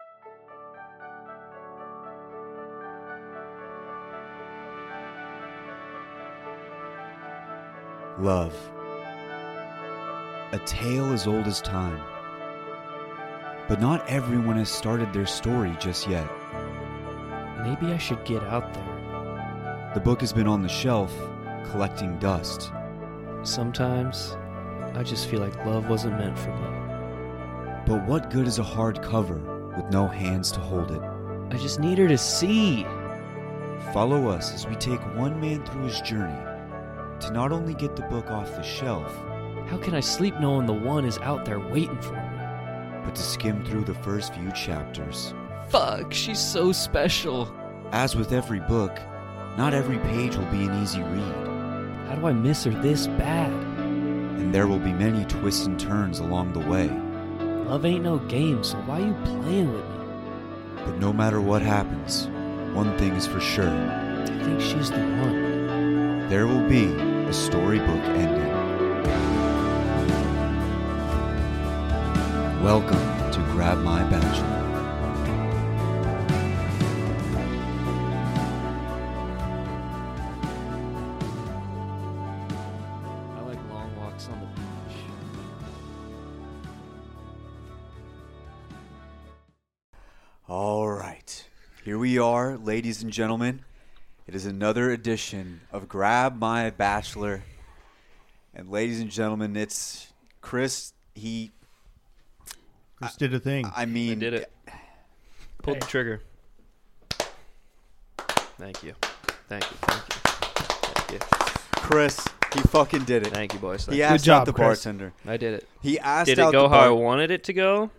S1: Love. A tale as old as time. But not everyone has started their story just yet.
S10: Maybe I should get out there.
S1: The book has been on the shelf, collecting dust.
S2: Sometimes
S11: I just feel like love wasn't meant for me.
S1: But what good is a hard cover with no hands to hold it?
S11: I just need her to see.
S1: Follow us as we take one man through his journey to not only get the book off the shelf,
S11: How can I sleep knowing the one is out there waiting for me?
S1: but to skim through the first few chapters.
S11: Fuck, she's so special.
S1: As with every book, not every page will be an easy read,
S11: How do I miss her this bad?
S1: and there will be many twists and turns along the way.
S11: Love ain't no game, so why you playing with me?
S1: But no matter what happens, one thing is for sure
S11: I think she's the one.
S1: there will be a storybook ending. Welcome to Grab My Bachelor.
S11: I like long walks on the beach.
S1: All right. Here we are, ladies and gentlemen. It is another edition of Grab My Bachelor. And ladies and gentlemen, it's Chris. He
S3: Chris did a thing.
S1: I mean,
S2: did it. Pulled the trigger. Thank you. Thank you. Thank you. Thank you.
S1: Chris, he fucking did it.
S2: Thank you, boys. Thank
S1: He
S2: you.
S1: asked
S2: Good job,
S1: out the
S2: Chris.
S1: bartender.
S2: I did it.
S1: He asked
S2: Did
S1: out
S2: it go
S1: the
S2: how I
S1: bar-
S2: wanted it to go?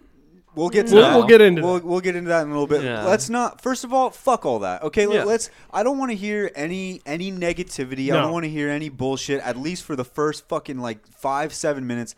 S1: We'll get to
S2: No.
S1: that.
S2: We'll get
S4: into
S1: we'll, we'll get into that in a little bit.
S2: Yeah.
S1: Let's not. First of all, fuck all that. Okay, let-
S2: Yeah.
S1: let's. I don't want to hear any any negativity. I
S2: No.
S1: don't want to hear any bullshit. At least for the first fucking like five seven minutes.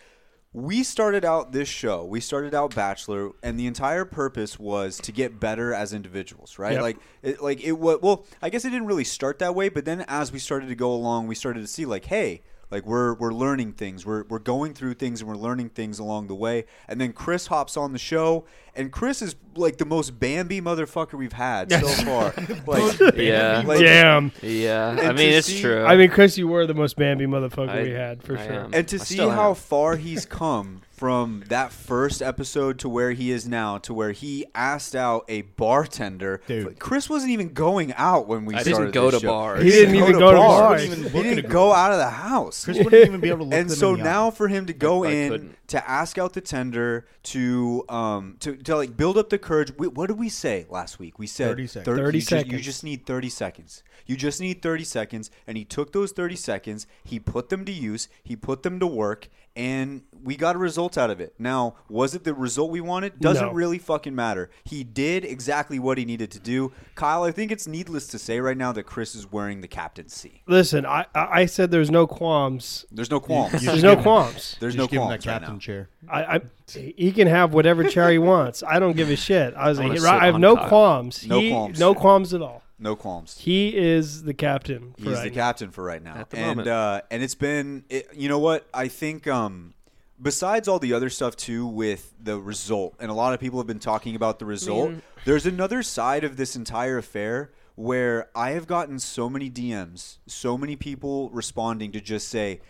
S1: We started out this show. We started out Bachelor, and the entire purpose was to get better as individuals, right?
S4: Yep.
S1: Like, it, like it was. Well, I guess it didn't really start that way, but then as we started to go along, we started to see like, hey, like we're we're learning things. We're we're going through things and we're learning things along the way. And then Chris hops on the show, and Chris is like the most Bambi motherfucker we've had so far. Like,
S2: Yeah.
S1: like-
S4: Damn.
S2: Yeah. I
S1: And
S2: mean,
S1: to
S2: it's
S1: see-
S2: true.
S4: I mean, Chris, you were the most Bambi motherfucker
S2: I-
S4: we had for
S2: I
S4: sure.
S2: am.
S1: And to
S2: I
S1: see
S2: still
S1: how
S2: am.
S1: far he's come from that first episode to where he is now, to where he asked out a bartender.
S3: Dude.
S1: Chris wasn't even going out when we
S2: I didn't
S1: started.
S2: go
S1: this
S2: to
S1: show.
S2: bars.
S4: He didn't even go to bars.
S1: He
S3: He
S1: didn't,
S3: wouldn't even look at a
S1: go
S3: girl.
S1: out of the house.
S3: Chris wouldn't even be able to look
S1: and
S3: them
S1: so
S3: in the
S1: now
S3: eye.
S1: for him to go
S2: I
S1: in
S2: couldn't.
S1: to ask out the tender to um to, to like build up the courage. We, what did we say last week? We said
S3: 30 seconds.
S1: thir-
S4: 30
S1: you ju- you
S4: seconds.
S1: just need 30 seconds. You just need 30 seconds. And he took those 30 seconds, he put them to use, he put them to work, and we got a result out of it. Now, was it the result we wanted? Doesn't
S4: No.
S1: really fucking matter. He did exactly what he needed to do. Kyle, I think it's needless to say right now that Chris is wearing the captaincy.
S4: Listen, I, I I said there's no qualms.
S1: There's no qualms.
S4: There's no qualms.
S1: There's
S3: Just
S1: no
S3: give him that
S1: qualms right
S3: captain
S1: now.
S3: chair.
S4: I, I he can have whatever chair he wants. I don't give a shit. I was
S2: I
S4: like,
S2: wanna
S4: "Hey, I
S2: sit
S4: have
S2: on
S4: no
S2: Kyle."
S4: qualms.
S1: No
S4: He-
S1: qualms.
S4: No qualms at all.
S1: No qualms.
S4: He is the captain. for
S1: He's the
S4: right now.
S1: captain for right now,
S2: At the
S1: and
S2: moment.
S1: uh, and it's been it, you know what I think. Um, besides all the other stuff too with the result, and a lot of people have been talking about the result. there's another side of this entire affair where I have gotten so many DMs, so many people responding to just say,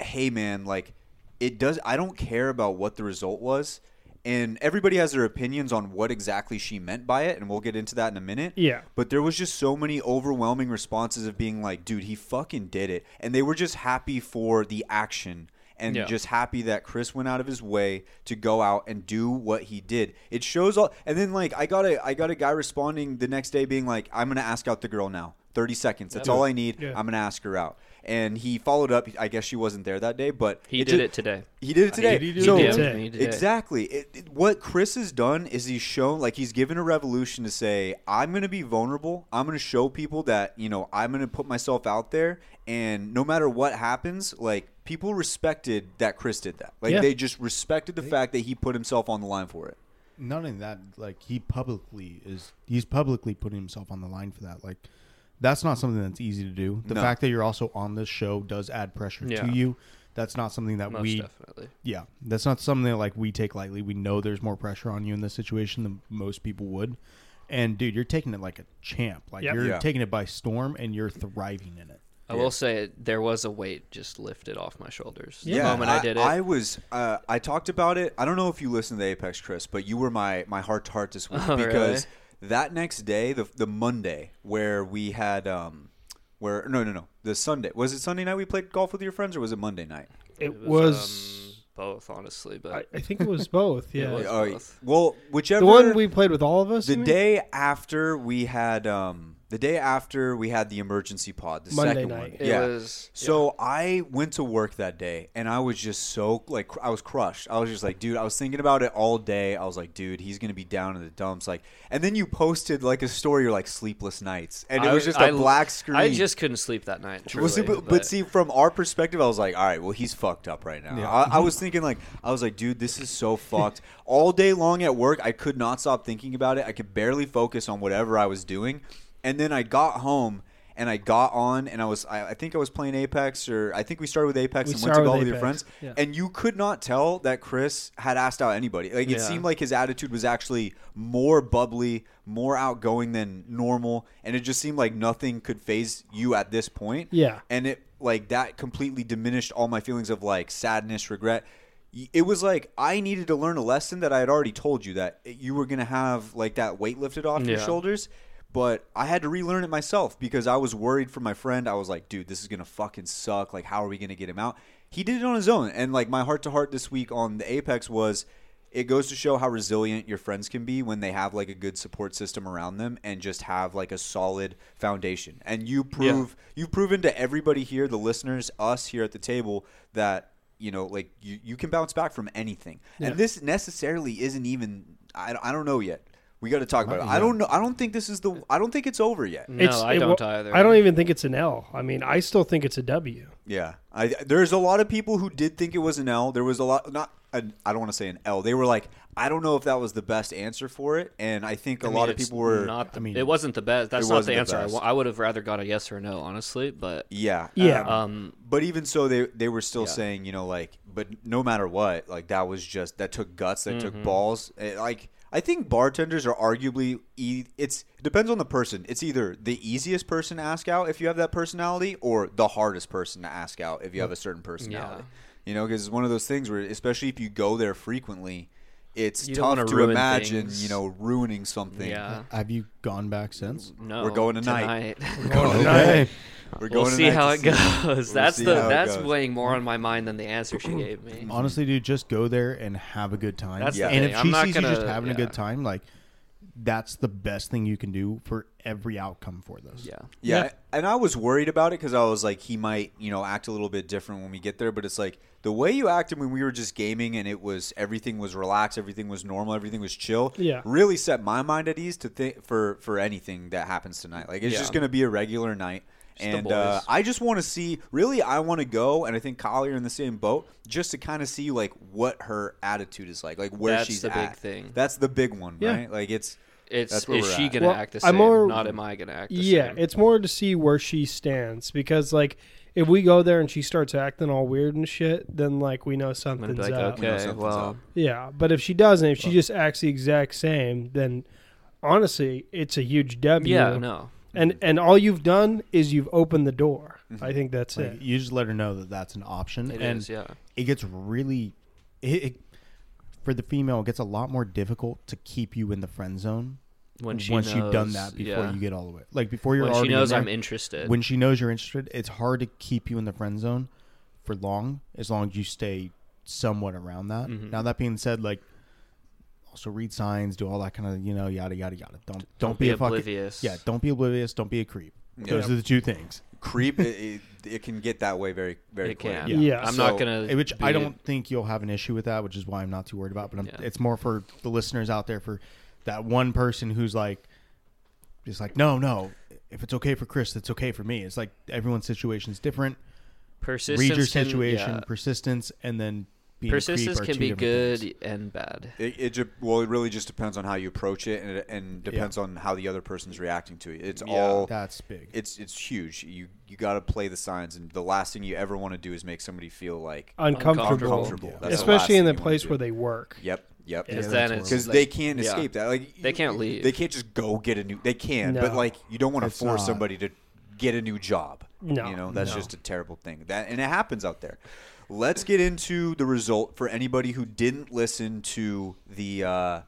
S1: "Hey man, like it does. I don't care about what the result was." And everybody has their opinions on what exactly she meant by it, and we'll get into that in a minute.
S4: Yeah.
S1: But there was just so many overwhelming responses of being like, dude, he fucking did it. And they were just happy for the action and
S2: Yeah.
S1: just happy that Chris went out of his way to go out and do what he did. It shows all and then like I got a I got a guy responding the next day being like, I'm gonna ask out the girl now. Thirty seconds. That's all I need.
S4: Yeah.
S1: I'm gonna ask her out. And he followed up. I guess she wasn't there that day, but
S2: He did
S1: ju-
S2: it today.
S1: He did it today.
S4: Uh, He did it
S1: so
S4: today.
S2: He did it.
S1: exactly. It- it- what Chris has done is he's shown, like he's given a revolution to say, I'm going to be vulnerable. I'm going to show people that you know I'm going to put myself out there, and no matter what happens, like people respected that Chris did that. Like
S4: Yeah.
S1: they just respected the fact that he put himself on the line for it.
S3: Not only that, like he publicly is he's publicly putting himself on the line for that. Like that's not something that's easy to do. The
S1: No.
S3: fact that you're also on this show does add pressure
S2: Yeah.
S3: to you. That's not something that
S2: Most
S3: we
S2: definitely.
S3: yeah, that's not something that like we take lightly. We know there's more pressure on you in this situation than most people would. And dude, you're taking it like a champ. Like
S4: Yep.
S3: you're
S1: Yeah.
S3: taking it by storm and you're thriving in it.
S2: I will say there was a weight just lifted off my shoulders. The
S1: Yeah,
S2: moment I, did it.
S1: I was. Uh, I talked about it. I don't know if you listened to Apex, Chris, but you were my my heart to heart this week
S2: Oh,
S1: because that next day, the the Monday where we had um, where no no no the Sunday was it Sunday night we played golf with your friends or was it Monday night?
S4: It
S2: um, both, honestly. But I,
S4: I think it was both. Yeah.
S2: um, it was
S1: All right.
S2: both.
S1: Well, whichever
S4: one we played with all of us,
S1: The
S4: you mean?
S1: day after we had um the day after we had the emergency pod, the
S4: Monday
S1: second
S4: night.
S1: one.
S4: It
S1: yeah.
S4: was-
S1: so I went to work that day and I was just so like cr- I was crushed. I was just like, dude, I was thinking about it all day. I was like, dude, he's going to be down in the dumps like. And then you posted like a story you're like sleepless nights and it
S2: I-
S1: was just a
S2: I-
S1: black screen.
S2: I just couldn't sleep that night. Truly,
S1: Well, see, but, but see, from our perspective, I was like, all right, well, he's fucked up right now.
S2: Yeah.
S1: I,
S4: Mm-hmm.
S1: I was thinking, like, I was like, dude, this is so fucked. All day long at work, I could not stop thinking about it. I could barely focus on whatever I was doing. And then I got home and I got on and I was, I, I think I was playing Apex or I think we started with Apex
S4: We
S1: and went to
S4: started
S1: golf with
S4: with
S1: your
S4: Apex,
S1: friends.
S4: yeah.
S1: And you could not tell that Chris had asked out anybody. Like, it
S4: Yeah.
S1: seemed like his attitude was actually more bubbly, more outgoing than normal. And it just seemed like nothing could phase you at this point
S4: Yeah.
S1: and it like that completely diminished all my feelings of like sadness regret Y- it was like i needed to learn a lesson that i had already told you that you were going to have like that weight lifted off your
S2: Yeah.
S1: shoulders but i had to relearn it myself because i was worried for my friend i was like dude this is going to fucking suck like how are we going to get him out he did it on his own and like my heart to heart this week on the apex was it goes to show how resilient your friends can be when they have like a good support system around them and just have like a solid foundation. And you prove you've proven to everybody here, the listeners, us here at the table, that you know, like you, you can bounce back from anything.
S4: Yeah.
S1: And this necessarily isn't even I, I don't know yet. We got to talk about it.
S4: Not
S1: I
S4: yet.
S1: don't know. I don't think this is the. I don't think it's over yet.
S4: It's- it wa- I don't even think it's an L. I mean, I still think it's a W.
S1: Yeah, I, there's a lot of people who did think it was an L. There was a lot, not an, I don't want to say an L. They were like, I don't know if that was the best answer for it, and I think a
S2: I mean,
S1: lot of
S2: it's
S1: people were.
S2: Not the, it wasn't the best. That's
S1: it
S2: not
S1: wasn't
S2: the
S1: the
S2: answer. I
S1: best.
S2: wa- I would have rather got a yes or a no, honestly. But
S1: Yeah,
S2: Um,
S1: but even so, they they were still
S2: Yeah.
S1: saying, you know, like, but no matter what, like that was just that took guts, that took
S2: Mhm.
S1: balls. It, like, I think bartenders are arguably e- it's it depends on the person. It's either the easiest person to ask out if you have that personality, or the hardest person to ask out if you have a certain personality. You know, because it's one of those things where, especially if you go there frequently, it's
S2: You don't
S1: tough
S2: wanna
S1: to
S2: ruin
S1: imagine,
S2: things.
S1: you know, ruining something.
S3: Have you gone back since?
S2: No,
S1: We're going tonight. We're going
S3: Okay.
S1: tonight. We're
S2: we'll
S1: going
S2: see
S1: tonight
S2: how
S1: to
S2: it
S1: see it.
S2: goes.
S1: We'll
S2: that's
S1: see
S2: the
S1: how it
S2: that's
S1: goes.
S2: weighing more on my mind than the answer she gave me.
S3: Honestly, dude, just go there and have a good time.
S2: Mm-hmm. That's the
S3: and
S2: thing.
S3: if
S2: I'm
S3: she
S2: not
S3: sees you
S2: gonna-
S3: just having a
S2: yeah.
S3: good time, like that's the best thing you can do for every outcome for this.
S2: Yeah.
S1: Yeah, and I was worried about it because I was like, he might, you know, act a little bit different when we get there. But it's like the way you acted when we were just gaming and it was everything was relaxed, everything was normal, everything was chill.
S4: Yeah.
S1: really set my mind at ease to think for for anything that happens tonight. Like it's
S2: Yeah.
S1: just gonna be a regular night.
S2: Just the
S1: and uh,
S2: boys.
S1: I just want to see. Really, I want to go, and I think Collier in the same boat, just to kind of see like what her attitude is like, like where
S2: That's
S1: she's
S2: the big
S1: at.
S2: thing.
S1: That's the big one,
S4: Yeah.
S1: right? Like it's
S2: It's-
S1: that's where
S2: is
S1: we're
S2: she
S1: at.
S2: gonna Well, act the
S4: I'm
S2: same,
S4: more-
S2: not am I gonna act Oh, the
S4: yeah, it's more to see where she stands because, like, if we go there and she starts acting all weird and shit, then like we know
S2: gonna
S4: uh, something's
S2: be like,
S4: up.
S2: okay, well-
S4: yeah. But if she doesn't, if she just acts the exact same, then honestly, it's a huge W.
S2: Yeah, no.
S4: And and all you've done is you've opened the door.
S1: Mm-hmm.
S4: I think that's
S3: Like,
S4: it.
S3: You just let her know that that's an option.
S4: It
S3: and
S4: is, yeah.
S3: It gets really, it, it, for the female, it gets a lot more difficult to keep you in the friend zone
S2: When she
S3: once you've done
S2: knows-
S3: that before
S2: yeah.
S3: you get all the way. Like before you're
S2: When she
S3: already in
S2: knows
S3: there,
S2: I'm interested.
S3: When she knows you're interested, it's hard to keep you in the friend zone for long as long as you stay somewhat around that.
S2: Mhm.
S3: Now that being said, like. Also read signs, do all that kind of you know yada yada yada. Don't don't,
S2: Don't
S3: be,
S2: be
S3: a fucking-
S2: oblivious.
S3: yeah, don't be oblivious. Don't be a creep.
S1: Yeah.
S3: Those are the two things.
S1: creep it, it, it can get that way very very quick.
S2: I'm not gonna
S3: eh, Which I
S2: be-
S3: don't think you'll have an issue with that, which is why I'm not too worried about. But I'm, it's more for the listeners out there for that one person who's like, just like, no, no. If it's okay for Chris, it's okay for me. It's like everyone's situation is different. Read your
S2: Persistence can-
S3: situation,
S2: yeah.
S3: persistence, and then being a
S2: persistence
S3: creep are
S2: can
S3: two
S2: be
S3: different
S2: good and bad.
S1: It, it ju- well, it really just depends on how you approach it, and, it- and depends on how the other person's reacting to it. It's
S3: Yeah.
S1: all
S3: That's big.
S1: It's it's huge. You you got to play the signs, and the last thing you ever want to do is make somebody feel like
S4: Uncomfortable.
S1: uncomfortable.
S4: Yeah.
S1: That's the last
S4: Especially
S1: thing
S4: in the
S1: you wanna
S4: place
S1: do.
S4: where they work.
S1: Yep, yep.
S4: Yeah, 'Cause that's then it's
S1: because
S4: like-
S1: they can't
S4: yeah.
S1: escape that. Like
S2: They can't leave.
S1: They can't just go get a new. They can, but
S2: No.
S1: like you don't want to
S2: It's
S1: force
S2: not.
S1: somebody to get a new job.
S2: No.
S1: you know that's
S2: No.
S1: just a terrible thing. That and it happens out there. Let's get into the result for anybody who didn't listen to the uh,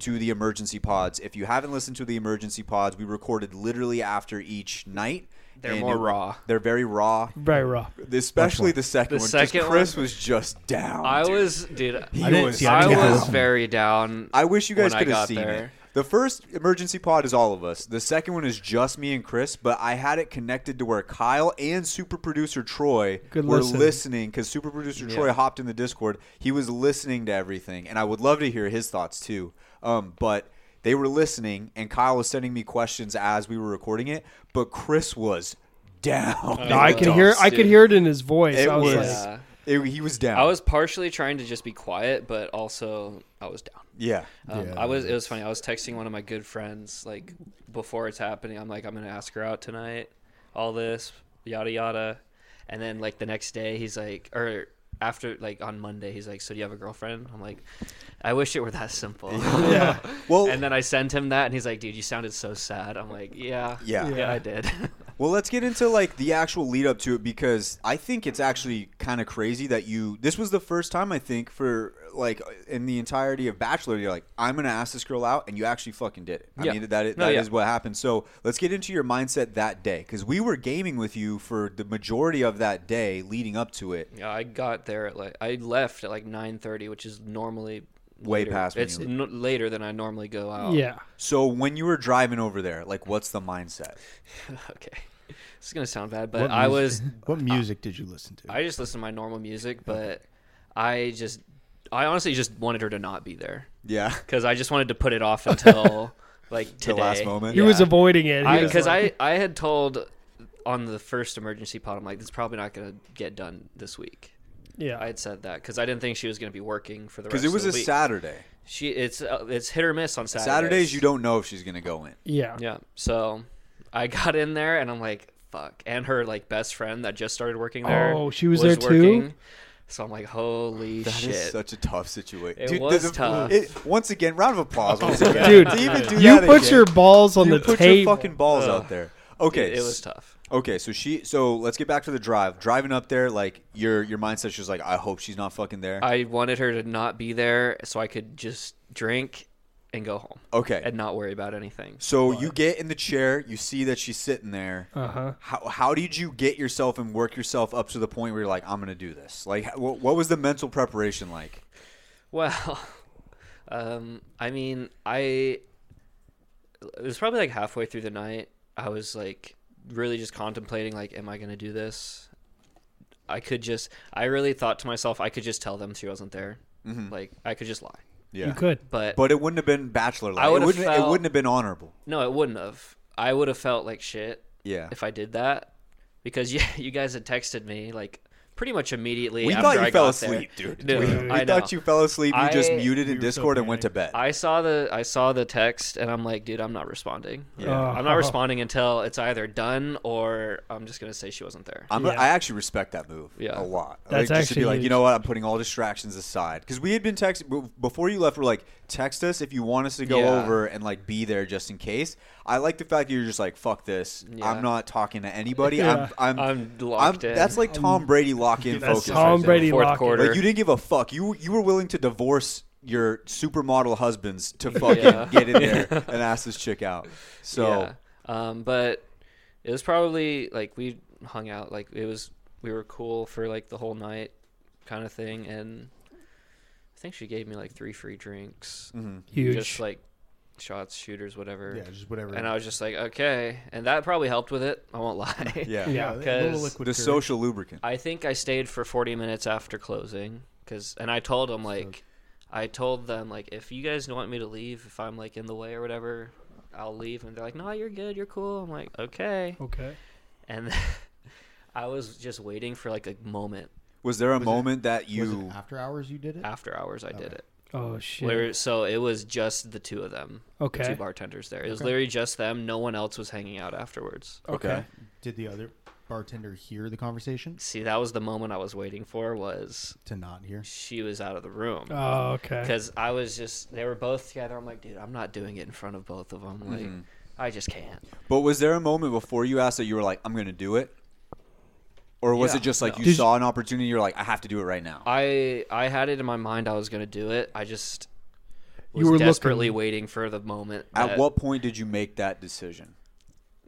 S1: to the emergency pods. If you haven't listened to the emergency pods, we recorded literally after each night.
S2: They're
S1: and
S2: more
S1: it-
S2: raw.
S1: They're very raw.
S4: Very raw.
S1: Especially
S4: Much
S1: the second
S2: The
S1: one.
S2: second
S1: just Chris was just down.
S2: I was, dude.
S1: He
S2: I
S1: was
S2: was, I
S1: down.
S2: was very down.
S1: I wish you guys
S2: when I
S1: could have
S2: got
S1: seen
S2: there.
S1: it. The first emergency pod is all of us. The second one is just me and Chris, but I had it connected to where Kyle and super producer Troy
S4: Good
S1: were
S4: listen.
S1: listening because super producer
S4: Yeah.
S1: Troy hopped in the Discord. He was listening to everything, and I would love to hear his thoughts too. Um, but they were listening, and Kyle was sending me questions as we were recording it, but Chris was down.
S2: Uh,
S4: No, I could hear. I could hear it in his voice.
S1: It
S4: I was,
S1: was-
S4: like,
S1: It- he was down.
S2: I was partially trying to just be quiet, but also I was down.
S1: Yeah.
S2: Um,
S1: Yeah.
S2: I was. It was funny. I was texting one of my good friends like before it's happening. I'm like, I'm gonna ask her out tonight. All this, yada yada, and then like the next day, he's like, or after like on Monday, he's like, so do you have a girlfriend? I'm like, I wish it were that simple.
S1: Yeah. well,
S2: and then I sent him that, and he's like, dude, you sounded so sad. I'm like, yeah,
S1: Yeah.
S2: yeah, I did.
S1: Well, let's get into like the actual lead up to it because I think it's actually kind of crazy that you. This was the first time I think for like in the entirety of Bachelor, you're like, I'm gonna ask this girl out, and you actually fucking did it. I
S2: Yeah.
S1: mean, that that is,
S2: No, yeah.
S1: what happened. So let's get into your mindset that day because we were gaming with you for the majority of that day leading up to it.
S2: Yeah, I got there at like I left at like nine thirty, which is normally
S1: Way
S2: later.
S1: past when
S2: It's
S1: you-
S2: n- later than I normally go out.
S1: So when you were driving over there, like, what's the mindset?
S2: okay, this is gonna sound bad, but
S3: What
S2: I was
S3: music- What music did you listen to?
S2: I just listened to my normal music, but I just I honestly just wanted her to not be there.
S1: Yeah.
S2: because I just wanted to put it off until like
S1: The
S2: today.
S1: last moment?
S4: He was avoiding it. He was
S2: Because I,
S4: like-
S2: I had told on the first emergency pod, I'm like, this is probably not gonna get done this week.
S4: Yeah.
S2: I had said that because I didn't think she was gonna be working for the rest.
S1: Because it was
S2: of
S1: a
S2: the week.
S1: Saturday.
S2: She it's uh, it's hit or miss on Saturdays.
S1: Saturdays, you don't know if she's gonna go in.
S4: Yeah.
S2: Yeah. So I got in there and I'm like, fuck. And her like best friend that just started working there.
S4: Oh, she was there too?
S2: working. So I'm like, holy
S1: That is
S2: shit.
S1: such a tough situation.
S2: It
S1: Dude,
S2: was
S1: the-
S2: tough.
S1: it- once again, round of applause. Once again.
S4: Dude,
S1: To even do
S4: you
S1: that
S4: put
S1: again.
S4: your balls on
S1: You
S4: the
S1: put
S4: table.
S1: your fucking balls
S2: Ugh.
S1: out there. Okay,
S2: It- it was
S1: s-
S2: tough.
S1: Okay, so she, so let's get back to the drive. Driving up there, like your your mindset's just like, I hope she's not fucking there.
S2: I wanted her to not be there so I could just drink and go home.
S1: Okay.
S2: And not worry about anything.
S1: so you get in the chair, you see that she's sitting there.
S2: Uh-huh.
S1: How how did you get yourself and work yourself up to the point where you're like, I'm gonna do this? Like, wh- what was the mental preparation like?
S2: Well, um, I mean, I it was probably like halfway through the night. I was like really just contemplating, like, am I gonna do this? I could just. I really thought to myself, I could just tell them she wasn't there.
S1: Mhm.
S2: Like, I could just lie.
S1: Yeah,
S2: but
S1: but it wouldn't have been bachelor.
S2: I
S1: Like. It
S2: would've
S1: wouldn't it
S2: felt-
S1: wouldn't have been honorable.
S2: No, it wouldn't have. I would have felt like shit.
S1: Yeah.
S2: If I did that, because you you guys had texted me like pretty much immediately.
S1: We
S2: after
S1: thought you
S2: I
S1: fell
S2: got
S1: asleep,
S2: there.
S1: dude.
S2: No,
S1: We- we
S2: I
S1: thought
S2: know.
S1: you fell asleep. You just
S2: I-
S1: muted in Discord and went to bed.
S2: I saw the I saw the text and I'm like, dude, I'm not responding.
S1: Yeah.
S2: I'm not responding until it's either done or I'm just gonna say she wasn't there.
S1: I'm, I actually respect that move
S2: Yeah.
S1: a lot.
S2: That's
S1: like, just to be
S2: actually
S1: like, you
S2: huge.
S1: know what? I'm putting all distractions aside because we had been texting b- before you left. We're like, text us if you want us to go
S2: Yeah.
S1: over and like be there just in case. I like the fact that you're just like, fuck this. I'm
S2: Yeah.
S1: not talking to anybody.
S2: Yeah.
S1: I'm, I'm,
S2: I'm locked in.
S1: That's like Tom
S2: I'm-
S1: Brady lock in
S2: That's
S1: focus.
S2: Tom
S1: right there.
S2: Brady Fourth lock in. quarter.
S1: Like you didn't give a fuck. You you were willing to divorce your supermodel husbands to fucking
S2: Yeah.
S1: get in there and ask this chick out. So.
S2: Yeah. um, but it was probably like we hung out, like it was we were cool for like the whole night, kind of thing, and I think she gave me like three free drinks,
S1: Mm-hmm.
S3: Mhm.
S2: just
S3: Huge.
S2: like shooters, shooters, whatever.
S3: Yeah, just whatever.
S2: And I was just like, okay, and that probably helped with it. I won't lie.
S1: Yeah. Yeah, a little
S2: because
S1: liquid The courage. social lubricant.
S2: I think I stayed for 40 minutes after closing, cause, and I told them like, I told them like, if you guys want me to leave, if I'm like in the way or whatever, I'll leave. And they're like, no, you're good, you're cool. I'm like, okay,
S4: Okay.
S2: And I was just waiting for like a moment.
S1: Was there a
S2: Was it-
S1: moment that you
S2: was it
S3: After hours, you did it.
S2: After hours, I did it.
S4: Oh, shit.
S2: Literally- so it was just the two of them.
S4: Okay.
S2: The two bartenders there. It was
S3: Okay.
S2: literally just them. No one else was hanging out afterwards.
S3: Did the other bartender hear the conversation?
S2: See, that was the moment I was waiting for was
S3: to not hear.
S2: She was out of the room.
S4: Oh, okay.
S2: Because I was just they were both together. I'm like, dude, I'm not doing it in front of both of them. Like,
S1: Mhm.
S2: I just can't.
S1: But was there a moment before you asked that you were like, I'm going to do it? Or was
S2: Yeah,
S1: it just like
S2: no.
S1: you
S2: Did-
S1: saw an opportunity, you're like, I have to do it right now?
S2: I I had it in my mind I was gonna do it. I just
S1: You
S2: was
S1: were looking-
S2: desperately waiting for the moment.
S1: At
S2: that-
S1: what point did you make that decision?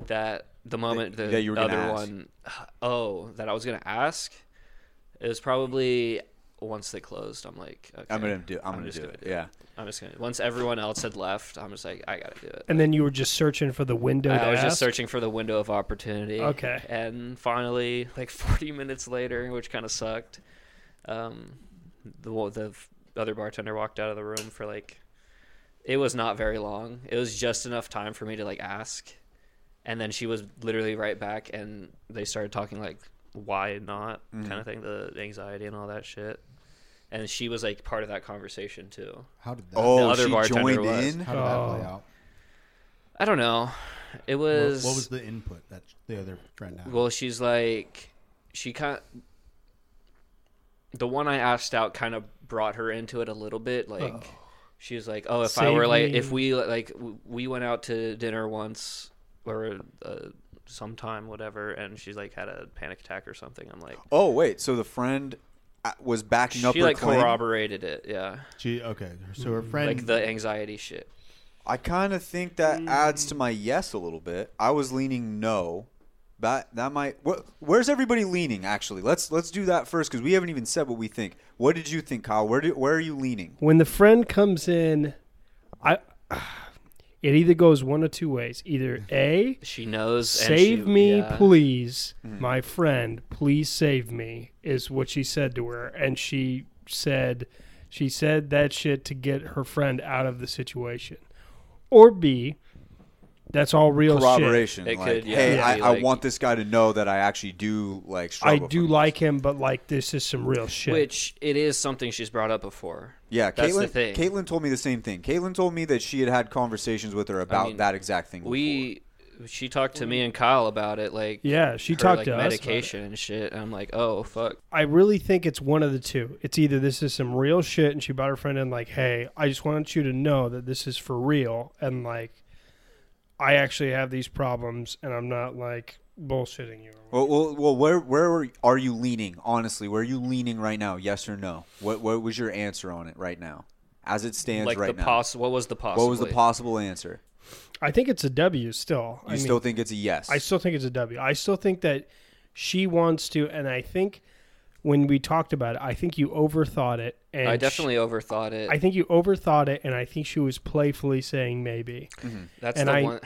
S2: that the moment the
S1: that you were gonna
S2: other
S1: ask.
S2: one oh that I was gonna ask it was probably once they closed I'm like okay,
S1: I'm gonna do- I'm gonna
S2: just
S1: do it, yeah.
S2: I'm just gonna once everyone else had left I'm just like I gotta do it
S4: And then you were just searching for the window. to
S2: I was
S4: ask?
S2: just searching for the window of opportunity.
S4: Okay.
S2: And finally, like 40 minutes later, which kind of sucked, um, the wa- the f- other bartender walked out of the room for like, it was not very long. It was just enough time for me to like ask, and then she was literally right back, and they started talking like, why not,
S3: Mhm.
S2: kind of thing, the anxiety and all that shit. And she was like part of that conversation too.
S3: How did that-
S2: The
S3: Oh,
S2: other
S3: she
S2: bartender
S3: joined
S2: was.
S3: in? How did that play out?
S2: I don't know. It was.
S12: What, what was the input that the other friend had?
S2: Well, she's like, she kind. The one I asked out kind of brought her into it a little bit. Like,
S11: Oh.
S2: she was like, "Oh, if I
S11: Save
S2: were like,
S11: me.
S2: if we like, w- we went out to dinner once or uh, sometime, whatever," and she's like had a panic attack or something. I'm like,
S1: Oh wait, so the friend uh, was backing up.
S2: she
S1: her
S2: like
S1: claim?
S2: corroborated it. Yeah.
S12: She okay. So her friend
S2: Mm-hmm. like the anxiety shit.
S1: I kind of think that adds to my yes a little bit. I was leaning no. That that might. Wh- where's everybody leaning? Actually, let's let's do that first because we haven't even said what we think. What did you think, Kyle? Where do, where are you leaning?
S4: when the friend comes in, I it either goes one of two ways. Either a
S2: She knows and
S4: save
S2: she-
S4: me,
S2: yeah. Mm-hmm.
S4: please, my friend, please save me is what she said to her, and she said she said that shit to get her friend out of the situation, or b that's all real
S1: Corroboration.
S4: Shit.
S1: Like, hey, I, I want this guy to know that I actually do like
S4: I
S1: struggle.
S4: do like him, but like this is some real shit.
S2: Which it is something she's brought up before.
S1: yeah,
S2: that's
S1: Caitlin.
S2: the thing.
S1: Caitlin told me the same thing. Caitlin told me that she had had conversations with her about
S2: mean,
S1: that exact thing.
S2: we she talked to me and Kyle about it like
S4: Yeah, she
S2: her,
S4: talked
S2: like,
S4: to us about
S2: medication and shit and I'm like oh fuck
S4: I really think it's one of the two. It's either this is some real shit and she brought her friend in like, "Hey, I just want you to know that this is for real and like I actually have these problems and I'm not like bullshitting you."
S1: Well, well, well where where are- are you leaning? Honestly, where are you leaning right now? Yes or no? What what was your answer on it right now, as it stands
S2: Like
S1: right
S2: the
S1: now?
S2: poss- what was the
S1: What was the
S2: possibly?
S1: possible answer?
S4: I think it's a W still.
S1: You
S4: I
S1: still think it's a yes?
S4: I still think it's a W. I still think that she wants to and I think when we talked about it, I think you overthought it and
S2: I
S4: she-
S2: definitely overthought it
S4: I think you overthought it and I think she was playfully saying maybe.
S2: that's
S4: and
S2: the
S4: I,
S2: one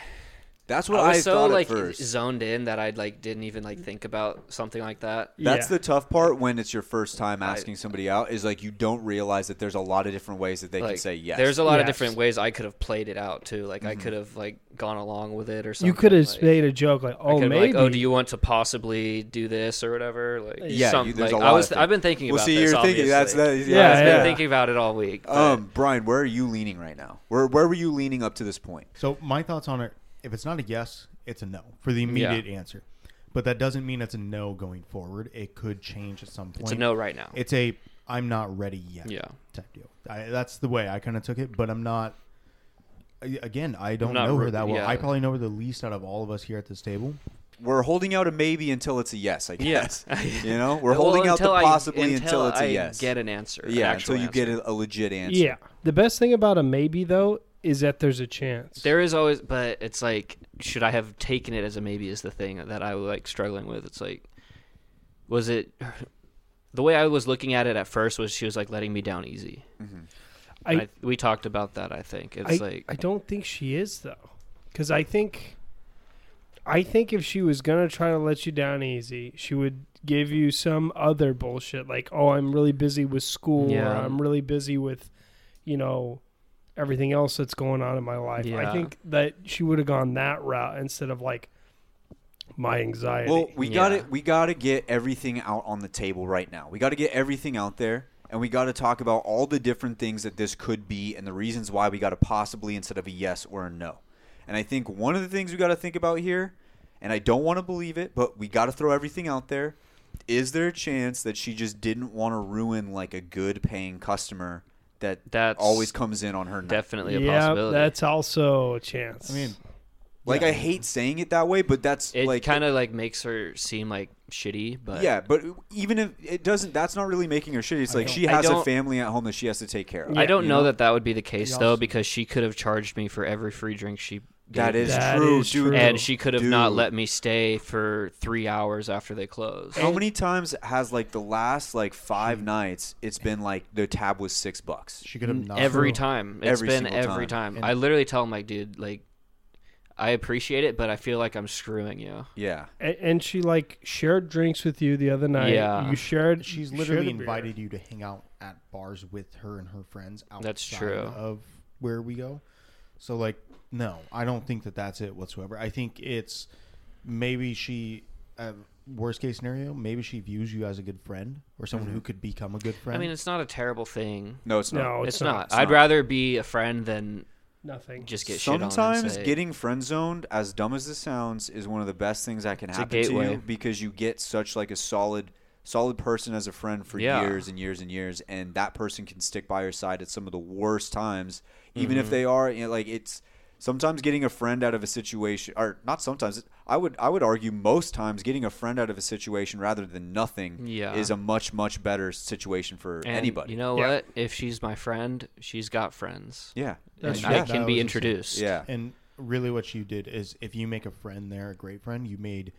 S1: That's what
S2: was
S1: I
S2: so
S1: thought at
S2: like
S1: first.
S2: zoned in that I like didn't even like think about something like that
S1: That's the tough part when it's your first time asking somebody out is like you don't realize that there's a lot of different ways that they can
S2: Like,
S1: say yes. Mm-hmm.
S2: there's a lot of different ways I could have played it out too like I could have like gone along with it or something
S4: You could have
S2: like-
S4: made a joke like,
S2: I
S4: "Oh,
S2: could have been
S4: maybe."
S2: Like, oh, do you want to possibly do this or whatever? Like,
S1: Yeah,
S2: some-
S1: you- there's
S2: like,
S1: a lot
S2: I was.
S1: of things.
S2: I've been thinking
S1: Well,
S2: about.
S1: see,
S2: this,
S1: you're thinking- that's-
S2: obviously.
S1: that- yeah,
S2: I've
S1: yeah.
S2: been thinking about it all week. but-
S1: Um, Brian, where are you leaning right now? Where where were you leaning up to this point?
S12: So my thoughts on it: if it's not a yes, it's a no for the immediate answer. But that doesn't mean it's a no going forward. It could change at some point.
S2: It's a no right now.
S12: It's a I'm not ready yet.
S2: Yeah.
S12: type deal. I, that's the way I kind of took it. But I'm not. I- Again, I don't
S1: not
S12: know her
S1: re-
S12: that well.
S1: yeah.
S12: I probably know her the least out of all of us here at this table.
S1: We're holding out a maybe until it's a yes, I
S2: Yeah.
S1: guess. you know, we're
S2: Well,
S1: holding out the
S2: until I-
S1: possibly until,
S2: until
S1: it's a
S2: I
S1: yes.
S2: get an answer, an
S1: Yeah,
S2: actual
S1: until you get a, a legit answer.
S4: Yeah. The best thing about a maybe though is that there's a chance.
S2: There is always, but it's like, should I have taken it as a maybe? Is the thing that I was like struggling with. It's like, was it the way I was looking at it at first? Was she was like letting me down easy?
S4: Mm-hmm. I-
S2: I, we talked about that. I think it's
S4: I,
S2: like
S4: I don't think she is though, because I think, I think if she was gonna try to let you down easy, she would give you some other bullshit like, "Oh, I'm really busy with school," or
S2: Yeah.
S4: "I'm really busy with, you know, everything else that's going on in my life." I
S2: Yeah.
S4: think that she would have gone that route instead of like my anxiety.
S1: Well, we got it. We got to get everything out on the table right now. We got to get everything out there, and we got to talk about all the different things that this could be and the reasons why we got to possibly instead of a yes or a no. And I think one of the things we got to think about here, and I don't want to believe it, but we got to throw everything out there. Is there a chance that she just didn't want to ruin like a good paying customer that that always comes in on her? night?
S2: definitely
S4: Yeah, that's also a chance. I
S12: mean,
S1: Like I hate saying it that way, but that's
S2: it
S1: like
S2: kind of like makes her seem like shitty. But
S1: yeah, but even if it doesn't, that's not really making her shitty. It's like she
S2: I
S1: has a
S2: don't-
S1: family at home that she has to take care of.
S2: I don't
S1: you
S2: know, that that would be the case
S1: You
S2: though,
S1: also-
S2: because she could have charged me for every free drink she dude.
S1: That is That true, is dude. true.
S2: And she could have not
S1: Dude.
S2: let me stay for three hours after they closed.
S1: How many times has like the last like five nights it's been like the tab was six bucks? She
S3: could have not-
S2: every time. it's
S1: Every
S2: been
S1: single
S2: every
S1: time.
S2: time. I literally tell him like, dude, like, I appreciate it, but I feel like I'm screwing you.
S1: Yeah.
S4: And, and she like shared drinks with you the other night.
S2: Yeah.
S4: you shared.
S3: She's
S4: you shared
S3: literally
S4: the beer.
S3: invited you to hang out at bars with her and her friends outside
S2: That's true.
S3: of where we go. So like, no, I don't think that that's it whatsoever. I think it's maybe she. Uh, worst case scenario, maybe she views you as a good friend or someone who could become a good friend.
S2: I mean, it's not a terrible thing.
S1: No, it's not. No,
S2: it's,
S1: it's
S2: not.
S1: not. It's
S2: I'd
S1: not.
S2: rather be a friend than
S4: Nothing.
S2: Just get shit on and
S1: Sometimes
S2: say-
S1: getting friend zoned, as dumb as this sounds, is one of the best things that can
S2: It's a
S1: happen to
S2: gateway.
S1: you because you get such like a solid solid person as a friend for
S2: Yeah.
S1: years and years and years and that person can stick by your side at some of the worst times even
S2: Mhm.
S1: if they are you know, like it's sometimes getting a friend out of a situation or not sometimes I would I would argue most times getting a friend out of a situation rather than nothing
S2: Yeah.
S1: is a much much better situation for
S2: And
S1: anybody
S2: You know what? If she's my friend, she's got friends.
S1: Yeah.
S2: and
S3: That's
S2: I
S3: right.
S2: can
S3: That
S2: be
S3: was-
S2: introduced.
S3: And really, what you did is if you make a friend there, a great friend, you made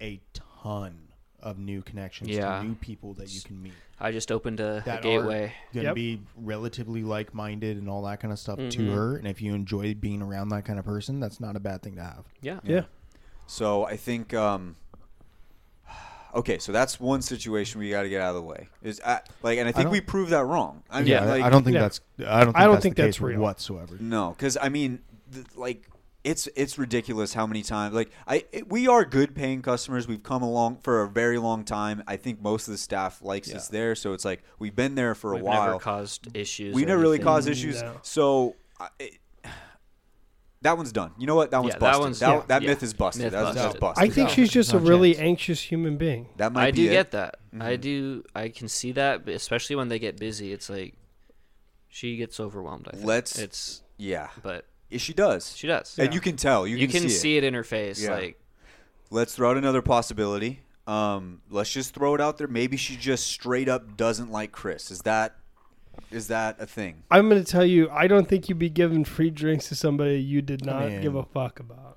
S3: a ton of new connections
S2: Yeah.
S3: to new people that you can meet.
S2: I just opened a, a
S3: That
S2: gateway.
S3: are going to be relatively like minded and all that kind of stuff to
S2: Mhm.
S1: Mm-hmm.
S3: her. And if you enjoy being around that kind of person, that's not a bad thing to have.
S2: Yeah.
S4: Yeah.
S1: So I think um, okay, so that's one situation we got to get out of the way. Is uh, like, and I
S3: I
S1: think we
S3: don't-
S1: proved that wrong. I mean,
S3: Yeah, I-
S1: like,
S3: I don't think Yeah. that's- I don't think that's the case
S1: real. Mm-hmm.
S3: whatsoever.
S1: No, because I mean, th- like. It's it's ridiculous how many times like I it- we are good paying customers. We've come along for a very long time. I think most of the staff likes us there, so it's like we've been there for
S2: We've
S1: a
S2: never
S1: while.
S2: caused issues
S1: We
S2: or
S1: never really
S2: anything.
S1: caused issues.
S2: No.
S1: So I, it, that one's done. You know what? That one's
S2: Yeah, that
S1: busted. That,
S2: one's-
S1: that,
S2: yeah, yeah.
S1: myth is busted.
S2: Myth
S1: that was
S2: busted.
S1: just busted.
S4: I think she's just a really anxious human being.
S1: That might
S2: I
S1: be
S2: do
S1: it.
S2: get that. I
S1: Mhm.
S2: do. I can see that, but especially when they get busy. It's like she gets overwhelmed. I think.
S1: Let's.
S2: It's
S1: yeah,
S2: but
S1: she does.
S2: She does.
S1: and
S2: Yeah.
S1: you can tell. You,
S2: You
S1: can,
S2: can
S1: see,
S2: see it in her face, like-
S1: let's throw out another possibility. Um, let's just throw it out there. Maybe she just straight up doesn't like Chris. Is that is that a thing?
S4: I'm going to tell you, I don't think you'd be giving free drinks to somebody you did not
S1: mean-
S4: give a fuck about.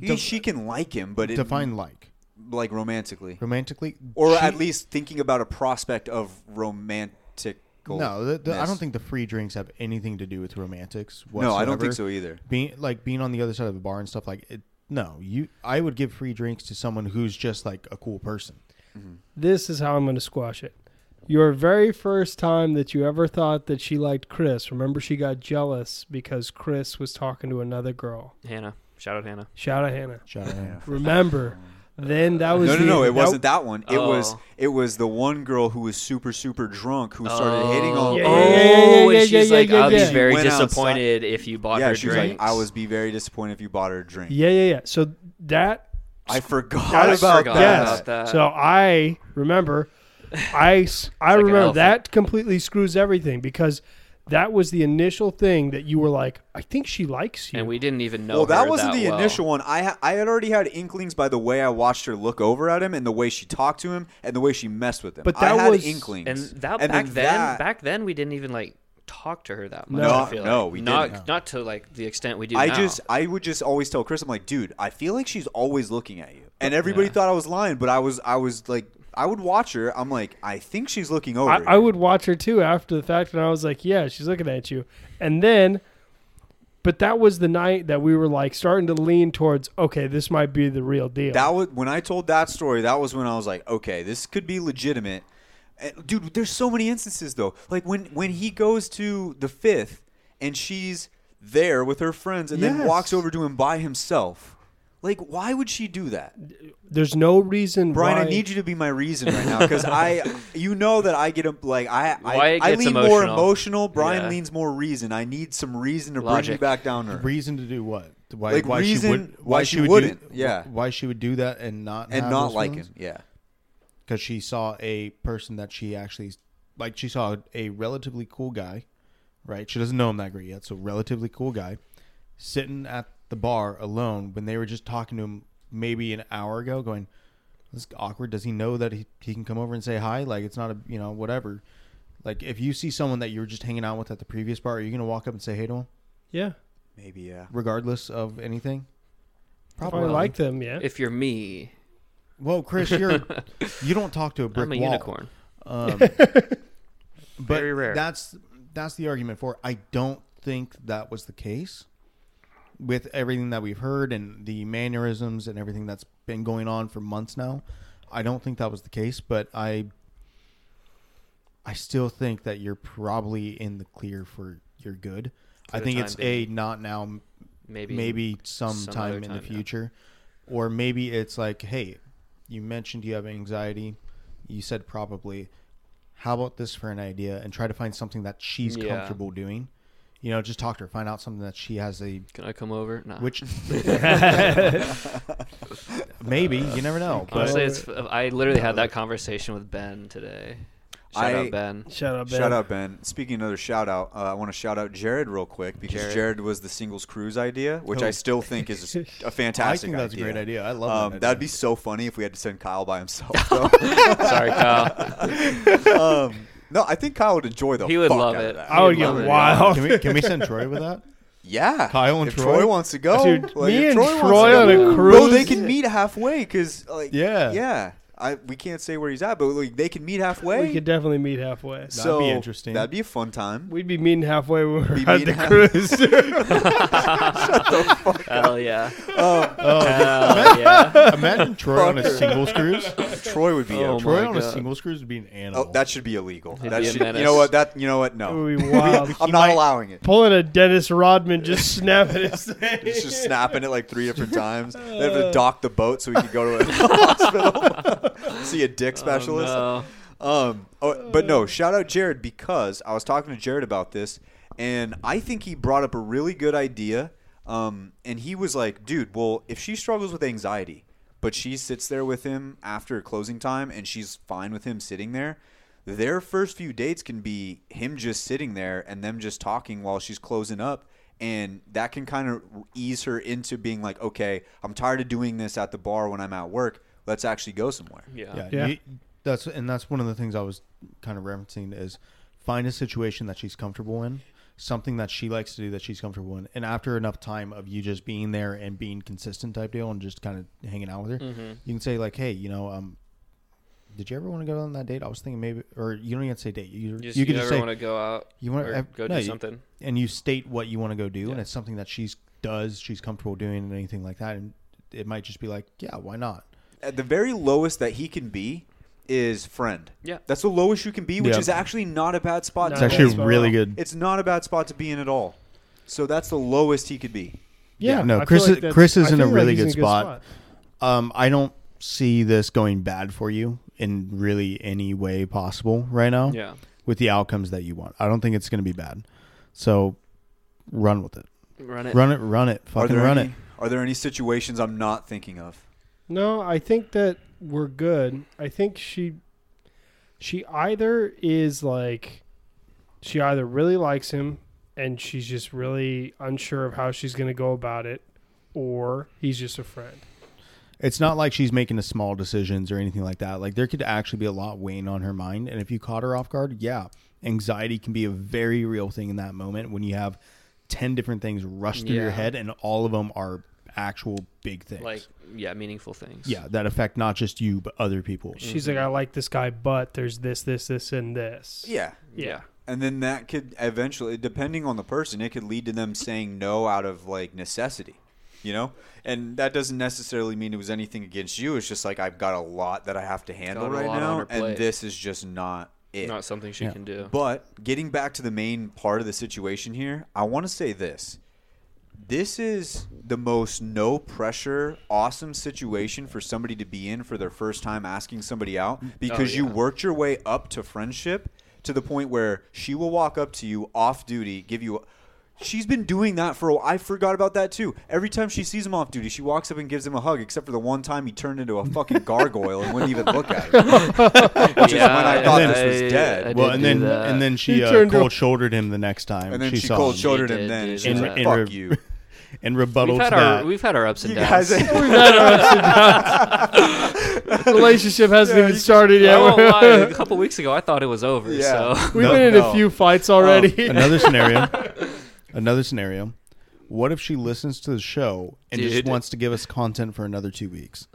S1: He- she can like him, but it,
S3: Define like.
S1: like romantically,
S3: Romantically?
S1: or
S3: She-
S1: at least thinking about a prospect of romantic.
S3: No, the, the, I don't think the free drinks have anything to do with romantics. Whatsoever.
S1: No, I don't think so either.
S3: Being like being on the other side of the bar and stuff like it, no, you. I would give free drinks to someone who's just like a cool person.
S4: This is how I'm going to squash it. Your very first time that you ever thought that she liked Chris, remember she got jealous because Chris was talking to another girl.
S2: Hannah. Shout out Hannah.
S4: Shout out Hannah.
S3: Shout out Hannah.
S4: Remember, then that was
S1: no, no,
S4: the-
S1: no. It wasn't that one. It was
S2: Oh.
S1: it was the one girl who was super, super drunk who started hitting on.
S2: Oh. Yeah, yeah, yeah, yeah, Oh, and yeah, she's yeah, like, yeah, "I'll be yeah. very
S1: Went outside-
S2: disappointed if you bought
S1: yeah,
S2: her
S1: she was like,
S2: drinks."
S1: I was be very disappointed if you bought her a drink.
S4: Yeah, yeah, yeah. So that
S1: I forgot
S4: Yes.
S1: about Forgot that.
S4: Yes.
S1: about that.
S4: So I remember, I s- I remember
S1: elephant.
S4: that completely screws everything because that was the initial thing that you were like, I think she likes you.
S2: and we didn't even know.
S1: well, that
S2: her
S1: wasn't the
S2: well.
S1: initial one. I ha- I had already had inklings by the way I watched her look over at him and the way she talked to him and the way she messed with him.
S4: But
S1: I
S4: that
S1: had
S4: was-
S1: inklings.
S2: And that back then,
S1: that-
S2: back then we didn't even like talk to her that much.
S1: No,
S2: I feel
S1: no,
S2: like.
S1: we
S2: not
S1: didn't.
S2: not to like the extent we do.
S1: I
S2: now.
S1: just I would just always tell Chris, I'm like, dude, I feel like she's always looking at you. And everybody thought I was lying, but I was I was like I would watch her. I'm like, I think she's looking over.
S4: I, I would watch her too after the fact, and I was like, yeah, she's looking at you. And then, but that was the night that we were like starting to lean towards, okay, this might be the real deal.
S1: That was when I told that story. That was when I was like, okay, this could be legitimate. Uh, Dude, there's so many instances though. Like when when he goes to the fifth and she's there with her friends and then
S4: Yes.
S1: walks over to him by himself. Like, why would she do that?
S4: There's no reason
S1: Brian,
S4: why.
S1: I need you to be my reason right now because I, you know that I get em- like I
S2: Why
S1: I,
S2: it
S1: I
S2: gets
S1: lean more
S2: emotional.
S1: emotional. Brian
S2: Yeah.
S1: leans more reason. I need some reason to bring you
S3: Logic.
S1: back down to her.
S3: Reason to do what? Why?
S1: Like,
S3: why
S1: reason
S3: she would?
S1: why she
S3: would
S1: wouldn't.
S3: Do,
S1: Yeah.
S3: Why she would do that and not
S1: And
S3: have
S1: not
S3: those
S1: like
S3: feelings?
S1: him, yeah.
S3: Because she saw a person that she actually like. She saw a relatively cool guy, right? She doesn't know him that great yet, so relatively cool guy sitting at the bar alone when they were just talking to him maybe an hour ago, going, "This is awkward. Does he know that he, he can come over and say hi? Like it's not a you know whatever." Like if you see someone that you were just hanging out with at the previous bar, are you gonna walk up and say hey to him?
S4: Yeah.
S1: Maybe yeah.
S3: Regardless of anything.
S4: Probably like them, yeah.
S2: If you're me.
S3: Well, Chris, you're you don't talk to a brick
S2: I'm a
S3: wall.
S2: unicorn.
S3: Um, but
S2: Very rare.
S3: that's that's the argument for. it. I don't think that was the case with everything that we've heard and the mannerisms and everything that's been going on for months now. I don't think that was the case, but I I still think that you're probably in the clear for your good.
S12: For
S3: I
S12: the
S3: think
S12: time
S3: it's a
S12: being.
S3: not now, m-
S12: Maybe-
S3: maybe
S12: some
S3: sometime
S12: other
S3: in the
S12: time, yeah.
S3: future, or maybe it's like, hey, you mentioned you have anxiety. You said probably. How about this for an idea and try to find something that she's
S2: Yeah.
S3: comfortable doing? You know, just talk to her, find out something that she has a.
S2: Can I come over? No.
S3: Which maybe you never know. But
S2: Honestly, it's, I literally had that conversation with Ben today. Shout
S1: I-
S2: out Ben.
S1: Shout out Ben. Speaking of another shout out, uh, I want to shout out Jared real quick because
S2: Jared.
S1: Jared, was the singles cruise idea, which
S3: Who?
S1: I still think is a fantastic.
S3: Oh.
S1: Um,
S3: I think that's a great idea. I love that idea.
S1: That'd be so funny if we had to send Kyle by himself. Though.
S2: Sorry, Kyle.
S1: um, no, I think Kyle would enjoy the.
S2: He would
S1: fuck
S2: love
S1: out of
S2: it.
S1: that.
S2: I He would would get love it. wild.
S3: Can we, can we send Troy with that?
S1: Yeah,
S3: Kyle and
S1: if
S3: Troy?
S1: wants to go.
S3: Dude,
S1: like,
S3: me
S1: if
S3: and
S1: Troy, wants
S3: Troy
S1: to
S3: on
S1: go,
S3: a
S1: Bro, they
S3: cruise?
S1: can meet halfway because like
S3: Yeah.
S1: yeah. I, we can't say where he's at, but like, they can meet halfway.
S4: We could definitely meet halfway. That'd
S1: so
S4: be interesting.
S1: That'd be a fun time.
S4: We'd be meeting halfway when we're
S1: Be
S4: at the
S1: meeting half-
S4: cruise.
S1: Shut the fuck
S2: Hell
S1: up.
S2: yeah.
S1: Um,
S3: Oh, ima- Imagine Troy on a
S1: Fucker.
S3: singles cruise.
S1: Troy would be
S3: Oh
S1: a
S3: Troy my on a God. singles cruise would be an animal.
S1: Oh, that should be illegal.
S3: He'd
S1: that
S3: be a
S1: should,
S3: menace.
S1: you know what? That you know what? No,
S4: It would be wild.
S1: I'm not allowing it.
S4: Pulling a Dennis Rodman, just snapping his thing.
S1: He's just snapping it like three different times. They have to dock the boat so he could go to a hospital, see a dick specialist. Um, oh, but no, shout out Jared because I was talking to Jared about this, and I think he brought up a really good idea. Um, and he was like, "Dude, well, if she struggles with anxiety, but she sits there with him after closing time, and she's fine with him sitting there." Their first few dates can be him just sitting there and them just talking while she's closing up, and that can kind of ease her into being like, "Okay, I'm tired of doing this at the bar when I'm at work. Let's actually go somewhere."
S3: Yeah, you- that's and that's one of the things I was kind of referencing is find a situation that she's comfortable in, something that she likes to do that she's comfortable in, and after enough time of you just being there and being consistent type deal and just kind of hanging out with her,
S2: Mm-hmm.
S12: Mhm.
S3: you can say like, hey, you know, um. Did you ever want to go on that date? I was thinking maybe, or you don't even have to say date. You,
S2: just-
S3: you can
S2: you
S3: just
S2: ever
S3: say
S2: wanna go out
S3: You want
S2: or
S3: to
S2: go do something?
S3: and you state what you want to go do, and it's something that she's does, she's comfortable doing, and anything like that. And it might just be like, yeah, why not?
S1: at the very lowest that he can be is friend.
S2: Yeah.
S1: That's the lowest you can be, which
S3: Yeah.
S1: is actually not a bad spot.
S3: It's
S1: to be
S3: actually
S1: in at all.
S3: really good.
S1: It's not a bad spot to be in at all. So that's the lowest he could be.
S3: Yeah,
S4: Yeah, I
S3: no,
S4: feel
S3: Chris
S4: like
S3: is,
S4: that's-
S3: Chris
S4: I
S3: is in a
S4: feel like
S3: really
S4: he's in
S3: good,
S4: a good
S3: spot. Um, I don't see this going bad for you in really any way possible right now.
S2: Yeah.
S3: with the outcomes that you want, I don't think it's going to be bad. So run with it.
S2: Run it.
S3: Run it. Run it. Fucking
S1: there
S3: run
S1: any,
S3: it.
S1: Are there any situations I'm not thinking of?
S4: No, I think that we're good. I think she she either is like she either really likes him and she's just really unsure of how she's going to go about it or he's just a friend.
S3: It's not like she's making a small decisions or anything like that. Like there could actually be a lot weighing on her mind, and if you caught her off guard, yeah, anxiety can be a very real thing in that moment when you have ten different things rush through
S2: Yeah.
S3: your head, and all of them are actual big things.
S2: Like, yeah, meaningful things.
S3: Yeah, that affect not just you but other people.
S4: She's like I like this guy but there's this this this and this.
S1: Yeah.
S4: Yeah.
S1: And then that could eventually, depending on the person, it could lead to them saying no out of like necessity, you know? And that doesn't necessarily mean it was anything against you. It's just like, I've got a lot that I have to handle
S2: Got a
S1: right
S2: lot on
S1: now.
S2: her plate.
S1: And this is just not it.
S2: Not something she can do.
S1: But getting back to the main part of the situation here, I want to say this. This is the most no pressure, awesome situation for somebody to be in for their first time asking somebody out because you
S12: yeah.
S1: worked your way up to friendship to the point where she will walk up to you off duty, give you. A, she's been doing that for a while. I forgot about that too. Every time she sees him off duty, she walks up and gives him a hug, except for the one time he turned into a fucking gargoyle and wouldn't even look at her. Which is when I
S2: Yeah,
S1: thought
S2: I-
S1: this
S2: I-
S1: was dead.
S2: I
S3: well,
S2: did
S3: and
S2: do
S3: then
S2: that.
S3: and then she
S2: He
S3: uh,
S2: turned to a-
S3: cold shouldered him the next time.
S1: And then she
S3: saw
S1: cold
S3: him.
S1: shouldered him She did, then, and
S3: and
S1: she was like, "Fuck you."
S3: And rebuttal
S2: We've had
S3: to
S2: our-
S3: that.
S2: we've had our ups and
S3: You
S2: downs.
S3: guys-
S2: We've had our ups and
S4: downs. Relationship hasn't even started yet.
S2: I won't lie, a couple weeks ago, I thought it was over. So
S4: We've been in a few fights already.
S3: another scenario. Another scenario What if she listens to the show and just
S2: Dude.
S3: wants to give us content for another two weeks?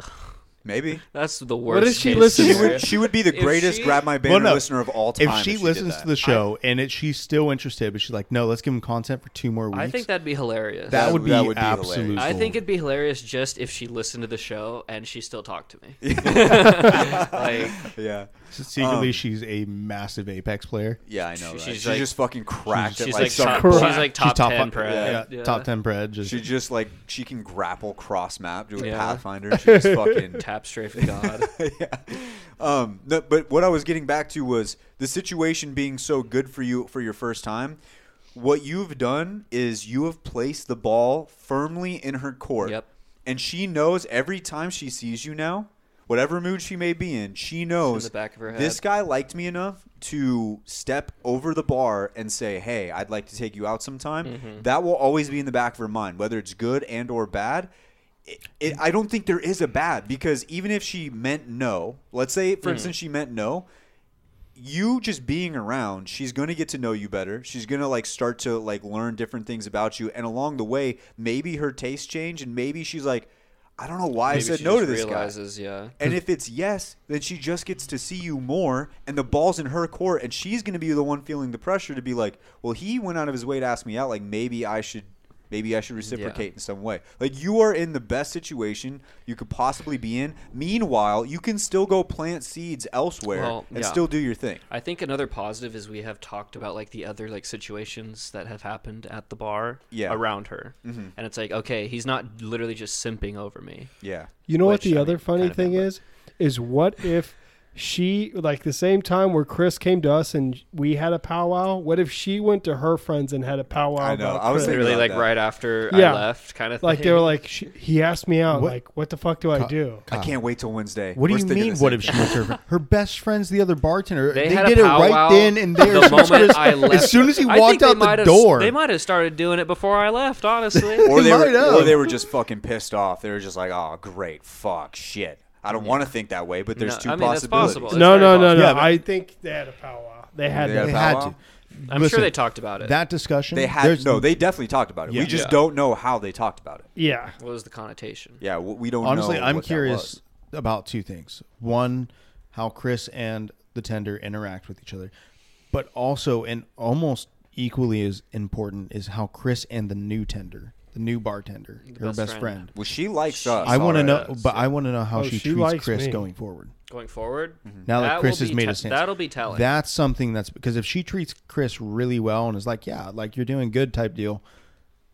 S1: Maybe
S2: that's the
S3: What
S2: worst.
S3: if she
S2: case
S3: listens-
S1: She
S2: scenario.
S1: would, she would be the
S2: If
S1: greatest
S2: she-
S1: grab my banner
S3: Well, no.
S1: listener of all time.
S3: If she
S1: did
S3: listens
S1: that.
S3: to the show and it, she's still interested, but she's like, no, let's give him content for two more weeks.
S2: I think that'd be hilarious.
S3: That would be
S1: That would be hilarious.
S3: absolutely.
S2: I think it'd be hilarious just if she listened to the show and she still talked to me. like,
S1: yeah.
S3: Secretly,
S1: Um,
S3: she's a massive Apex player.
S1: Yeah, I know.
S2: She's
S1: right? She's
S2: like-
S1: just fucking cracked
S2: she's
S1: at
S2: like
S1: like, some
S2: top-
S1: point.
S2: she's like top 10
S3: fi-
S2: pred.
S3: Yeah,
S2: Yeah.
S3: top ten pred. Just
S1: She just like she can grapple cross map, do a
S2: Yeah.
S1: pathfinder. She just fucking
S2: Tap strafe god.
S1: yeah. Um. no, but what I was getting back to was the situation being so good for you for your first time. What you've done is you have placed the ball firmly in her court.
S2: Yep.
S1: And she knows every time she sees you now, whatever mood she may be in, she knows
S2: the back of her
S1: this
S2: head.
S1: guy liked me enough to step over the bar and say, "Hey, I'd like to take you out sometime."
S2: Mm-hmm.
S1: That will always be in the back of her mind, whether it's good and or bad. It, it, I don't think there is a bad because even if she meant no, let's say
S2: Mm-hmm.
S1: for instance she meant no, you just being around, she's going to get to know you better. She's going to like start to like learn different things about you and along the way, maybe her tastes change and maybe she's like I don't know why I
S2: Maybe
S1: said
S2: she
S1: no to
S2: just
S1: this guy.
S2: realizes, yeah.
S1: And if it's yes, then she just gets to see you more, and the ball's in her court, and she's going to be the one feeling the pressure to be like, well, he went out of his way to ask me out. Like maybe I should, maybe I should reciprocate in some way. Like you are in the best situation you could possibly be in. Meanwhile, you can still go plant seeds elsewhere
S2: Well,
S1: and
S2: yeah.
S1: still do your thing.
S2: I think another positive is we have talked about like the other like situations that have happened at the bar
S1: Yeah.
S2: around her,
S1: Mhm.
S2: and it's like okay, he's not literally just simping over me.
S1: Yeah.
S4: You know
S2: Which,
S4: what the
S2: I
S4: other
S2: mean,
S4: funny
S2: kind of
S4: thing is? Is what if she like the same time where Chris came to us and we had a powwow? What if she went to her friends and had a powwow?
S1: I know,
S4: about
S1: I was
S4: Chris?
S1: thinking
S2: Literally
S1: about
S2: like
S1: that.
S2: right after I
S4: Yeah.
S2: left, kind of.
S4: like
S2: thing.
S4: they were like she, he asked me out
S3: What-
S4: like what the fuck do I
S3: Kyle-
S4: do?
S1: I can't wait till Wednesday.
S3: What
S1: We're
S3: do you
S1: thinking
S3: mean?
S1: the
S3: What
S1: same
S3: if
S1: thing.
S3: she was her, her best friend's the other bartender?
S2: They
S3: They,
S2: had a
S3: did it right
S2: powwow
S3: then and there.
S2: The moment I left,
S3: As soon as he
S2: I think
S3: walked
S2: they
S3: out
S2: might
S3: the
S2: have-
S3: door,
S2: they might have started doing it before I left. Honestly,
S1: or they,
S3: might have.
S1: were, or they were just fucking pissed off. They were just like, "Oh, great, fuck, shit." I don't want to think that way, but there's
S2: No,
S1: two
S2: I mean, that's
S1: possibilities.
S2: possible. It's
S4: No,
S2: very
S4: no, no,
S2: possible.
S4: no.
S3: Yeah, but-
S4: I think they had a powwow. They had
S1: They
S4: that.
S1: had
S3: they
S1: a
S3: had
S1: powwow?
S3: to.
S2: I'm sure they talked about it.
S3: That discussion.
S1: They had
S3: there's-
S1: no. They definitely talked about it.
S3: Mm-hmm. Yeah.
S1: We just
S2: Yeah.
S1: don't know how they talked about it.
S4: yeah.
S2: what was the connotation?
S1: Yeah, w- we don't.
S3: Honestly,
S1: know
S3: I'm
S1: what that was.
S3: curious about two things. One, how Chris and the tender interact with each other, but also, and almost equally as important, is how Chris and the new tender, the new bartender, her
S2: best
S3: best
S2: friend.
S3: friend.
S1: Well, she likes us.
S3: I want to
S1: alright.
S3: know, but I want to know how
S4: Oh,
S3: she,
S4: she
S3: treats
S4: likes
S3: Chris
S4: me.
S3: going forward.
S2: Going forward,
S1: Mm-hmm.
S3: Now that,
S2: will
S3: Chris has
S2: be
S3: made
S2: te-
S3: a stance,
S2: that'll be telling.
S3: That's something that's because if she treats Chris really well and is like, "Yeah, like you're doing good," type deal,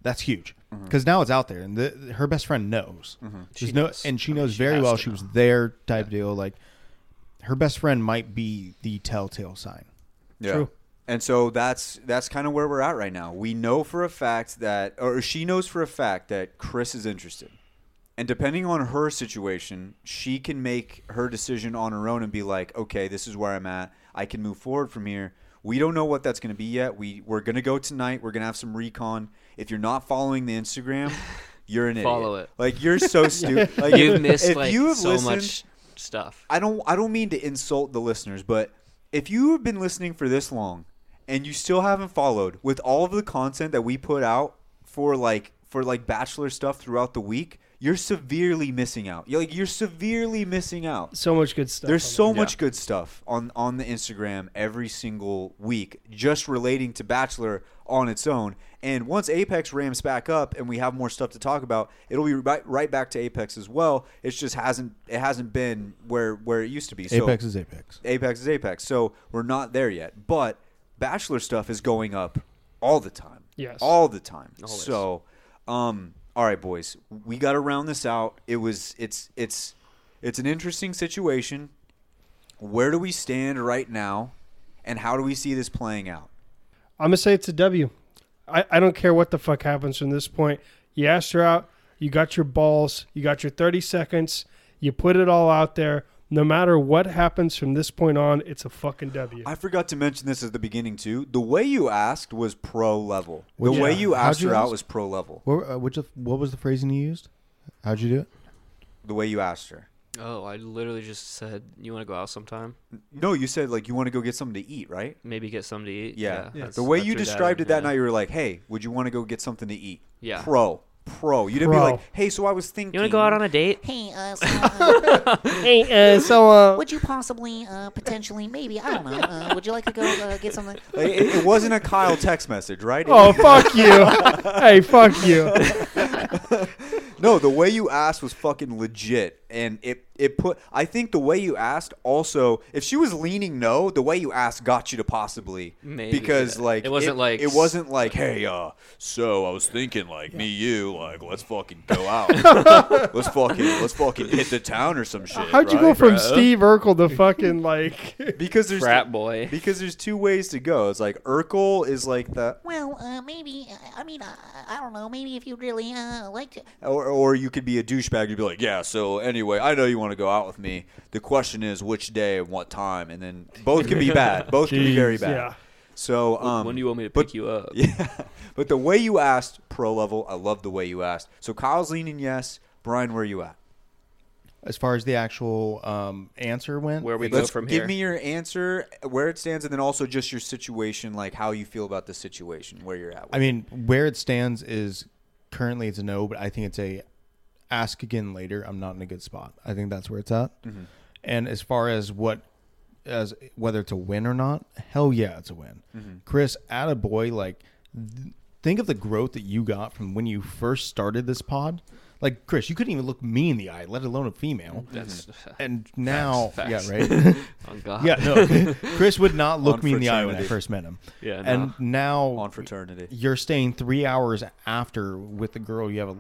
S3: that's huge. Because now it's out there, and the, her best friend knows. She's
S2: She
S3: no,
S2: knows.
S3: and Mm-hmm. she
S2: I mean,
S3: knows
S2: she
S3: very
S2: has
S3: well
S2: to
S3: she
S2: know.
S3: was there. Type deal, like her best friend might be the telltale sign.
S1: Yeah.
S4: True.
S1: And so that's that's kind of where we're at right now. We know for a fact that, or she knows for a fact that Chris is interested. And depending on her situation, she can make her decision on her own and be like, okay, this is where I'm at. I can move forward from here. We don't know what that's going to be yet. We we're going to go tonight. We're going to have some recon. If you're not following the Instagram, you're an
S2: Follow
S1: idiot.
S2: it.
S1: Like you're so stupid. Like
S2: You've missed
S1: if
S2: like
S1: you have
S2: so
S1: listened-
S2: much stuff.
S1: I don't I don't mean to insult the listeners, but if you have been listening for this long and you still haven't followed with all of the content that we put out for like for like bachelor stuff throughout the week, you're severely missing out. You're like you're severely missing out.
S4: So much good stuff.
S1: There's
S4: on
S1: so much good stuff on on the Instagram every single week, just relating to Bachelor on its own. And once Apex ramps back up and we have more stuff to talk about, it'll be right, right back to Apex as well. It just hasn't it hasn't been where where it used to be. So
S3: Apex is Apex.
S1: Apex is Apex. So we're not there yet, but Bachelor stuff is going up all the time.
S4: Yes.
S1: all the time. So, um, all right, boys, we got to round this out. It was it's it's it's an interesting situation. Where do we stand right now, and how do we see this playing out?
S4: I'm gonna say it's a W. I, I don't care what the fuck happens from this point. You asked her out. You got your balls. You got your 30 seconds. You put it all out there. No matter what happens from this point on, it's a fucking W.
S1: I forgot to mention this at the beginning too. The way you asked was pro level. The way you
S3: How'd
S1: asked
S3: you
S1: her out
S3: ask?
S1: was pro level.
S3: What, uh, which of- what was the phrasing you used? How'd you do it?
S1: The way you asked her.
S2: Oh, I literally just said you want to go out sometime.
S1: No, you said like you want to go get something to eat, right?
S2: Maybe get something to eat.
S1: Yeah.
S2: that's-
S1: The way
S2: I
S1: you
S2: threw that
S1: described it
S2: in,
S1: that
S2: yeah.
S1: night, you were like, "Hey, would you want to go get something to eat?"
S2: Yeah.
S1: Pro, pro. You didn't
S2: Pro.
S1: be like, "Hey, so I was thinking."
S2: You want to go out on a date?
S13: Hey, uh, so, uh,
S4: Hey, uh, so, uh,
S13: would you possibly, uh, potentially, maybe, I don't know, uh, would you like to go uh, get something?
S1: Like, it, it wasn't a Kyle text message, right?
S4: Oh, fuck you. Hey, fuck you.
S1: no, the way you asked was fucking legit, and it it put. I think the way you asked also, if she was leaning no, the way you asked got you to possibly
S2: Maybe,
S1: because
S2: yeah.
S1: like
S2: It wasn't like-
S1: it wasn't like hey uh so I was thinking like me you like let's fucking go out let's fucking let's fucking hit the town or some shit.
S4: How'd you go
S1: right,
S4: from
S1: bro?
S4: Steve Urkel to fucking like?
S1: Because there's
S2: frat boy?
S1: Because there's two ways to go. It's like Urkel is like the
S13: Well, uh, maybe, uh, I mean, uh, I don't know, maybe if you'd really, uh, like to.
S1: Or, or you could be a douchebag. You'd be like, yeah. So anyway, I know you want to go out with me. The question is which day and what time, and then both can be bad. Both can be very
S2: Jeez,
S1: bad.
S2: yeah.
S1: So
S2: When-
S1: um,
S2: when do you want me to
S1: but-
S2: pick you up?
S1: Yeah. But the way you asked, pro level. I love the way you asked. So Kyle's leaning yes. Brian, where are you at?
S3: As far as the actual um, answer went,
S2: Where we
S1: Let's give me your answer, where it stands, and then also just your situation, like how you feel about the situation, where you're at.
S3: I mean, where it stands is currently it's a no, but I think it's a ask again later. I'm not in a good spot. I think that's where it's at.
S2: Mm-hmm.
S1: Mhm.
S3: And as far as what as whether it's a win or not, hell yeah, it's a win.
S2: Mm-hmm.
S14: Mhm.
S3: Chris, at a boy, like th- think of the growth that you got from when you first started this pod. Like Chris, you couldn't even look me in the eye, let alone a female.
S2: That's-
S3: and now,
S2: facts.
S3: yeah, right.
S2: On God.
S3: Yeah, no. Chris would not
S1: On
S3: look me in the eye when I
S1: fraternity.
S3: first met him.
S1: Yeah, no.
S3: and now
S1: On fraternity.
S3: you're staying three hours after with the girl you have a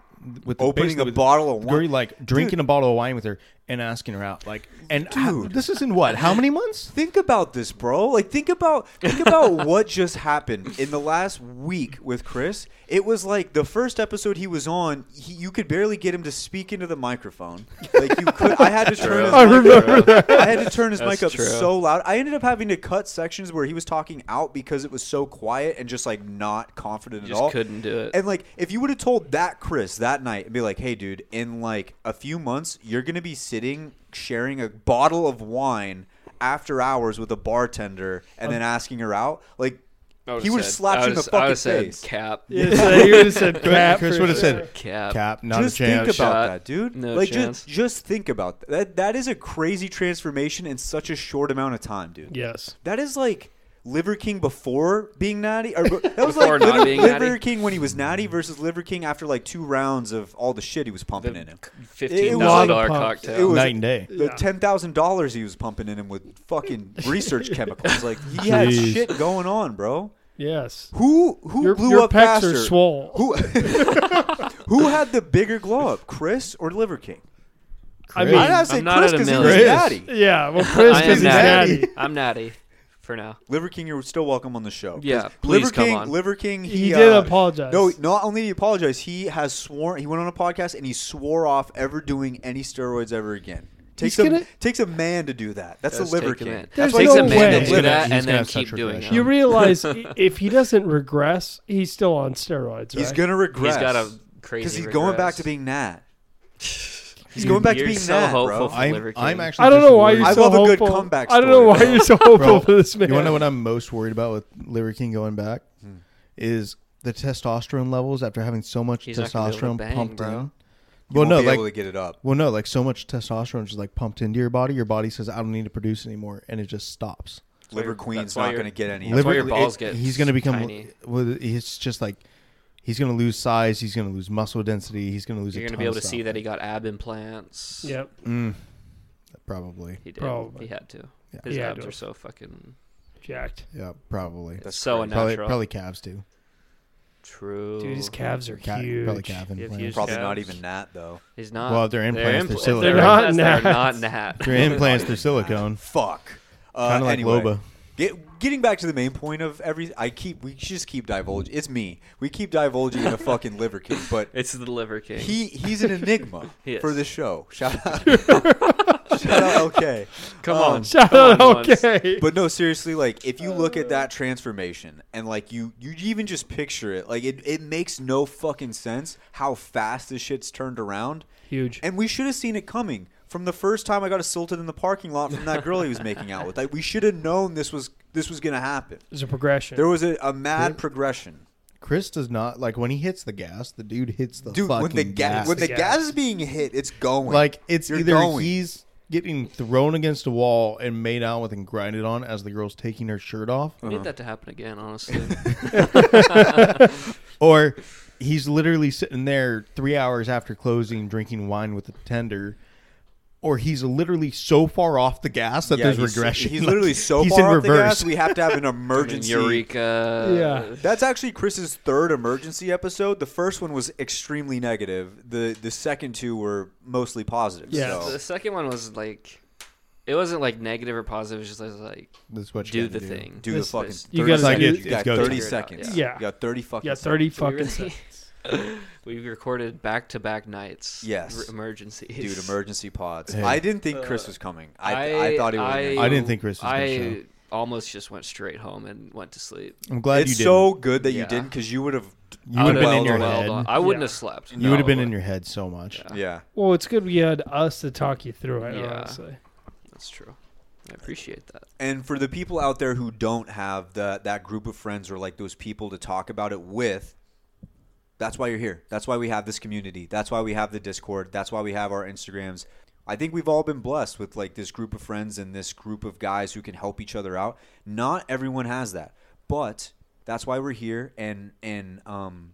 S3: with the,
S1: Opening
S3: basically
S1: a
S3: with-
S1: bottle of
S3: the girl you
S1: wine.
S3: like drinking
S1: Dude.
S3: a bottle of wine with her and asking her out like and how-
S1: Dude.
S3: this is in what how many months
S1: Think about this, bro. Like think about think about what just happened in the last week with Chris. It was like the first episode he was on, he, you could barely get him to speak into the microphone. Like you could I had to
S2: True.
S1: turn his
S2: I
S1: mic
S2: remember
S1: up.
S2: that.
S1: I had to turn his
S2: That's
S1: mic up
S2: true.
S1: so loud. I ended up having to cut sections where he was talking out because it was so quiet and just like not confident
S2: You
S1: at
S2: just
S1: all.
S2: couldn't do it.
S1: And like, if you would have told that Chris that night and be like, "Hey, dude, in like a few months, you're gonna be sitting sharing a bottle of wine after hours with a bartender, and then asking her out," like.
S2: I would've
S1: He would have
S2: said-
S1: slapped
S2: I
S1: you in the
S2: would've- I
S1: fucking
S2: would've said
S1: face.
S2: cap. Yeah, so he would've said cap Chris for would've said, sure. "Cap, Cap, not a
S1: just
S2: chance."
S1: think about
S2: Shot.
S1: that, dude.
S2: No
S1: like,
S2: chance.
S1: just just think about that. that. That is a crazy transformation in such a short amount of time, dude.
S4: Yes.
S1: That is like Liver King before being natty. Or, that was
S2: Before
S1: like
S2: not
S1: Liver,
S2: being
S1: Liver
S2: natty.
S1: King when he was natty versus Liver King after like two rounds of all the shit he was pumping in him.
S2: $15
S1: like-
S2: cocktail.
S1: It was
S3: Night and day.
S1: The
S3: Yeah.
S1: ten thousand dollars he was pumping in him with fucking research chemicals. Like he had
S4: Jeez.
S1: shit going on, bro.
S4: Yes.
S1: Who who
S4: Your-
S1: blew
S4: your
S1: up
S4: pecs are
S1: faster?
S4: swole.
S1: Who who had the bigger glow up, Chris or Liver King?
S4: I mean,
S1: I'd have to say
S2: I'm not
S1: Chris
S2: at a
S1: because he was
S2: million.
S1: natty.
S4: Yeah, well, Chris
S2: I am
S4: is
S2: natty.
S4: natty.
S2: I'm natty for now.
S1: Liver King, you're still welcome on the show. 'Cause
S2: Yeah, please
S1: Liver
S2: come
S1: King,
S2: on.
S1: Liver King, he,
S4: He did
S1: uh,
S4: apologize.
S1: No, not only did he apologize, he has sworn. He went on a podcast and he swore off ever doing any steroids ever again. Takes
S4: He's
S1: a
S4: gonna-
S1: takes a man to do that. That's
S2: Does
S1: the Liver
S2: take a
S1: King.
S2: man.
S1: That's
S2: There's
S1: why
S2: Takes
S1: he's
S2: a
S1: a
S2: man
S1: man
S2: to
S1: that
S2: do
S1: lives.
S2: that
S1: He's
S2: and
S1: gonna
S2: then
S1: have
S2: keep
S1: such
S2: doing
S1: regression.
S2: it.
S4: You realize i- if he doesn't regress, he's still on steroids.
S1: He's
S4: right?
S1: gonna regress.
S2: got a crazy
S1: he's going back
S2: regress.
S1: to being Nat. He's going back
S2: You're
S1: to being
S2: so
S1: Nat,
S2: hopeful
S1: bro.
S2: for I'm- Liver King. I'm
S3: actually
S4: I don't
S3: just
S4: know why
S3: worried.
S4: you're
S3: I
S4: so
S3: love a good
S4: hopeful.
S3: comeback
S4: I don't know
S3: story,
S4: why
S3: though.
S4: you're so hopeful
S3: Bro,
S4: for this man.
S3: You want to know what I'm most worried about with Liver King going back
S2: Hmm.
S3: is the testosterone levels after having so much
S2: He's not gonna be able to
S3: testosterone
S2: bang,
S3: pumped
S2: bro.
S3: in.
S1: You won't be able to get it up.
S3: Well, no, like so much testosterone just like pumped into your body. Your body says, "I don't need to produce anymore," and it just stops.
S1: Liver Queen's
S2: that's why
S1: not
S2: your-
S1: going to get any.
S2: That's
S1: of
S2: why
S1: it.
S2: your balls get
S3: He's going to become.
S2: tiny.
S3: Well, it's just like he's going to lose size. He's going to lose muscle density. He's going to lose.
S2: You're
S3: a
S2: gonna
S3: ton
S2: be able to
S3: of
S2: see that he got ab implants.
S4: Yep.
S3: stuff. Mm, probably.
S2: He did.
S4: Probably.
S2: He had to.
S3: Yeah.
S2: His
S4: He had
S2: abs
S4: to.
S2: are so fucking
S4: Jacked.
S3: Yeah, probably.
S2: That's So crazy.
S3: probably,
S2: unnatural.
S3: probably calves too.
S2: true.
S4: Dude, his calves are
S3: Ca-
S4: huge.
S3: Probably calf
S2: He had
S3: implants.
S2: huge
S1: Probably not
S2: calves.
S1: even Nat though.
S2: He's not.
S3: Well, if they're implants, they're
S2: impl-
S3: still-
S2: if they're
S3: They're
S4: not
S2: implants, they're
S4: gnats.
S2: not nat.
S3: They're implants. They're silicone.
S1: Fuck. Uh,
S3: Kinda like
S1: anyway,
S3: Loba.
S1: Get, getting back to the main point of every, I keep we should just keep divulging. It's me. We keep divulging in a fucking liver king, but
S2: It's the liver king.
S1: he he's an enigma
S2: He is.
S1: for the show. Shout out, shout out, LK.
S2: Come
S1: um,
S2: on.
S4: Shout
S2: Come
S4: out
S2: on once.
S4: okay.
S1: But no, seriously, like if you look
S3: Uh.
S1: at that transformation and like you you even just picture it, like it, it makes no fucking sense how fast this shit's turned around.
S4: Huge.
S1: And we should have seen it coming from the first time I got assaulted in the parking lot from that girl he was making out with. Like, we should have known this was this was going to happen.
S8: There's a progression.
S1: There was a, a mad progression.
S3: Chris does not like when he hits the gas. The dude hits the
S1: Dude,
S3: fucking
S1: when the ga-
S3: gas.
S1: when the gas is being hit, it's going.
S3: Like it's
S1: You're
S3: either
S1: going.
S3: he's getting thrown against a wall and made out with and grinded on as the girl's taking her shirt off.
S2: I need that to happen again, honestly.
S3: or he's literally sitting there three hours after closing, drinking wine with the tender. Or he's literally so far off the gas that
S1: Yeah,
S3: there's
S1: he's-
S3: regression.
S1: He's
S3: Like,
S1: literally so
S3: he's
S1: far
S3: in
S1: off the
S3: reverse.
S1: gas, we have to have an emergency.
S2: Eureka. Yeah.
S1: That's actually Chris's third emergency episode. The first one was extremely negative. The the second two were mostly positive.
S2: So
S1: So.
S2: The second one was like, it wasn't like negative or positive. It was just like,
S3: This is what you
S2: do the
S3: gotta do.
S2: thing.
S1: Do the
S2: This-
S1: fucking
S2: this-
S1: 30 You gotta seconds. do-
S2: You got
S1: it's go
S2: 30
S1: time.
S2: seconds.
S1: Yeah. You got 30 fucking
S2: Yeah,
S1: seconds.
S2: Do we
S1: fucking
S2: really- We recorded back to back nights.
S1: Yes.
S2: r- Emergencies.
S1: Dude, emergency pods.
S3: Yeah.
S1: I didn't think Chris was coming. I, I, thought he was.
S2: I,
S3: I didn't think Chris was gonna
S2: I
S3: show
S2: almost just went straight home and went to sleep.
S3: I'm glad
S1: it's
S3: you didn't.
S1: so good that you
S2: Yeah.
S1: didn't because you would have.
S3: You would have been in your
S2: Well
S3: head.
S2: done. I wouldn't have slept.
S3: You would have been in your head so much.
S1: Yeah.
S8: Well, it's good we had us to talk you through it.
S2: Yeah.
S8: Honestly,
S2: That's true. I appreciate that.
S1: And for the people out there who don't have that that group of friends or like those people to talk about it with, that's why you're here. That's why we have this community. That's why we have the Discord. That's why we have our Instagrams. I think we've all been blessed with like this group of friends and this group of guys who can help each other out. Not everyone has that, but that's why we're here. And and um,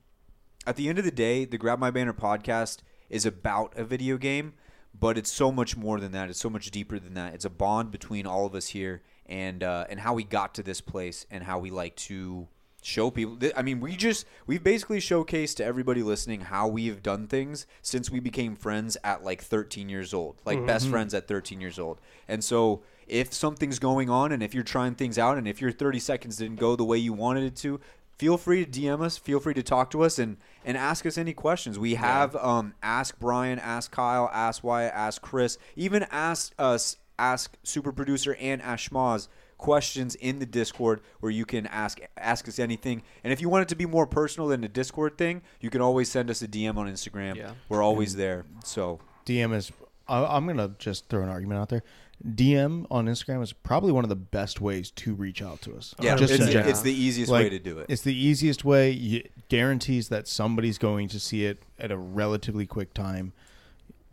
S1: at the end of the day, the Grab My Banner podcast is about a video game, but it's so much more than that. It's so much deeper than that. It's a bond between all of us here and uh, and how we got to this place and how we like to show people. th- I mean, we just we've basically showcased to everybody listening how we have done things since we became friends at like 13 years old, like best
S3: Mhm.
S1: friends at 13 years old. And so if something's going on and if you're trying things out and if your 30 seconds didn't go the way you wanted it to, feel free to DM us, feel free to talk to us and and ask us any questions. We have um ask Brian, ask Kyle, ask Wyatt, ask Chris, even ask us ask super producer and ask Schmaz questions in the Discord where you can ask ask us anything. And if you want it to be more personal than the Discord thing, you can always send us a DM on Instagram.
S3: Yeah.
S1: We're always there. So
S3: DM is. I, I'm gonna just throw an argument out there. DM on Instagram is probably one of the best ways to reach out to us.
S1: Yeah,
S3: just in
S1: it's-
S3: general.
S1: it's the easiest way to do it.
S3: It's the easiest way. It guarantees that somebody's going to see it at a relatively quick time.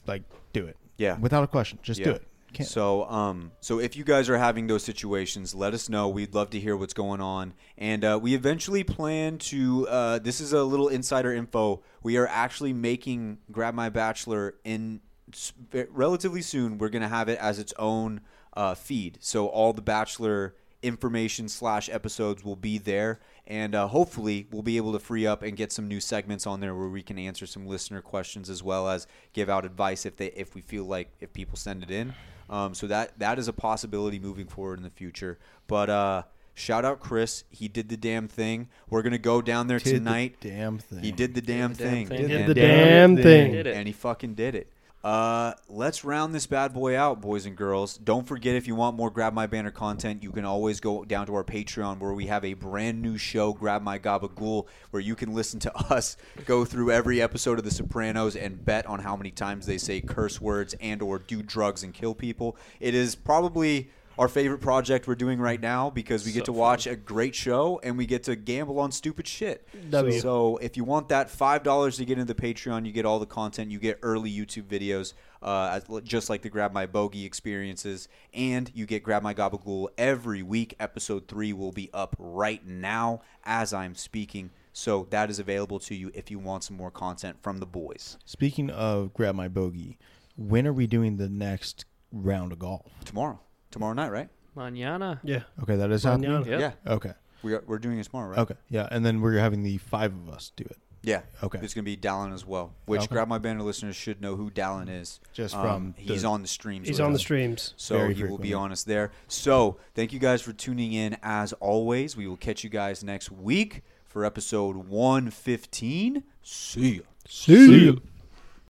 S3: Like, do it.
S1: Yeah.
S3: without a question. Just do
S1: Yeah.
S3: it. Can't-
S1: So, um, so if you guys are having those situations, let us know. We'd love to hear what's going on, and uh, we eventually plan to. Uh, this is a little insider info. We are actually making Grab My Bachelor in s- relatively soon. We're gonna have it as its own uh, feed, so all the Bachelor information slash episodes will be there and uh, hopefully we'll be able to free up and get some new segments on there where we can answer some listener questions as well as give out advice if they if we feel like if people send it in um, so that that is a possibility moving forward in the future but uh shout out chris he did the damn thing we're gonna go down there
S3: Did the
S1: tonight
S3: damn thing
S1: he did the damn thing
S3: thing. Did
S1: And-
S3: the damn thing. Did it.
S1: and he fucking did it uh, let's round this bad boy out, boys and girls. Don't forget if you want more Grab My Banner content, you can always go down to our Patreon where we have a brand new show, Grab My Gabagool, where you can listen to us go through every episode of The Sopranos and bet on how many times they say curse words and or do drugs and kill people. It is probably our favorite project we're doing right now because we get to watch a great show and we get to gamble on stupid shit.
S8: W.
S1: So if you want that five dollars to get into the Patreon, you get all the content, you get early YouTube videos, uh, as- just like the Grab My Bogey experiences, and you get Grab My Gabagool every week. Episode three will be up right now as I'm speaking. So that is available to you if you want some more content from the boys.
S3: Speaking of grab my bogey, when are we doing the next round of golf?
S1: Tomorrow, tomorrow night, right?
S2: Manana.
S8: Yeah.
S3: Okay, that is
S8: Mañana.
S3: happening.
S1: Yeah.
S3: Okay.
S1: We are, we're doing it tomorrow, right?
S3: Okay. Yeah, and then we're having the five of us do it.
S1: Yeah.
S3: Okay.
S1: It's going to be Dallin as well, which
S3: Okay.
S1: Grab My Banner listeners should know who Dallin is.
S3: Just
S1: Um,
S3: from
S1: he's
S3: the-
S1: on the streams.
S8: He's
S1: with
S8: on the
S1: us.
S8: streams.
S1: So
S3: Very
S1: he will be
S3: frequently.
S1: on us there. So thank you guys for tuning in. As always, we will catch you guys next week for episode 115. See ya.
S3: See ya.